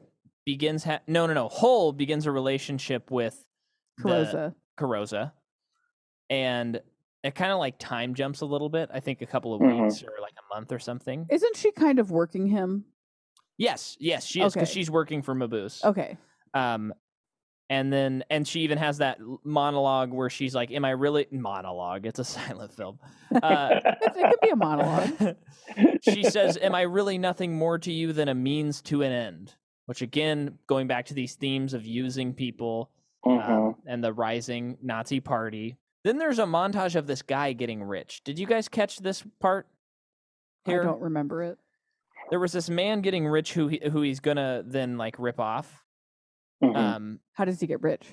A: begins ha- no no no Hole begins a relationship with
B: <laughs>
A: the-
B: Carosa.
A: Carosa, and it kind of like time jumps a little bit. I think a couple of
B: Mm-hmm.
C: Mhm.
A: weeks or like a month or something.
B: Isn't she kind of working him?
A: yes, yes, she is because
B: Okay. Oh.
A: she's working for Mabuse.
B: Okay.
A: um and then and she even has that l- monologue where she's like am i really monologue it's a <laughs> silent film uh
C: <laughs>
B: It, it could be
A: <laughs>
B: a monologue.
A: she says am i really nothing more to you than a means to an end which again going back to these themes of using people
C: Mhm.
A: um, and the rising nazi party then there's a montage of this guy getting rich did you guys catch this part
B: I
A: here
B: don't remember it.
A: there was this man getting rich who he, who he's gonna then like rip off
C: Mhm.
A: um
B: How does he get rich?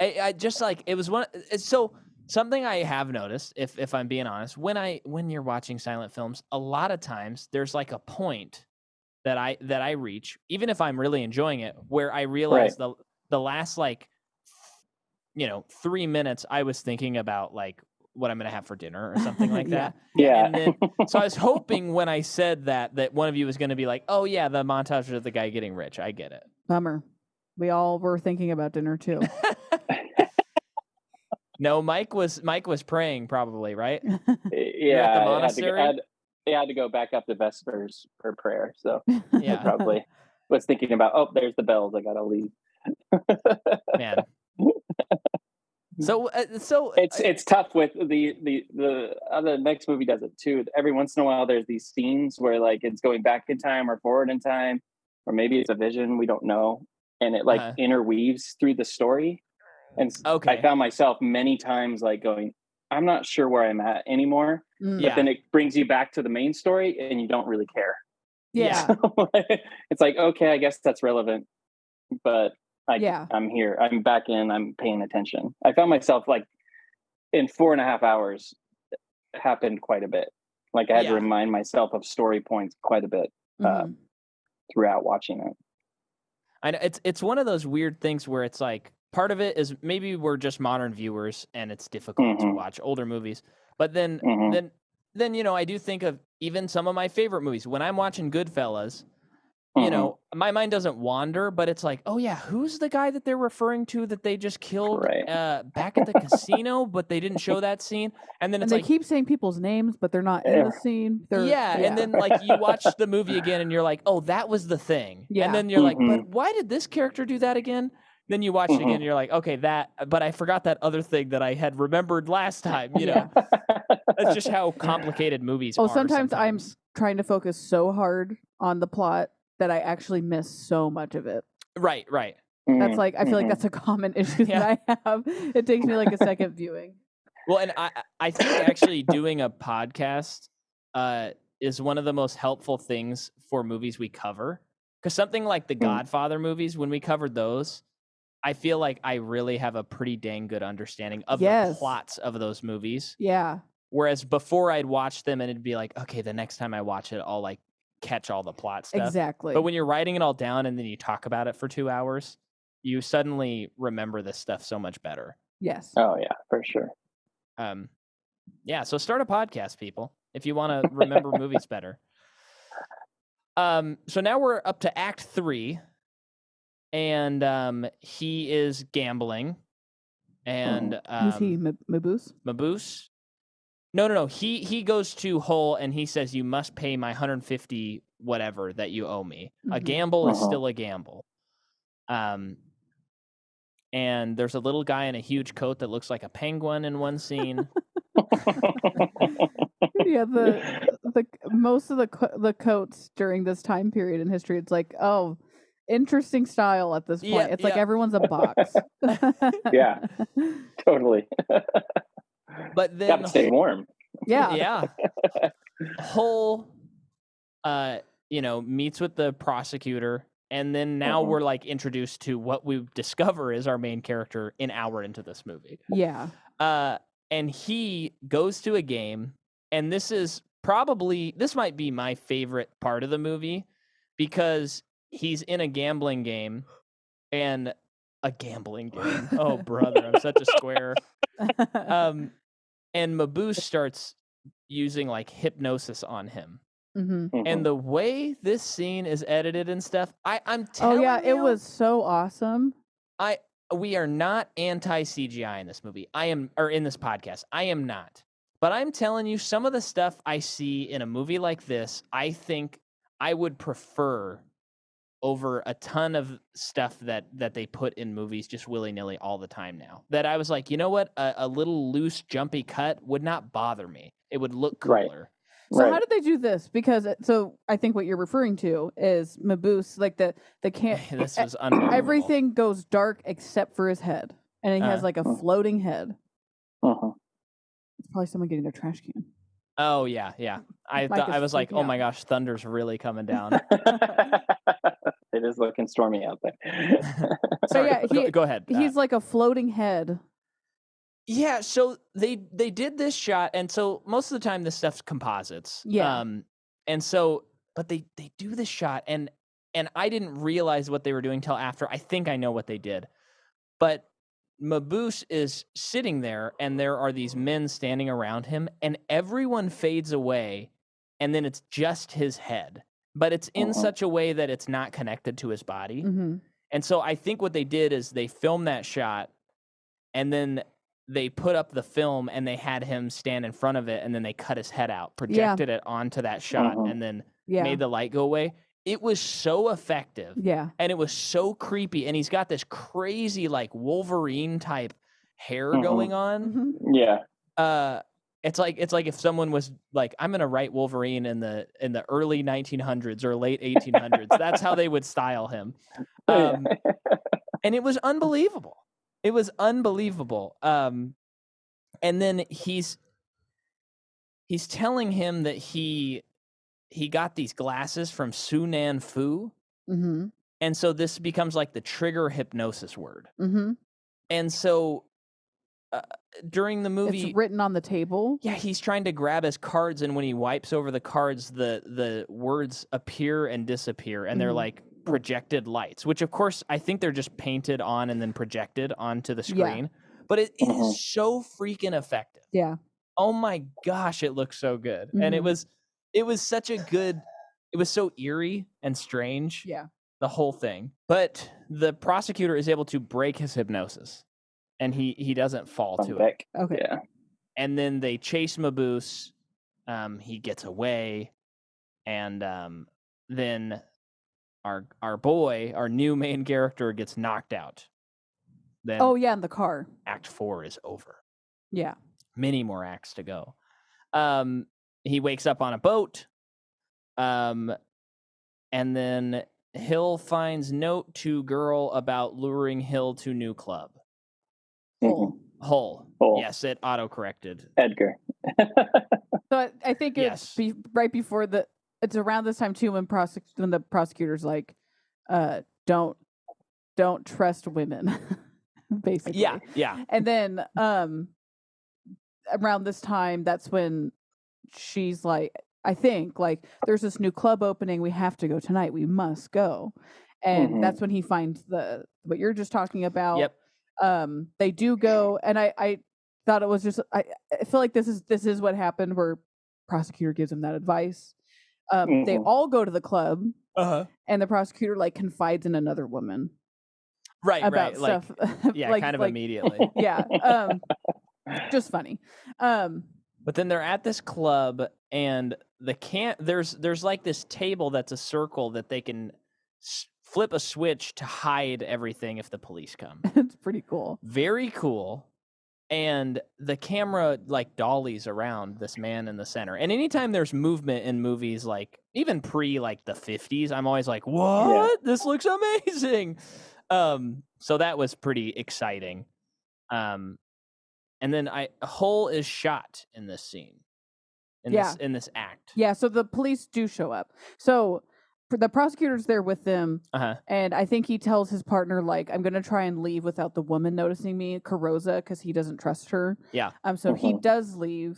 A: I, I just like it was one. It's so something I have noticed, if if I'm being honest, when I when you're watching silent films, a lot of times there's like a point that I that I reach, even if I'm really enjoying it, where I realize the the last like you know, three minutes, I was thinking about like what I'm going to have for dinner or something like
B: Yeah.
A: that.
C: Yeah.
A: And then, so I was hoping when I said that, that one of you was going to be like, oh, yeah, the montage of the guy getting rich. I get it.
B: Bummer. We all were thinking about dinner too.
A: No, Mike was Mike was praying probably, right? at the
C: yeah, I had, to, go-
A: monastery?
C: I, had, I had to go back up to Vespers for prayer.
A: <laughs>
C: So I
A: <laughs> Yeah,
C: probably was thinking about, oh, there's the bells. I got to leave. <laughs>
A: man. So uh, so
C: It's it's tough with the the the other next movie does it too. Every once in a while, there's these scenes where like it's going back in time or forward in time, or maybe it's a vision. We don't know, and it like
A: Uh-huh.
C: interweaves through the story. And s-
A: Okay.
C: I found myself many times like going, I'm not sure where I'm at anymore.
B: <laughs> Mm.
A: Yeah.
C: Then it brings you back to the main story, and you don't really care.
B: Yeah.
C: <laughs> it's like okay, I guess that's relevant, but I,
B: Yeah.
C: I'm here. I'm back in. I'm paying attention. I found myself like in four and a half hours it happened quite a bit. Like I had
A: Yeah.
C: to remind myself of story points quite a bit Uh,
B: Mhm.
C: throughout watching it.
A: I know it's it's one of those weird things where it's like part of it is maybe we're just modern viewers and it's difficult to
C: Mhm.
A: watch older movies, but then
C: Mhm.
A: then then you know I do think of even some of my favorite movies when I'm watching Goodfellas. You
C: Mhm.
A: know, my mind doesn't wander, but it's like, oh yeah, who's the guy that they're referring to that they just killed
C: Right.
A: uh, back at the casino, but they didn't show that scene? And then
B: And
A: it's
B: they
A: like,
B: keep saying people's names, but they're not in
C: Yeah.
B: the scene. They're,
A: yeah, and then like you watch
B: <laughs>
A: the movie again and you're like, oh, that was the thing.
B: Yeah.
A: And then you're like, but
C: Mhm.
A: why did this character do that again? Then you watch it again
C: Mhm.
A: and you're like, okay, that, but I forgot that other thing that I had remembered last time. You know,
C: Mm-hmm.
A: that's
C: <laughs>
A: just
B: <laughs>
A: how complicated movies
B: Oh,
A: are.
B: sometimes, I'm
A: sometimes.
B: trying to focus so hard on the plot that I actually miss so much of it.
A: Right, right.
B: That's like I feel like
C: Mhm.
B: that's a common <laughs> issue
A: Yeah.
B: that I have. It takes me like a second viewing.
A: Well, and I, I- I think actually doing a podcast uh, is one of the most helpful things for movies we cover. Because something like the
B: Hmm.
C: Mm.
A: Godfather movies, when we covered those, I feel like I really have a pretty dang good understanding of the
B: Yes.
A: plots of those movies.
B: Yeah.
A: Whereas before I'd watch them and it'd be like, okay, the next time I watch it, I'll like catch all the plot stuff.
B: Exactly.
A: But when you're writing it all down and then you talk about it for two hours, you suddenly remember this stuff so much better.
B: yes.
C: oh yeah, for
A: <laughs>
C: sure. <laughs>
A: Um, yeah, so start a podcast, people, if you want to remember movies better. Um, so now we're up to Act Three, and um, he is gambling, and um,
B: Who's he? M-
A: <laughs>
B: Maboose?
A: Maboose. No, no, no. He he goes to Hull and he says, "You must pay my 150 whatever that you owe me." A
B: Mhm.
A: gamble is
C: Uh-huh.
A: still a gamble. Um, and there's a little guy in a huge coat that looks like a penguin in one scene.
B: yeah. The the most of the co- the coats during this time period in history, it's like oh, interesting style at this point.
A: Yeah,
B: it's like
A: yeah.
B: everyone's
A: <laughs>
B: a box. <laughs>
C: Yeah. totally.
A: But <laughs> then
C: Got to stay warm.
A: <laughs>
B: Yeah.
A: yeah. Hull, uh, you know, meets with the prosecutor, and then now
C: Mhm.
A: we're like introduced to what we discover is our main character an hour into this movie.
B: Yeah.
A: Uh, and he goes to a game, and this is probably this might be my favorite part of the movie because he's in a gambling game, and a gambling game. Oh brother, I'm such a square <laughs>
B: <laughs>
A: um, and Maboose starts using like hypnosis on him.
B: hmm
C: Mm-hmm.
A: And the way this scene is edited and stuff, I, I'm
B: Oh
A: telling
B: yeah, it
A: you,
B: was so awesome.
A: We are not anti CGI in this movie. I am, or in this podcast, I am not. But I'm telling you, some of the stuff I see in a movie like this, I think I would prefer over a ton of stuff that that they put in movies just willy nilly all the time now. That I was like, you know what, a, a little loose, jumpy cut would not bother me. It would look
C: Right.
A: cooler. <laughs>
B: So how
C: Right.
B: did they do this? Because it- so I think what you're referring to is Maboose, like the the can
A: this was unbelievable.
B: everything goes dark except for his head, and he has
A: Uh-huh.
B: like a
C: Mm.
B: floating head.
C: Uh-huh.
B: It's probably someone getting their trash can.
A: Oh yeah, yeah. I
B: Mike
A: thought
B: is
A: I was like,
B: freaking
A: oh my
B: out.
A: gosh, thunder's really
B: <laughs>
A: coming down.
C: Mm-hmm. <laughs> it is looking stormy out there.
A: Sorry,
B: yeah,
A: go,
B: he-
A: go ahead. uh,
B: He's like a floating head.
A: Yeah, so they they did this shot, and so most of the time this stuff's composites.
B: Yeah.
A: Um, and so, but they they do this shot, and and I didn't realize what they were doing till after. I think I know what they did, but Mabuse is sitting there, and there are these men standing around him, and everyone fades away, and then it's just his head. But it's in
C: Uh-huh.
A: such a way that it's not connected to his body.
B: Mhm.
A: And so I think what they did is they filmed that shot and then they put up the film and they had him stand in front of it and then they cut his head out, projected it onto that shot,
C: Uh-huh.
A: and then
B: Yeah.
A: made the light go away. It was so effective
B: yeah.
A: and it was so creepy. And he's got this crazy, like Wolverine type hair
C: Mhm.
A: going on.
B: Mhm.
C: yeah.
A: Uh, it's like it's like if someone was like, "I'm gonna write Wolverine in the in the early 1900s or late 1800s." That's how they would style him.
C: Yeah.
A: Um, and it was unbelievable. It was unbelievable. Um, and then he's he's telling him that he he got these glasses from Sunan Fu,
B: Mhm.
A: and so this becomes like the trigger hypnosis word.
B: Mhm.
A: And so uh, during the movie,
B: It's written on the table.
A: yeah, he's trying to grab his cards, and when he wipes over the cards, the the words appear and disappear, and they're
B: Mhm.
A: like projected lights, which of course I think they're just painted on and then projected onto the
B: Yeah.
A: screen. But it, it
C: Mhm.
A: is
B: <clears throat>
A: so freaking effective.
B: Yeah.
A: Oh my gosh, it looks so good, and it
B: Mhm.
A: was it was such a good. It was so eerie and strange,
B: Yeah.
A: the whole thing. But the prosecutor is able to break his hypnosis, and he he doesn't fall
C: I'm
A: to it
C: back.
B: Okay.
C: Yeah.
A: and then they chase Mabuse. Um, he gets away, and um, then our our boy, our new main character, gets knocked out. Then
B: Oh yeah, in the car.
A: Act Four is over.
B: Yeah.
A: Many more acts to go. Um, he wakes up on a boat, um, and then Hill finds note to girl about luring Hill to new club.
B: Hmm.
C: Mhm.
A: Mm-hmm. Hull.
C: Hull.
A: Yes, it auto corrected.
C: Edgar. <laughs>
B: So I, I think it's
A: Yes.
B: be, right before the. It's around this time too when prosec- when the prosecutor's like, uh, don't don't trust women, <laughs> basically.
A: Yeah, yeah.
B: And then um, around this time, that's when she's like, I think like there's this new club opening. We have to go tonight. We must go. And
C: Mhm.
B: that's when he finds the what you're just talking about.
A: Mm-hmm. Yep.
B: um they do go and i i thought it was just i i feel like this is this is what happened where prosecutor gives him that advice um they
A: Mm-hmm.
C: Mhm.
B: all go to the club
A: Uh huh.
B: and the prosecutor like confides in another woman
A: Right,
B: about
A: right. Like,
B: stuff <laughs>
A: yeah,
B: like-
A: kind of
B: like- <laughs>
A: immediately.
B: yeah um just funny um <laughs>
A: But then they're at this club and the can there's there's like this table that's a circle that they can s- flip a switch to hide everything if the police come.
B: it's pretty cool
A: Very cool. And the camera like dollies around this man in the center. And anytime there's movement in movies like even pre like the 50s, I'm always like, "What? This looks <laughs> amazing." Um so that was pretty exciting. Um and then I Hull is shot in this scene. In
B: Yeah.
A: this in this act.
B: yeah so the police do show up so pr- the prosecutor's there with them
A: Uh-huh. <sighs>
B: And I think he tells his partner, like, I'm going to try and leave without the woman noticing me, Carosa, because he doesn't trust her.
A: Yeah. Mm-hmm.
B: Um, so he
C: Mhm.
B: does leave.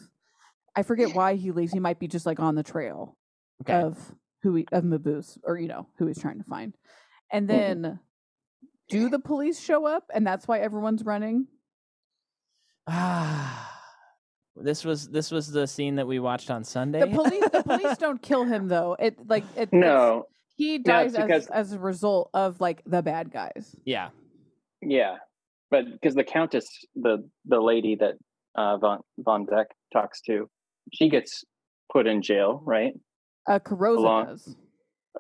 B: I forget why he leaves. He might be just like on the trail
A: Okay.
B: of who he, of Mabuse or, you know, who he's trying to find. And
C: Mhm.
A: Mm-hmm.
B: then do the police show up? And that's why everyone's running.
A: Ah. This was this was the scene that we watched on Sunday.
B: The police,
A: <laughs>
B: the police don't kill him though. It like it, it's-
C: no.
B: he
C: No,
B: dies
C: it's
B: as,
C: because-
B: as a result of like the bad guys.
A: yeah.
C: Yeah. But because the Countess, the the lady that uh, von von Beck talks to, she gets put in jail, right?
B: Uh, Carosa
C: Along-
B: does.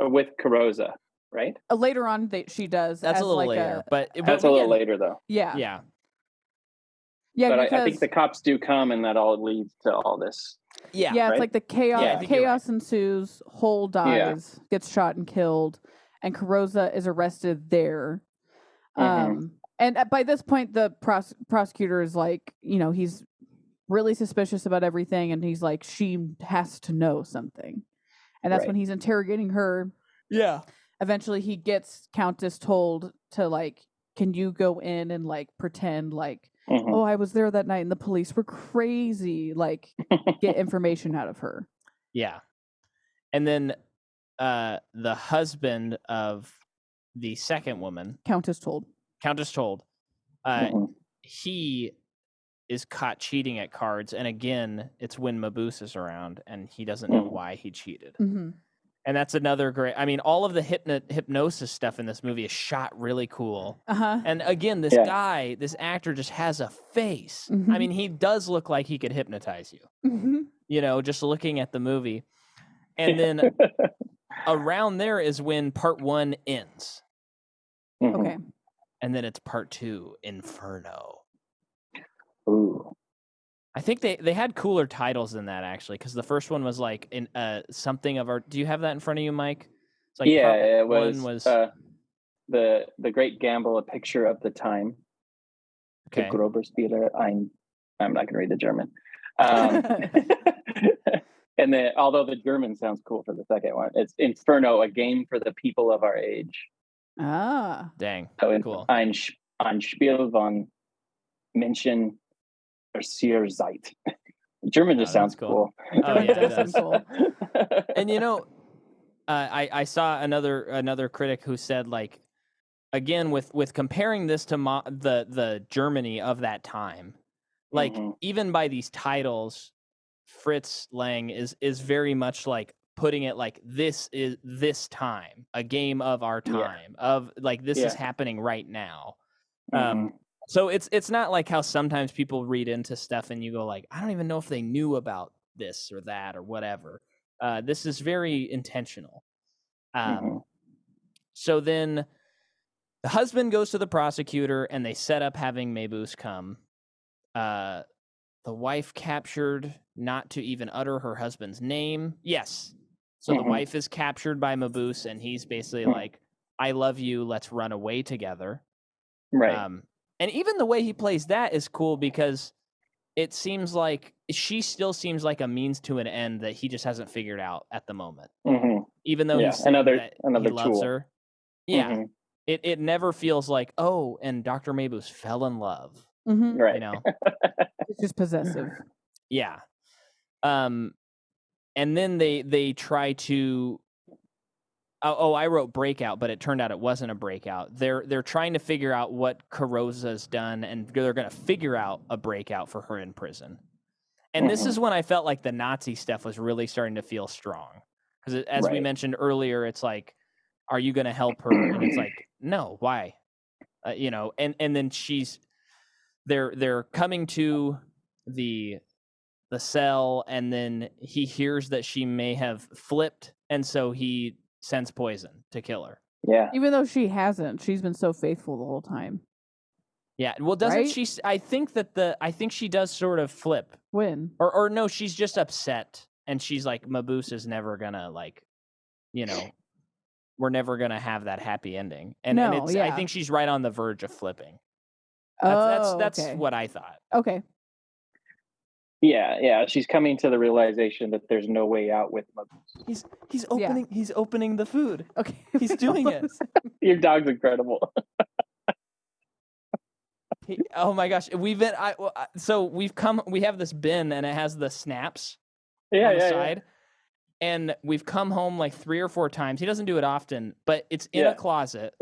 C: Uh, With Carosa, right?
B: Uh, later on, they, she does.
A: That's
B: as,
A: a little
B: like,
A: later, but but
C: That's a
A: we
C: little
A: get-
C: later, though.
B: Yeah.
A: Yeah.
B: Yeah,
C: but
B: because
C: I, I think the cops do come, and that all leads to all this.
A: Yeah.
B: yeah,
A: Yeah.
B: it's
C: right?
B: like the chaos
A: Yeah, I think you're right.
B: chaos ensues, Hole
C: Yeah.
B: dies, gets shot and killed, and Carosa is arrested there.
A: Mm-hmm.
C: Mhm.
B: Um and at- by this point the pros- prosecutor is like, you know, he's really suspicious about everything and he's like she has to know something. And that's
C: Right.
B: when he's interrogating her. Eventually he gets Countess told to like can you go in and like pretend like
C: Mhm.
A: Mm.
B: oh i was there that night and the police were crazy like
A: <laughs>
B: get information out of her
A: Yeah. And then uh the husband of the second woman,
B: countess told
A: Countess Told, uh
C: Mhm.
A: he is caught cheating at cards, and again, it's when Mabuse is around, and he doesn't know
C: Mm.
A: why he cheated.
B: hmm
A: And that's another great. I mean, all of the hypno- hypnosis stuff in this movie is shot really cool.
B: Uh huh.
A: And again, this
C: Yeah. Mm-hmm.
A: guy, this actor, just has a face. I
B: Mhm.
A: mean, he does look like he could hypnotize you.
B: hmm
A: You know, just looking at the movie,
C: <laughs>
A: and then around there is when part one ends,
C: Mhm.
B: <laughs> Okay.
A: and then it's part two, Inferno.
C: Ooh.
A: I think they, they had cooler titles than that actually, because the first one was like in uh something of our. Do you have that in front of you, Mike? It's like
C: yeah,
A: part
C: it was,
A: one was
C: uh, the the Great Gamble, a picture of the time.
A: okay.
C: The Groberspieler. I'm I'm not going to read the German. Um,
A: <laughs>
C: <laughs> and then, although the German sounds cool for the second one, it's Inferno, a game for the people of our age.
B: Ah.
C: <laughs>
A: Dang,
C: So it's
A: cool.
C: ein, Sp- ein Spiel von Menschen der Zeit. <laughs> German just
A: Oh, that's
C: sounds
A: cool.
C: cool.
A: Oh, yeah, it
B: does
C: <laughs>
B: sound cool.
A: <laughs> and you know, uh, I I saw another another critic who said like, again with with comparing this to mo- the the Germany of that time, like
C: Mhm.
A: even by these titles, Fritz Lang is is very much like putting it like this is this time a game of our
C: Yeah.
A: time of like this is
C: Yeah.
A: happening right now. Um,
C: Mhm.
A: So it's it's not like how sometimes people read into stuff and you go like, I don't even know if they knew about this or that or whatever. Uh, this is very intentional. Um,
C: Mhm.
A: So then, the husband goes to the prosecutor and they set up having Mabuse come. Uh, the wife captured, not to even utter her husband's name. Yes. So the
C: Mhm.
A: wife is captured by Mabuse and he's basically
C: Mm.
A: like, "I love you. Let's run away together."
C: mm-hmm. right.
A: Um, and even the way he plays that is cool because it seems like she still seems like a means to an end that he just hasn't figured out at the moment.
C: Mhm.
A: Even though
C: Yeah,
A: he's saying
C: another-
A: that he
C: another
A: loves
C: tool.
A: her. Yeah,
C: Mhm.
A: it, it never feels like oh, and Dr. Mabuse fell in love.
B: <laughs> hmm
C: Right.
A: You know,
B: It's just possessive.
A: yeah. Um, and then they they try to. Oh, oh, I wrote breakout, but it turned out it wasn't a breakout. They're they're trying to figure out what Carosa's done, and they're going to figure out a breakout for her in prison. And this
C: Mhm.
A: is when I felt like the Nazi stuff was really starting to feel strong, because as we
C: Right.
A: mentioned earlier, it's like, are you going to help her? And it's like, no, why? Uh, you know, and and then she's they're they're coming to the the cell and then he hears that she may have flipped and so he sends poison to kill her
C: Yeah.
B: Even though she hasn't, she's been so faithful the whole time.
A: yeah well doesn't
B: Right?
A: she s- i think that the i think she does sort of flip
B: When?
A: or or no she's just upset and she's like mabuse is never gonna like you know we're never gonna have that happy ending and, and
B: No,
A: it's i
B: yeah.
A: think she's right on the verge of flipping that's
B: oh,
A: that's, that's
B: okay.
A: what i thought
B: Okay.
C: Yeah, yeah. She's coming to the realization that there's no way out with Mab-
A: he's he's
B: Yeah.
A: opening he's opening the
B: <laughs>
A: food
B: Okay.
A: He's doing it.
C: your dog's incredible. <laughs>
A: He- oh my gosh, we've been I well, I- so we've come we have this bin and it has the snaps
C: yeah,
A: on the
C: yeah,
A: side. And we've come home like three or four times. He doesn't do it often, but it's in
C: Yeah.
A: a <laughs> closet.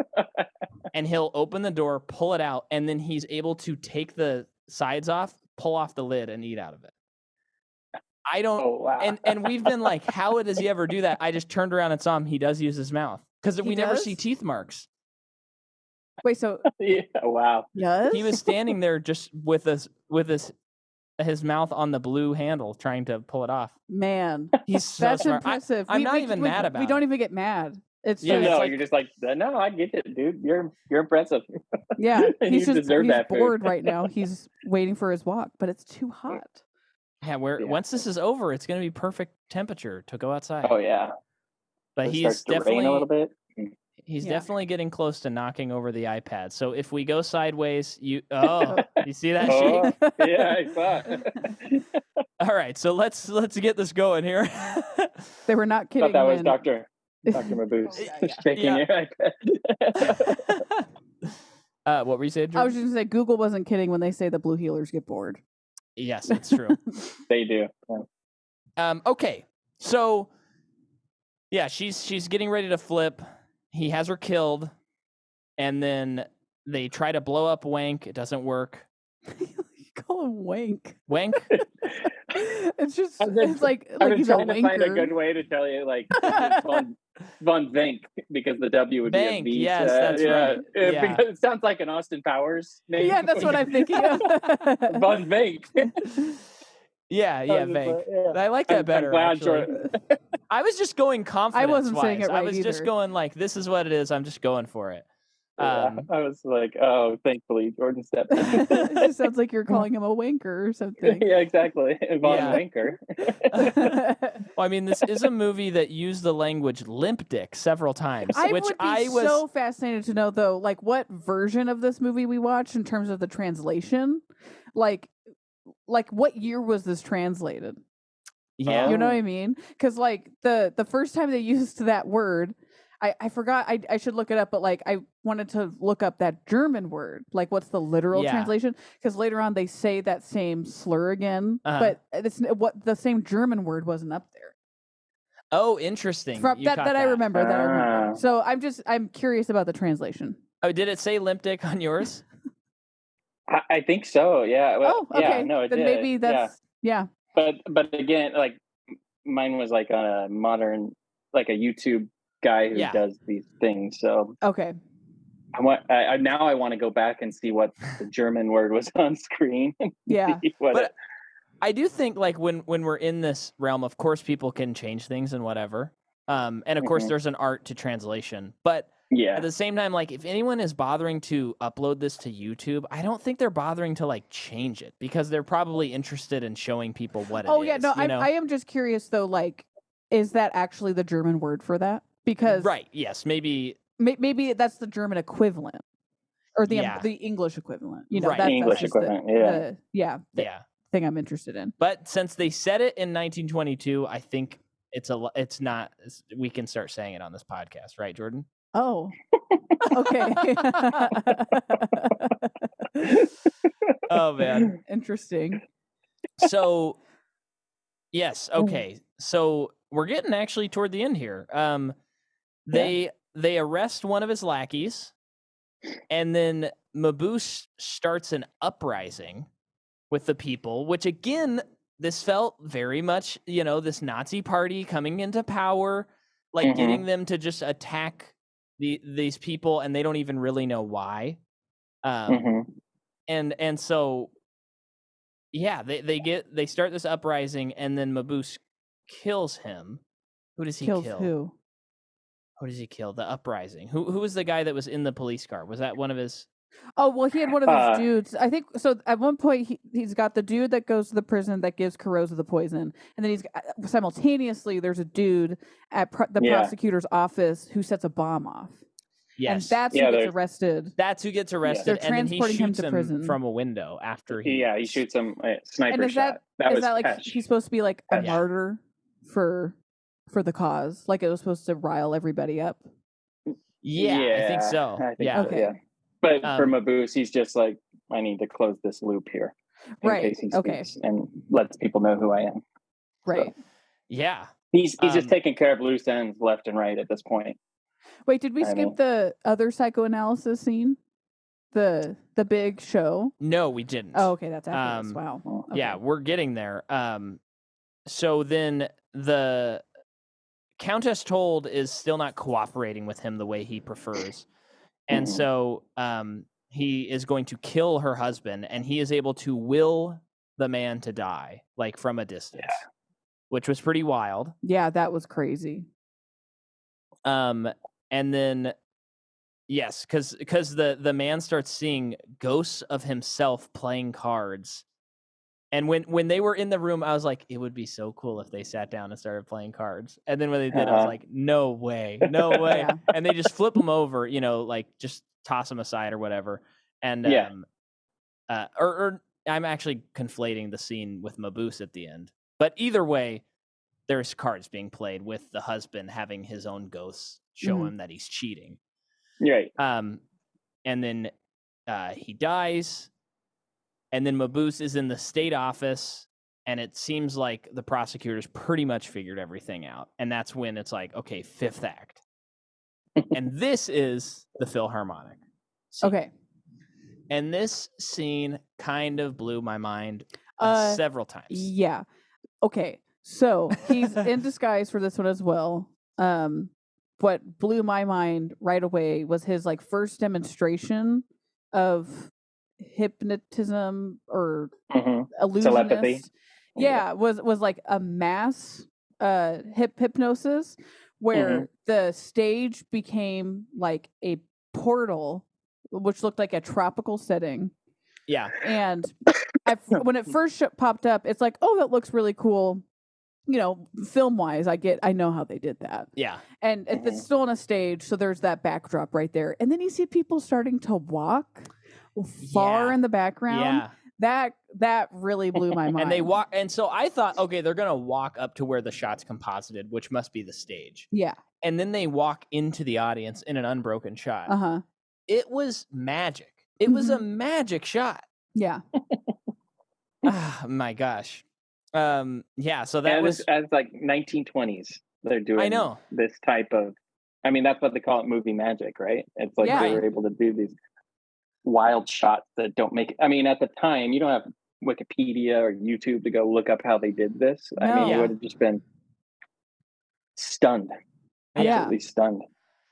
A: and he'll open the door, pull it out, and then he's able to take the sides off, pull off the lid and eat out of it. I
C: yeah.
A: don't
C: Oh wow. <laughs>
A: and and we've been like, how does he ever do that? I just turned around and saw him. He does use his mouth. Because
B: He
A: we never see
B: does?
A: teeth marks.
B: Wait, so
C: yeah, Oh, wow.
B: yes?
C: <laughs>
A: he was standing there just with us with his his mouth on the blue handle trying to pull it off.
B: Man,
C: <laughs>
A: He's <laughs> so
B: that's
A: smart. I-
B: impressive.
A: I'm not even
B: we,
A: mad about
B: We don't
A: it.
B: even get mad. It's
A: Yeah,
B: just,
C: no,
A: like- <laughs>
C: you're just like no. I get it, dude. You're you're impressive.
B: yeah.
C: You
B: He's just
C: deserve
B: he's
C: that food.
B: bored
A: <laughs>
B: right now. He's waiting for his walk, but it's too hot.
A: yeah, where
C: Yeah.
A: once this is over, it's going to be perfect temperature to go outside.
C: Oh yeah.
A: but
C: It
A: he's
C: starts to rain a
A: definitely
C: little bit.
A: he's
B: Yeah.
A: definitely getting close to knocking over the iPad. So if we go sideways,
C: <laughs>
A: you oh, you see that
B: <laughs>
C: Oh.
A: shake?
C: Yeah, I saw. <laughs> it.
A: All right, so let's let's get this going here. <laughs>
B: They were not kidding.
C: Thought that was
B: when- <laughs>
C: Doctor Doctor Mabuse
B: yeah,
C: shaking
A: Yeah.
C: your iPad.
A: <laughs> uh, what were you saying?
B: I was
A: Jordan?
B: just gonna say Google wasn't kidding when they say the blue healers get bored. <laughs>
A: yes, it's true.
C: <laughs> they do. Yeah.
A: Um, okay, so yeah, she's she's getting ready to flip. He has her killed, and then they try to blow up Wank. It doesn't work.
B: you call him wank. <laughs>
A: Wank.
B: it's just
C: I've been-
B: it's like
C: I've
B: like
C: been
B: he's a
C: trying to find a
B: wanker.
C: good way to tell you, like it's von, von Vink, because the W would
A: Vank,
C: be a V.
A: yes,
C: so,
A: that's
C: yeah,
A: right.
C: yeah,
A: Yeah.
C: Because it sounds like an Austin Powers name.
B: Yeah,
C: <laughs>
B: that's what I'm thinking. Of.
C: Von Vink. <laughs>
A: Yeah, yeah, Vank. I like that
C: I'm
A: better.
C: glad
A: actually.
C: Jordan-
A: I was just going confident.
B: wasn't saying it
A: I
B: right
A: was just
B: either.
A: going like, this is what it is. I'm just going for it. Um,
C: <laughs> I was like, oh, thankfully Jordan
B: <laughs>
C: stepped in.
B: <laughs> it just sounds like you're calling him a wanker or something.
C: <laughs> yeah, exactly. <laughs> Von
A: Yeah.
C: Wanker.
A: well, I mean, this is a movie that used the language limp dick
B: <laughs>
A: several times,
B: <laughs> I
A: which
B: would be
A: I was.
B: so fascinated to know though, like what version of this movie we watched in terms of the translation, like, like what year was this translated?
A: yeah.
B: You know what
C: Oh.
B: I mean? Because like the the first time they <laughs> used that word, I I forgot. I I should look it up, but like I wanted to look up that German word. Like, what's the literal
A: Yeah.
B: translation? Because later on they say that same slur again,
A: Uh-huh.
B: but it's what the same German word wasn't up there.
A: Oh, interesting.
B: From,
A: You
B: that,
A: caught
B: that I remember. That I
C: Ah.
B: remember. So I'm just I'm curious about the translation.
A: Oh, did it say limp dick on
B: <laughs>
A: yours?
C: I, I think so. Yeah. Well,
B: oh, okay.
C: Yeah, no, it
B: then
C: did.
B: maybe that's yeah.
C: Yeah. But but again, like mine was like on a modern, like a YouTube guy who
A: Yeah.
C: does these things. So
B: Okay.
C: I want I, I now I want to go back and see what
B: <laughs>
C: the German word was on screen. <laughs> and
B: Yeah.
C: see what
A: But
C: it-
A: I do think like when when we're in this realm, of course, people can change things and whatever. Um, and of course,
B: Mm-hmm.
C: Mhm.
A: there's an art to translation, but
C: yeah.
A: at the same time, like if anyone is bothering to upload this to YouTube, I don't think they're bothering to like change it because they're probably interested in showing people what it is.
B: Oh yeah. No,
A: you
B: I
A: know?
B: I am just curious though. Like, is that actually the German word for that? Because
A: right. Yes, maybe.
B: may- maybe that's the German equivalent or the
A: Yeah.
B: the English equivalent. You know,
A: Right.
B: that,
C: English
B: that's just the-
C: equivalent, yeah.
B: the- yeah, the
A: Yeah,
B: thing I'm interested in.
A: but since they said it in 1922, I think it's a. lo- It's not. it's- we can start saying it on this podcast, right, Jordan?
C: <laughs>
B: Oh, okay, <laughs>
A: Oh
C: <laughs>
A: man.
B: interesting.
A: so yes okay so we're getting actually toward the end here um
C: Yeah.
A: they they arrest one of his lackeys and then mabuse starts an uprising with the people which again this felt very much you know this nazi party coming into power like
C: Mhm.
A: getting them to just attack the these people and they don't even really know why um
C: Mhm.
A: and and so yeah they, they get they start this uprising and then mabuse kills him who does he
B: Kills
A: kill
B: who?
A: who does he kill the uprising who who was the guy that was in the police car was that one of his
B: Oh well, he had one of those
C: Uh,
B: dudes. I think so. At one point, he he's got the dude that goes to the prison that gives Carosa the poison, and then he's got- simultaneously there's a dude at pro- the
C: Yeah.
B: prosecutor's office who sets a bomb off, and
A: yes
B: that's
C: Yeah,
B: who
C: there's-
B: gets arrested.
A: that's who gets arrested and then he
B: transporting him
A: shoots
B: to
A: him,
B: prison.
A: from a window after he
C: yeah, he shoots him a
B: And
C: uh, sniper
B: is that-
C: shot. That
B: Is
C: was
B: that like
C: Pesh.
B: he's supposed to be like a
A: Yeah.
B: martyr for for the cause? Like it was supposed to rile everybody up.
A: yeah, i think so
C: I think
A: yeah
B: so. Okay.
C: But for
A: Um,
C: Mabuse, he's just like, I need to close this loop here. In
B: Right,
C: Case he
B: okay.
C: speaks and lets people know who I am.
B: Right.
A: yeah
C: He's he's
A: Um,
C: just taking care of loose ends left and right at this point.
B: Wait, did we
C: I
B: skip
C: mean-
B: the other psychoanalysis scene? The the big show.
A: no we didn't
B: Oh, okay, that's after this.
A: Um,
B: Wow.
C: Oh,
B: Okay.
A: yeah we're getting there um so then the countess told is still not cooperating with him the way he prefers and
C: Mhm.
A: so um he is going to kill her husband and he is able to will the man to die like from a distance which was pretty wild
B: Yeah, that was crazy.
A: um and then yes because because the the man starts seeing ghosts of himself playing cards and when when they were in the room i was like it would be so cool if they sat down and started playing cards and then when they did i was
C: Uh-huh.
A: like no way no way
B: Yeah.
A: and they just flip them over you know like just toss them aside or whatever and
C: Yeah.
A: um uh or, or i'm actually conflating the scene with mabuse at the end but either way there's cards being played with the husband having his own ghosts show
B: Mhm.
A: him that he's cheating.
C: Right.
A: Um, and then uh, he dies. And then Mabuse is in the state office. And it seems like the prosecutors pretty much figured everything out. And that's when it's like, okay, fifth act. and this is the Philharmonic. scene.
B: Okay.
A: And this scene kind of blew my mind uh,
B: Uh,
A: several times.
B: Yeah. Okay. So he's in disguise for this one as well. Um, what blew my mind right away was his like first demonstration of hypnotism or
C: Mhm.
B: illusionist.
C: Telepathy.
B: Yeah, was was like a mass uh hip hypnosis where the stage became like a portal which looked like a tropical setting
A: Yeah. <laughs>
B: and I, when it first sh- popped up, it's like, oh, that looks really cool. You know, film wise, I get, I know how they did that,
A: Yeah.
B: and it-
A: Mm-hmm.
C: Mhm.
B: it's still on a stage, so there's that backdrop right there, and then you see people starting to walk far
A: Yeah.
B: in the background.
A: Yeah.
B: That that really blew my mind.
A: <laughs> And they walk and so I thought, okay, they're gonna walk up to where the shot's composited, which must be the stage. <laughs>
B: Yeah.
A: And then they walk into the audience in an unbroken shot.
B: Uh huh.
A: It was magic. It was a magic shot.
B: Yeah.
A: Ah, my gosh. Um, yeah, so that
C: and
A: was
C: as, as like 1920s they're doing
A: I know.
C: this type of i mean that's what they call it movie magic right it's like they
B: Yeah.
C: were able to do these wild shots that don't make i mean at the time you don't have wikipedia or youtube to go look up how they did this i mean
B: No.
C: you would have just been stunned
B: Yeah.
C: absolutely stunned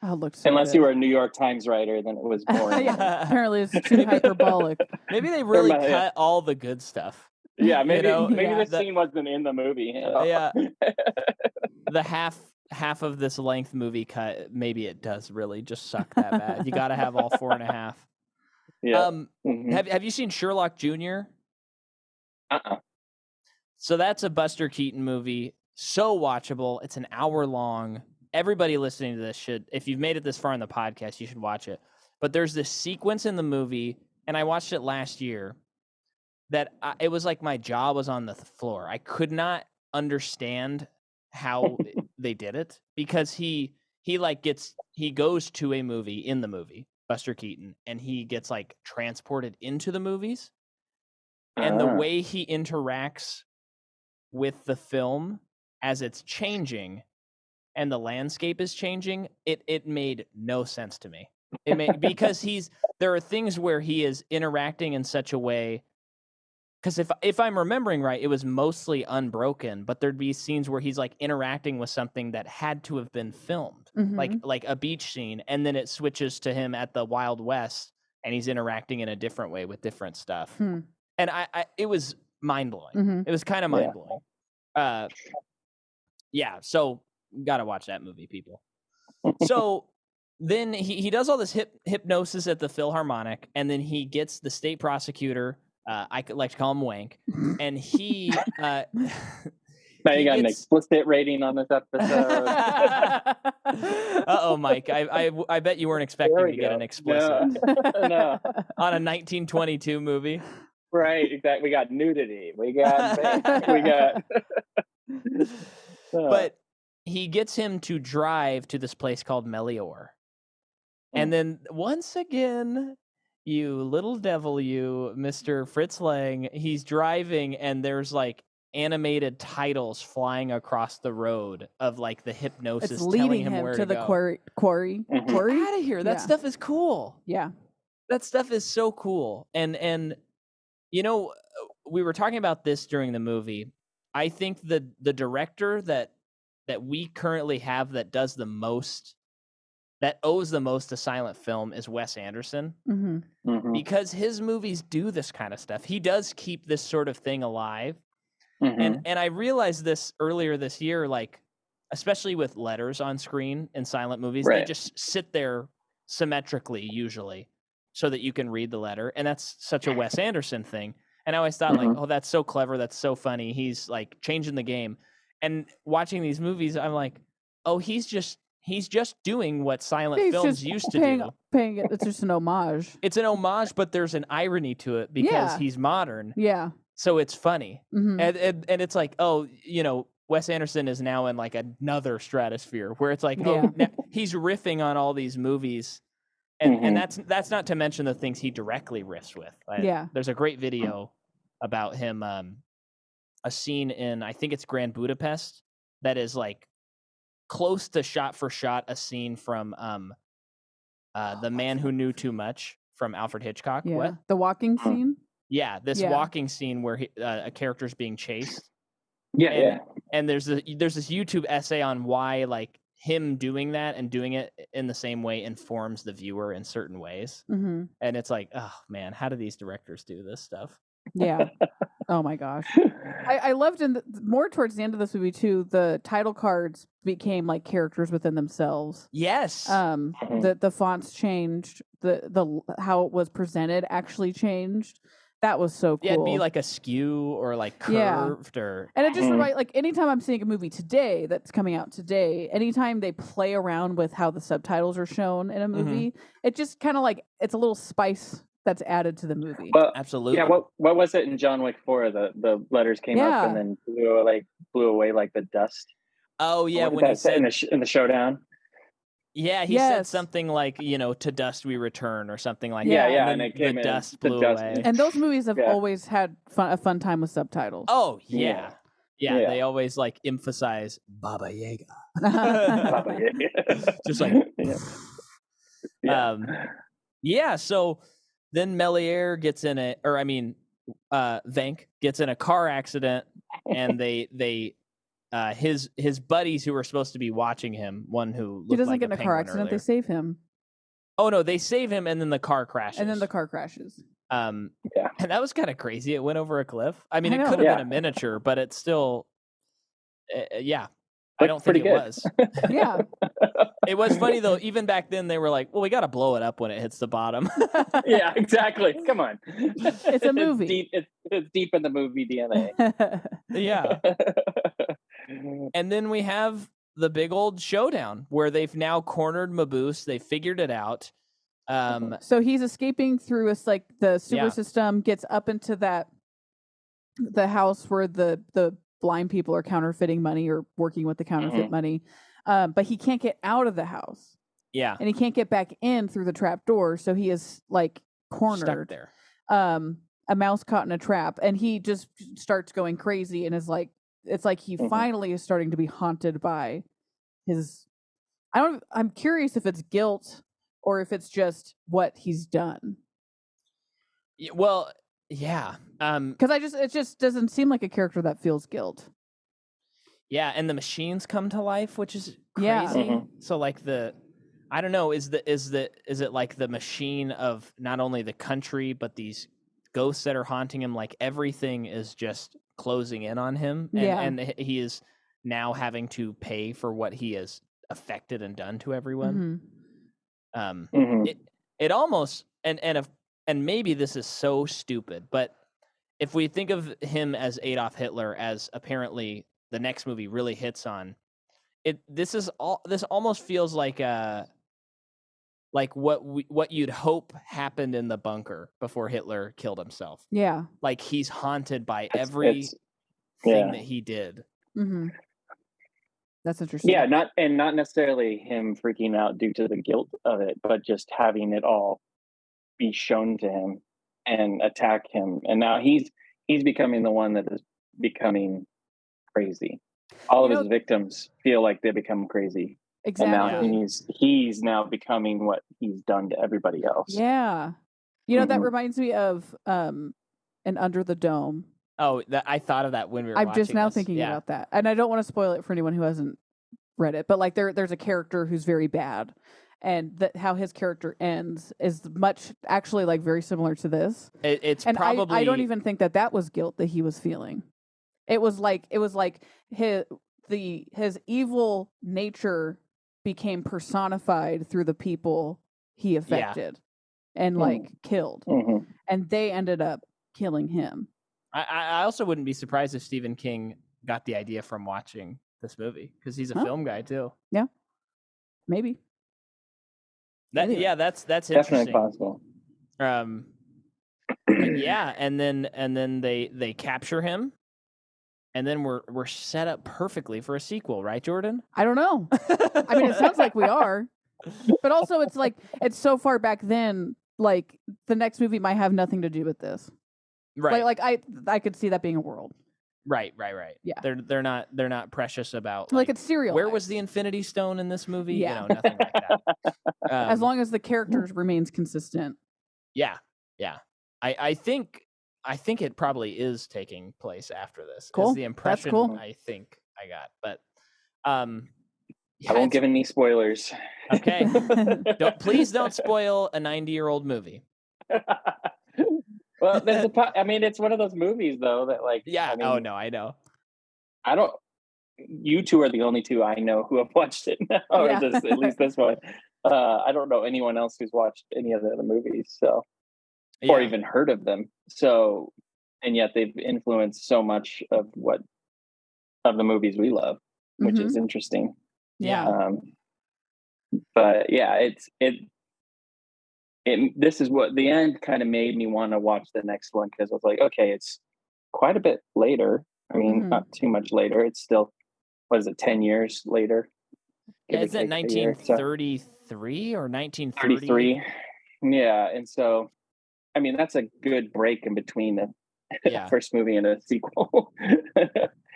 B: Oh, it looked so
C: unless you
B: <laughs> good.
C: were a new york times writer then
B: <laughs>
C: it was boring yeah.
A: Yeah. <laughs>
B: Apparently, it's too hyperbolic.
A: Maybe they really
C: might- yeah.
A: cut all the good stuff.
C: maybe
A: know,
C: maybe
B: yeah,
C: this
A: the-
C: scene wasn't in the movie at all.
A: Yeah. uh, the half half of this length movie cut, maybe it does really just suck that bad. You gotta have all four and a half.
C: yeah
A: Um
C: mhm.
A: have have you seen Sherlock Jr.?
C: uh-uh.
A: So that's a Buster Keaton movie. So watchable. It's an hour long. Everybody listening to this should, if you've made it this far in the podcast, you should watch it. But there's this sequence in the movie, and I watched it last year, that I, it was like my jaw was on the th- floor. I could not understand how it- they did it because he he like gets he goes to a movie in the movie Buster Keaton and he gets like transported into the movies and the
C: Ah.
A: way he interacts with the film as it's changing and the landscape is changing it it made no sense to me it made because he's there are things where he is interacting in such a way because if if i'm remembering right it was mostly unbroken but there'd be scenes where he's like interacting with something that had to have been filmed like
C: Mm-hmm.
B: Mhm.
A: like a beach scene and then it switches to him at the wild west and he's interacting in a different way with different stuff
B: Hmm.
A: and I, I it was mind blowing.
B: Mhm.
A: It was kind of
C: Mm-hmm. Yeah.
A: mind blowing. Uh, yeah. So gotta watch that movie, people. so then he, he does all this hip, hypnosis at the Philharmonic, and then he gets the state prosecutor. Uh, I could like to call him Wank,
B: Mm-hmm.
A: <laughs> and he.
C: <laughs>
A: Uh, <laughs>
C: now you
A: he
C: got an
A: gets-
C: explicit rating on this
A: <laughs>
C: episode
A: uh oh, Mike!
B: <laughs>
A: I, I I bet you weren't expecting
C: we
A: to get an
C: go.
A: explicit
C: no
A: on a 1922 movie.
C: Right, exactly. We got nudity. We got we got. <laughs>
A: but he gets him to drive to this place called Melior.
B: Mm.
A: And then once again, you little devil, you Mr. Fritz Lang, he's driving and there's like animated titles flying across the road of like the hypnosis
B: It's
A: telling
B: leading
A: him,
B: him
A: where
B: to the
A: go.
B: quarry. Quarry.
C: Mhm.
A: Mm-hmm.
B: Quarry.
A: Out of here. That
B: Yeah.
A: stuff is cool
B: Yeah.
A: that stuff is so cool and and you know uh, we were talking about this during the movie i think the the director that that we currently have that does the most that owes the most to silent film is wes anderson
B: Mm-hmm.
C: Mhm,
A: because his movies do this kind of stuff he does keep this sort of thing alive
C: mhm.
B: Mm-hmm.
A: and and i realized this earlier this year like especially with letters on screen in silent movies they
C: Right.
A: just sit there symmetrically usually so that you can read the letter and that's such a wes anderson thing and i always thought like
C: Mhm.
B: Mm-hmm.
A: oh that's so clever that's so funny he's like changing the game and watching these movies i'm like oh he's just he's just doing what silent
B: He's
A: films
B: just
A: used to
B: paying,
A: do
B: paying it. It's just an homage.
A: it's an homage but there's an irony to it because
B: Yeah.
A: he's modern
B: Yeah.
A: so it's funny
B: hmm
A: and, and and it's like oh you know wes anderson is now in like another stratosphere where it's like oh
B: Yeah.
A: na- he's riffing on all these movies and
C: Mhm.
A: and that's that's not to mention the things he directly riffs with Like,
B: Mm-hmm. Yeah.
A: there's a great video about him um a scene in i think it's grand budapest that is like close to shot for shot a scene from um uh the man who knew too much from Alfred Hitchcock.
B: Yeah.
A: What?
B: The walking
C: Hmm.
B: scene.
A: Yeah, this
B: Yeah.
A: walking scene where he, uh, a character's being chased,
C: Yeah,
A: And-
C: yeah.
A: and there's a, there's this YouTube essay on why like him doing that and doing it in the same way informs the viewer in certain ways,
B: Mm-hmm.
A: and it's like, oh man, how do these directors do this stuff?
B: Yeah. oh my gosh. I, I loved in the, more towards the end of this movie too. The title cards became like characters within themselves.
A: Yes,
B: Um,
C: Mhm.
B: the the fonts changed. The the l- how it was presented actually changed. That was so cool.
A: yeah, it'd be like askew or like
B: Yeah.
A: curved or
B: And it just
C: Mhm.
B: remind like anytime I'm seeing a movie today that's coming out today, anytime they play around with how the subtitles are shown
C: Mm-hmm.
B: in a movie, it just kind of like it's a little spice that's added to the movie.
C: <laughs> Well,
A: absolutely.
C: yeah. What what was it in John Wick Four? The the letters came up
B: Yeah.
C: and then blew like blew away like the dust.
A: oh yeah,
C: What did
A: when he
C: that say in
A: said
C: the sh- in the showdown.
A: <laughs> yeah, he said
B: Yes.
A: something like you know to dust we return or something like
B: Yeah,
A: that.
B: yeah,
A: and,
C: and
A: then
C: it came
A: the
C: in,
A: dust
C: the
A: blew
C: dust-
A: away.
B: and those movies have
C: Yeah.
B: always had fun, a fun time with subtitles. <laughs>
A: Oh yeah.
C: Yeah.
A: yeah.
C: Yeah.
A: they always like emphasize Baba Yaga.
C: Papa, yeah.
A: Just like
C: <laughs> yeah.
A: yeah.
C: Yeah.
A: um yeah, so then Melier gets in a or I mean uh Vank gets in a car accident and
B: <laughs>
A: they they uh his his buddies who were supposed to be watching him, one who
B: he
A: looked
B: doesn't
A: like
B: get in a car
A: penguin
B: accident.
A: earlier-
B: They save him,
A: oh no, they save him and then the car crashes.
B: and then the <laughs> car crashes.
A: um
C: Yeah.
A: and that was kind of crazy. It went over a cliff. I mean,
B: I
A: it
B: know.
A: could have
C: Yeah.
A: been a miniature, but it's still uh, uh, yeah. I
C: Looked
A: don't think
C: pretty
A: it
C: good.
A: was.
B: Yeah,
A: <laughs> It was funny
B: <laughs>
A: though. Even back then, they were like, "Well, we got to blow it up when it hits the bottom." <laughs> Uh,
C: <laughs> yeah, exactly. Come on. <laughs> It's
B: movie.
C: deep, it's, it's deep in the movie DNA.
B: <laughs>
C: <laughs>
A: yeah.
C: Mm-hmm.
A: And then we have the big old showdown where they've now cornered Maboose. They figured it out. Um,
B: so he's escaping through us like the sewer
A: Yeah.
B: system gets up into that the house where the the blind people are counterfeiting money or working with the counterfeit
A: Mm-hmm.
B: money um, but he can't get out of the house
A: yeah,
B: and he can't get back in through the trap door so he is like
A: stuck
B: cornered
A: there.
B: um a mouse caught in a trap and he just starts going crazy and is like it's like he
C: Mhm.
B: finally is starting to be haunted by his i don't i'm curious if it's guilt or if it's just what he's done
A: Y- Well, yeah, um,
B: because I just it just doesn't seem like a character that feels guilt.
A: yeah, and the machines come to life, which is crazy.
B: Yeah.
A: So, like the, I don't know, is the is the is it like the machine of not only the country but these ghosts that are haunting him? Like everything is just closing in on him, and,
B: Yeah.
A: and h- he is now having to pay for what he has affected and done to everyone.
B: Mhm.
A: um
C: Mhm.
A: it it almost and and if and maybe this is so stupid but if we think of him as adolf hitler as apparently the next movie really hits on it this is all this almost feels like uh like what we, what you'd hope happened in the bunker before hitler killed himself
B: Yeah.
A: like he's haunted by
C: It's-
A: every
C: it's-
A: thing
C: yeah.
A: that he did
B: hmm That's interesting.
C: yeah, not and not necessarily him freaking out due to the guilt of it, but just having it all be shown to him and attack him. And now he's he's becoming the one that is becoming crazy. All of
B: You
C: his
B: know-
C: victims feel like they become crazy. And now
B: exactly.
C: he's he's now becoming what he's done to everybody else.
B: Yeah. You know that
C: Mhm.
B: reminds me of um, an Under the Dome.
A: oh that i thought of that when we were
B: I'm just
A: watching
B: now
A: this.
B: thinking
A: yeah.
B: about that, and I don't want to spoil it for anyone who hasn't read it. But like there, there's a character who's very bad, and that how his character ends is much actually like very similar to this.
A: it, it's
B: and I-
A: probably
B: I, don't even think that that was guilt that he was feeling it was like it was like his the his evil nature became personified through the people he affected and
C: Mm.
B: like killed
C: hmm
B: and they ended up killing him
A: I, I I also wouldn't be surprised if Stephen King got the idea from watching this movie because he's a
B: Huh?
A: film guy too.
B: maybe
A: That
B: Anyway.
A: yeah, that's that's
C: Definitely
A: interesting.
C: possible.
A: Um, but yeah, and then and then they they capture him, and then we're we're set up perfectly for a sequel, right, Jordan?
B: i don't know i mean it sounds like we are but also it's like it's so far back then like the next movie might have nothing to do with this
A: <laughs> right,
B: like, like i i could see that being a world
A: right, right, right.
B: Yeah.
A: they're they're not they're not precious about like,
B: like, it's serial
A: where was the Infinity Stone in this movie?
B: Yeah.
A: You know, nothing like that.
B: <laughs> as
A: Um,
B: long as the characters remains consistent
A: Yeah, yeah. I I think I think it probably is taking place after this.
B: Cool.
A: Is the impression
B: cool.
A: I think I got, but um, <laughs> yeah,
C: <clears throat> I won't
A: it's-
C: give any spoilers. <laughs>
A: Okay, don't, please don't spoil a ninety-year-old movie.
C: <laughs> well, there's a po- I mean, it's one of those movies though that like.
A: Yeah.
C: I mean,
A: oh no, I know.
C: I don't. You two are the only two I know who have <laughs> watched it, now, or
B: Yeah.
C: this, at least this one. Uh, I don't know anyone else who's watched any of the other movies, so or
A: Yeah.
C: even heard of them. So, and yet they've influenced so much of what of the movies we love, which is interesting.
B: Mm-hmm. yeah.
C: Um, but yeah, it's it. It this is what the end kind of made me want to watch the next one because I was like, okay, it's quite a bit later. I mean,
A: Mm-hmm.
B: Mhm.
C: not too much later. It's still what is it, ten years later?
A: Yeah,
C: Give or
A: is that
C: take a year.
A: nineteen
C: So-
A: thirty-three or nineteen
C: 33 yeah and so i mean that's a good break in between the <laughs>
A: Yeah.
C: first movie and a sequel <laughs>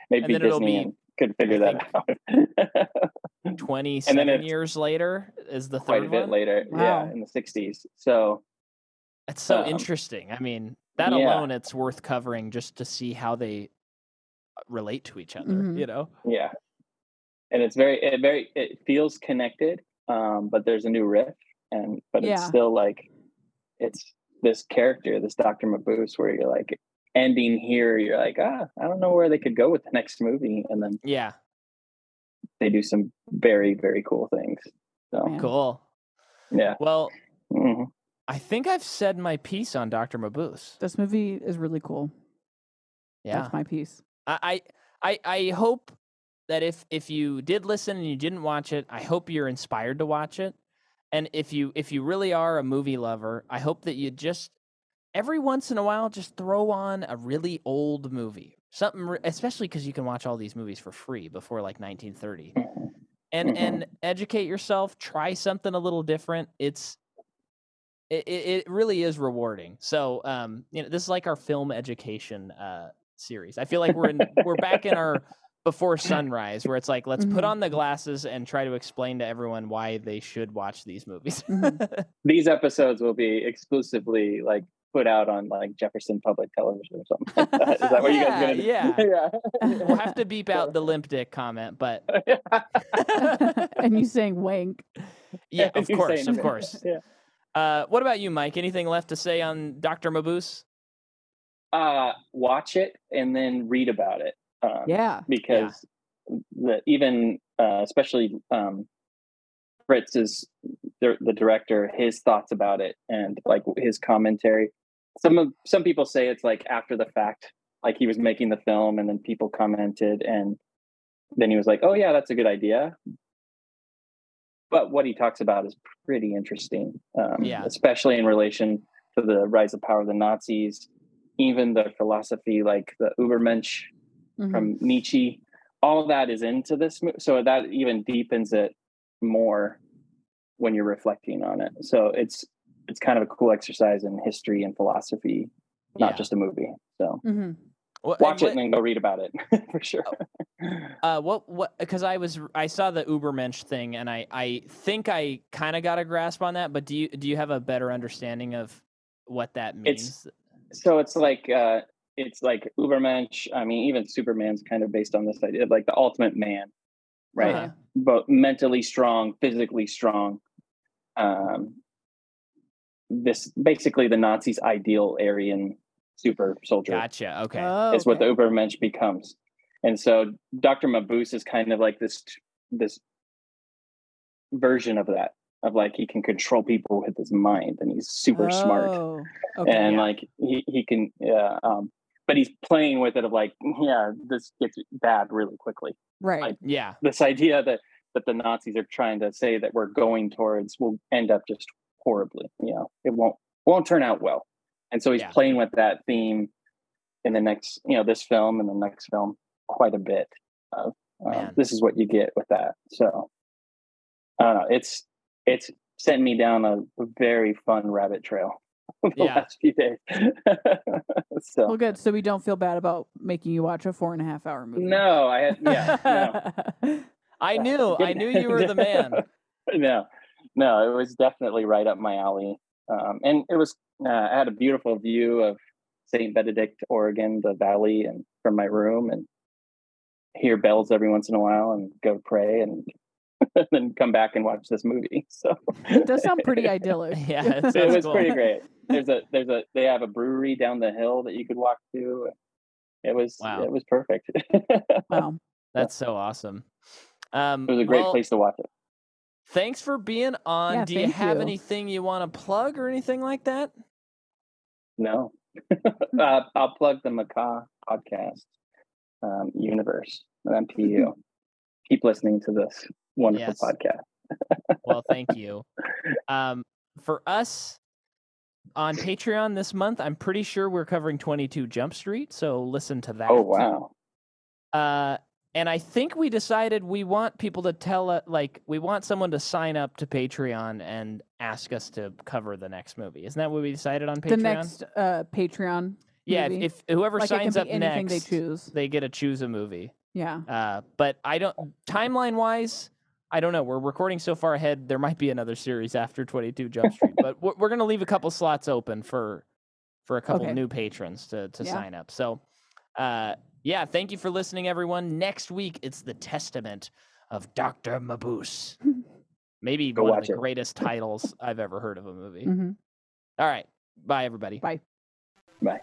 C: maybe
A: then it'll
C: disney
A: be,
C: could figure
A: I
C: that <laughs> out
A: Twenty-seven
C: it's-
A: years later is the
C: quite
A: third
C: a bit
A: one.
C: later
B: Wow.
C: yeah in the 60s so
A: That's so
C: Um,
A: interesting. I mean, that
C: yeah.
A: alone, it's worth covering just to see how they uh, relate to each other.
C: Mm-hmm.
B: Mhm.
A: You know?
C: yeah and it's very it very it feels connected um but there's a new riff and but it's
B: Yeah.
C: still like it's this character this dr mabuse where you're like ending here you're like ah i don't know where they could go with the next movie and then
A: Yeah.
C: they do some very very cool things so
B: Man.
A: Cool.
C: yeah
A: Well,
C: Mhm.
A: I think I've said my piece on Dr. Mabuse.
B: This movie is really cool.
A: Yeah.
B: That's my
A: <laughs>
B: piece.
A: I, I I I hope that if if you did listen and you didn't watch it, I hope you're inspired to watch it. And if you if you really are a movie lover, I hope that you just every once in a while just throw on a really old movie. Something re- especially cuz you can watch all these movies for free before like 1930. and
C: Mhm.
A: and educate yourself try something a little different it's it, it it really is rewarding so um you know this is like our film education uh series i feel like we're in we're back in our before sunrise where it's like let's put
B: Mhm.
A: on the glasses and try to explain to everyone why they should watch these movies
B: Mhm.
C: these episodes will be exclusively like put out on like jefferson public television or something like that. is that what you guys are gonna do
A: <laughs> Yeah,
C: <laughs> yeah
A: <laughs> we'll have to beep out the limp dick comment but
B: <laughs> and you saying wank.
C: <laughs>
A: yeah of
C: You're
A: course
C: saying
A: of
C: that.
A: course
C: <laughs> yeah
A: uh what about you mike anything left to say on dr mabuse
C: uh watch it and then read about it um,
B: Yeah.
C: because the even uh, especially um, Fritz's the, the director his thoughts about it and like his commentary. Some of some people say it's like after the fact, like he was making the film and then people commented and then he was like, "Oh yeah, that's a good idea." But what he talks about is pretty interesting, um,
A: Yeah.
C: especially in relation to the rise of power of the Nazis, even the philosophy like the Ubermensch
B: Mhm.
C: from
A: Mm-hmm.
C: Nietzsche. All that is into this, mo- so that even deepens it more when you're reflecting on it. So it's it's kind of a cool exercise in history and philosophy, not
A: Yeah.
C: just a movie. So
B: Mhm.
A: Well, and
C: watch it
A: what-
C: and then go read about it <laughs> for sure.
A: Uh, what what? Because I was r- I saw the Ubermensch thing, and I I think I kind of got a grasp on that. But do you do you have a better understanding of what that means?
C: It's- <laughs> so it's like uh, it's like Ubermensch. I mean, even Superman's kind of based on this idea, like the ultimate man, right?
A: Uh-huh.
C: But mentally strong, physically strong. Um, this basically the Nazis' ideal Aryan super soldier
A: Gotcha. Okay.
B: Oh,
C: is what the
B: okay.
C: Ubermensch becomes, and so Dr. Mabuse is kind of like this this version of that of like he can control people with his mind and he's super smart
B: Oh, Okay.
C: and
A: yeah.
C: like he, he can yeah um but he's playing with it of like <laughs> yeah this gets bad really quickly
B: right.
C: like-
A: yeah.
C: this idea that that the nazis are trying to say that we're going towards will end up just horribly you know it won't won't turn out well and so he's
A: Yeah.
C: playing with that theme in the next you know this film and the next film quite a bit of um,
A: Man.
C: this is what you get with that so i don't know it's it's sent me down a very fun rabbit trail <laughs> the
A: Yeah.
C: last few days <laughs> so
B: well, good. So we don't feel bad about making you watch a four and a half hour movie.
C: no i had yeah
A: <laughs>
C: no
A: I
B: <laughs>
C: uh,
A: knew I
C: didn't- <laughs>
A: knew you were the man.
C: no, no, it was definitely right up my alley. um, and it was uh, I had a beautiful view of Saint Benedict, Oregon, the valley, and from my room, and hear bells every once in a while, and go pray, and <laughs> then come back and watch this movie. <laughs> So
B: It does sound
C: <laughs>
B: pretty idyllic.
A: <laughs> Yeah, it
C: it
A: sounds
C: was
A: cool.
C: pretty great. There's a there's a they have a brewery down the hill that you could walk to. It was
A: Wow.
C: it was perfect. <laughs> it
B: <laughs> Wow.
A: That's so awesome. Um,
C: was a great
A: well,
C: place to watch it.
A: Thanks for being on.
B: Yeah,
A: Do you
B: thank
A: have
B: you.
A: anything you want to plug or anything like that?
C: No, uh, I'll plug the Macaw podcast um, universe at MPU. Keep listening to this wonderful
A: Yes.
C: podcast.
A: Well, thank you.
C: <laughs>
A: Um, for us on Patreon this month, I'm pretty sure we're covering 22 Jump Street, so listen to that.
C: Oh wow!
A: Uh, and I think we decided we want people to tell uh, like we want someone to sign up to Patreon and ask us to cover the next movie. Isn't that what we decided on Patreon?
B: The next uh, Patreon.
A: yeah,
B: movie.
A: if, if whoever
B: like it can
A: signs
B: be
A: up
B: anything
A: next,
B: they choose.
A: they get to choose a movie.
B: Yeah.
A: Uh, but I don't
B: Oh.
A: timeline wise. I don't know. We're recording so far ahead. There might be another series after 22 Jump Street, but we're, we're going to leave a couple slots open for for a couple
B: Okay.
A: new patrons to to
B: Yeah.
A: sign up. So, uh, yeah, thank you for listening, everyone. Next week it's the Testament of Doctor
B: <laughs>
A: Mabuse. Maybe
C: Go
A: one of
C: watch
A: the
C: it.
A: greatest titles I've ever heard of a movie.
B: Mhm.
A: All right, bye everybody.
B: Bye.
C: Bye.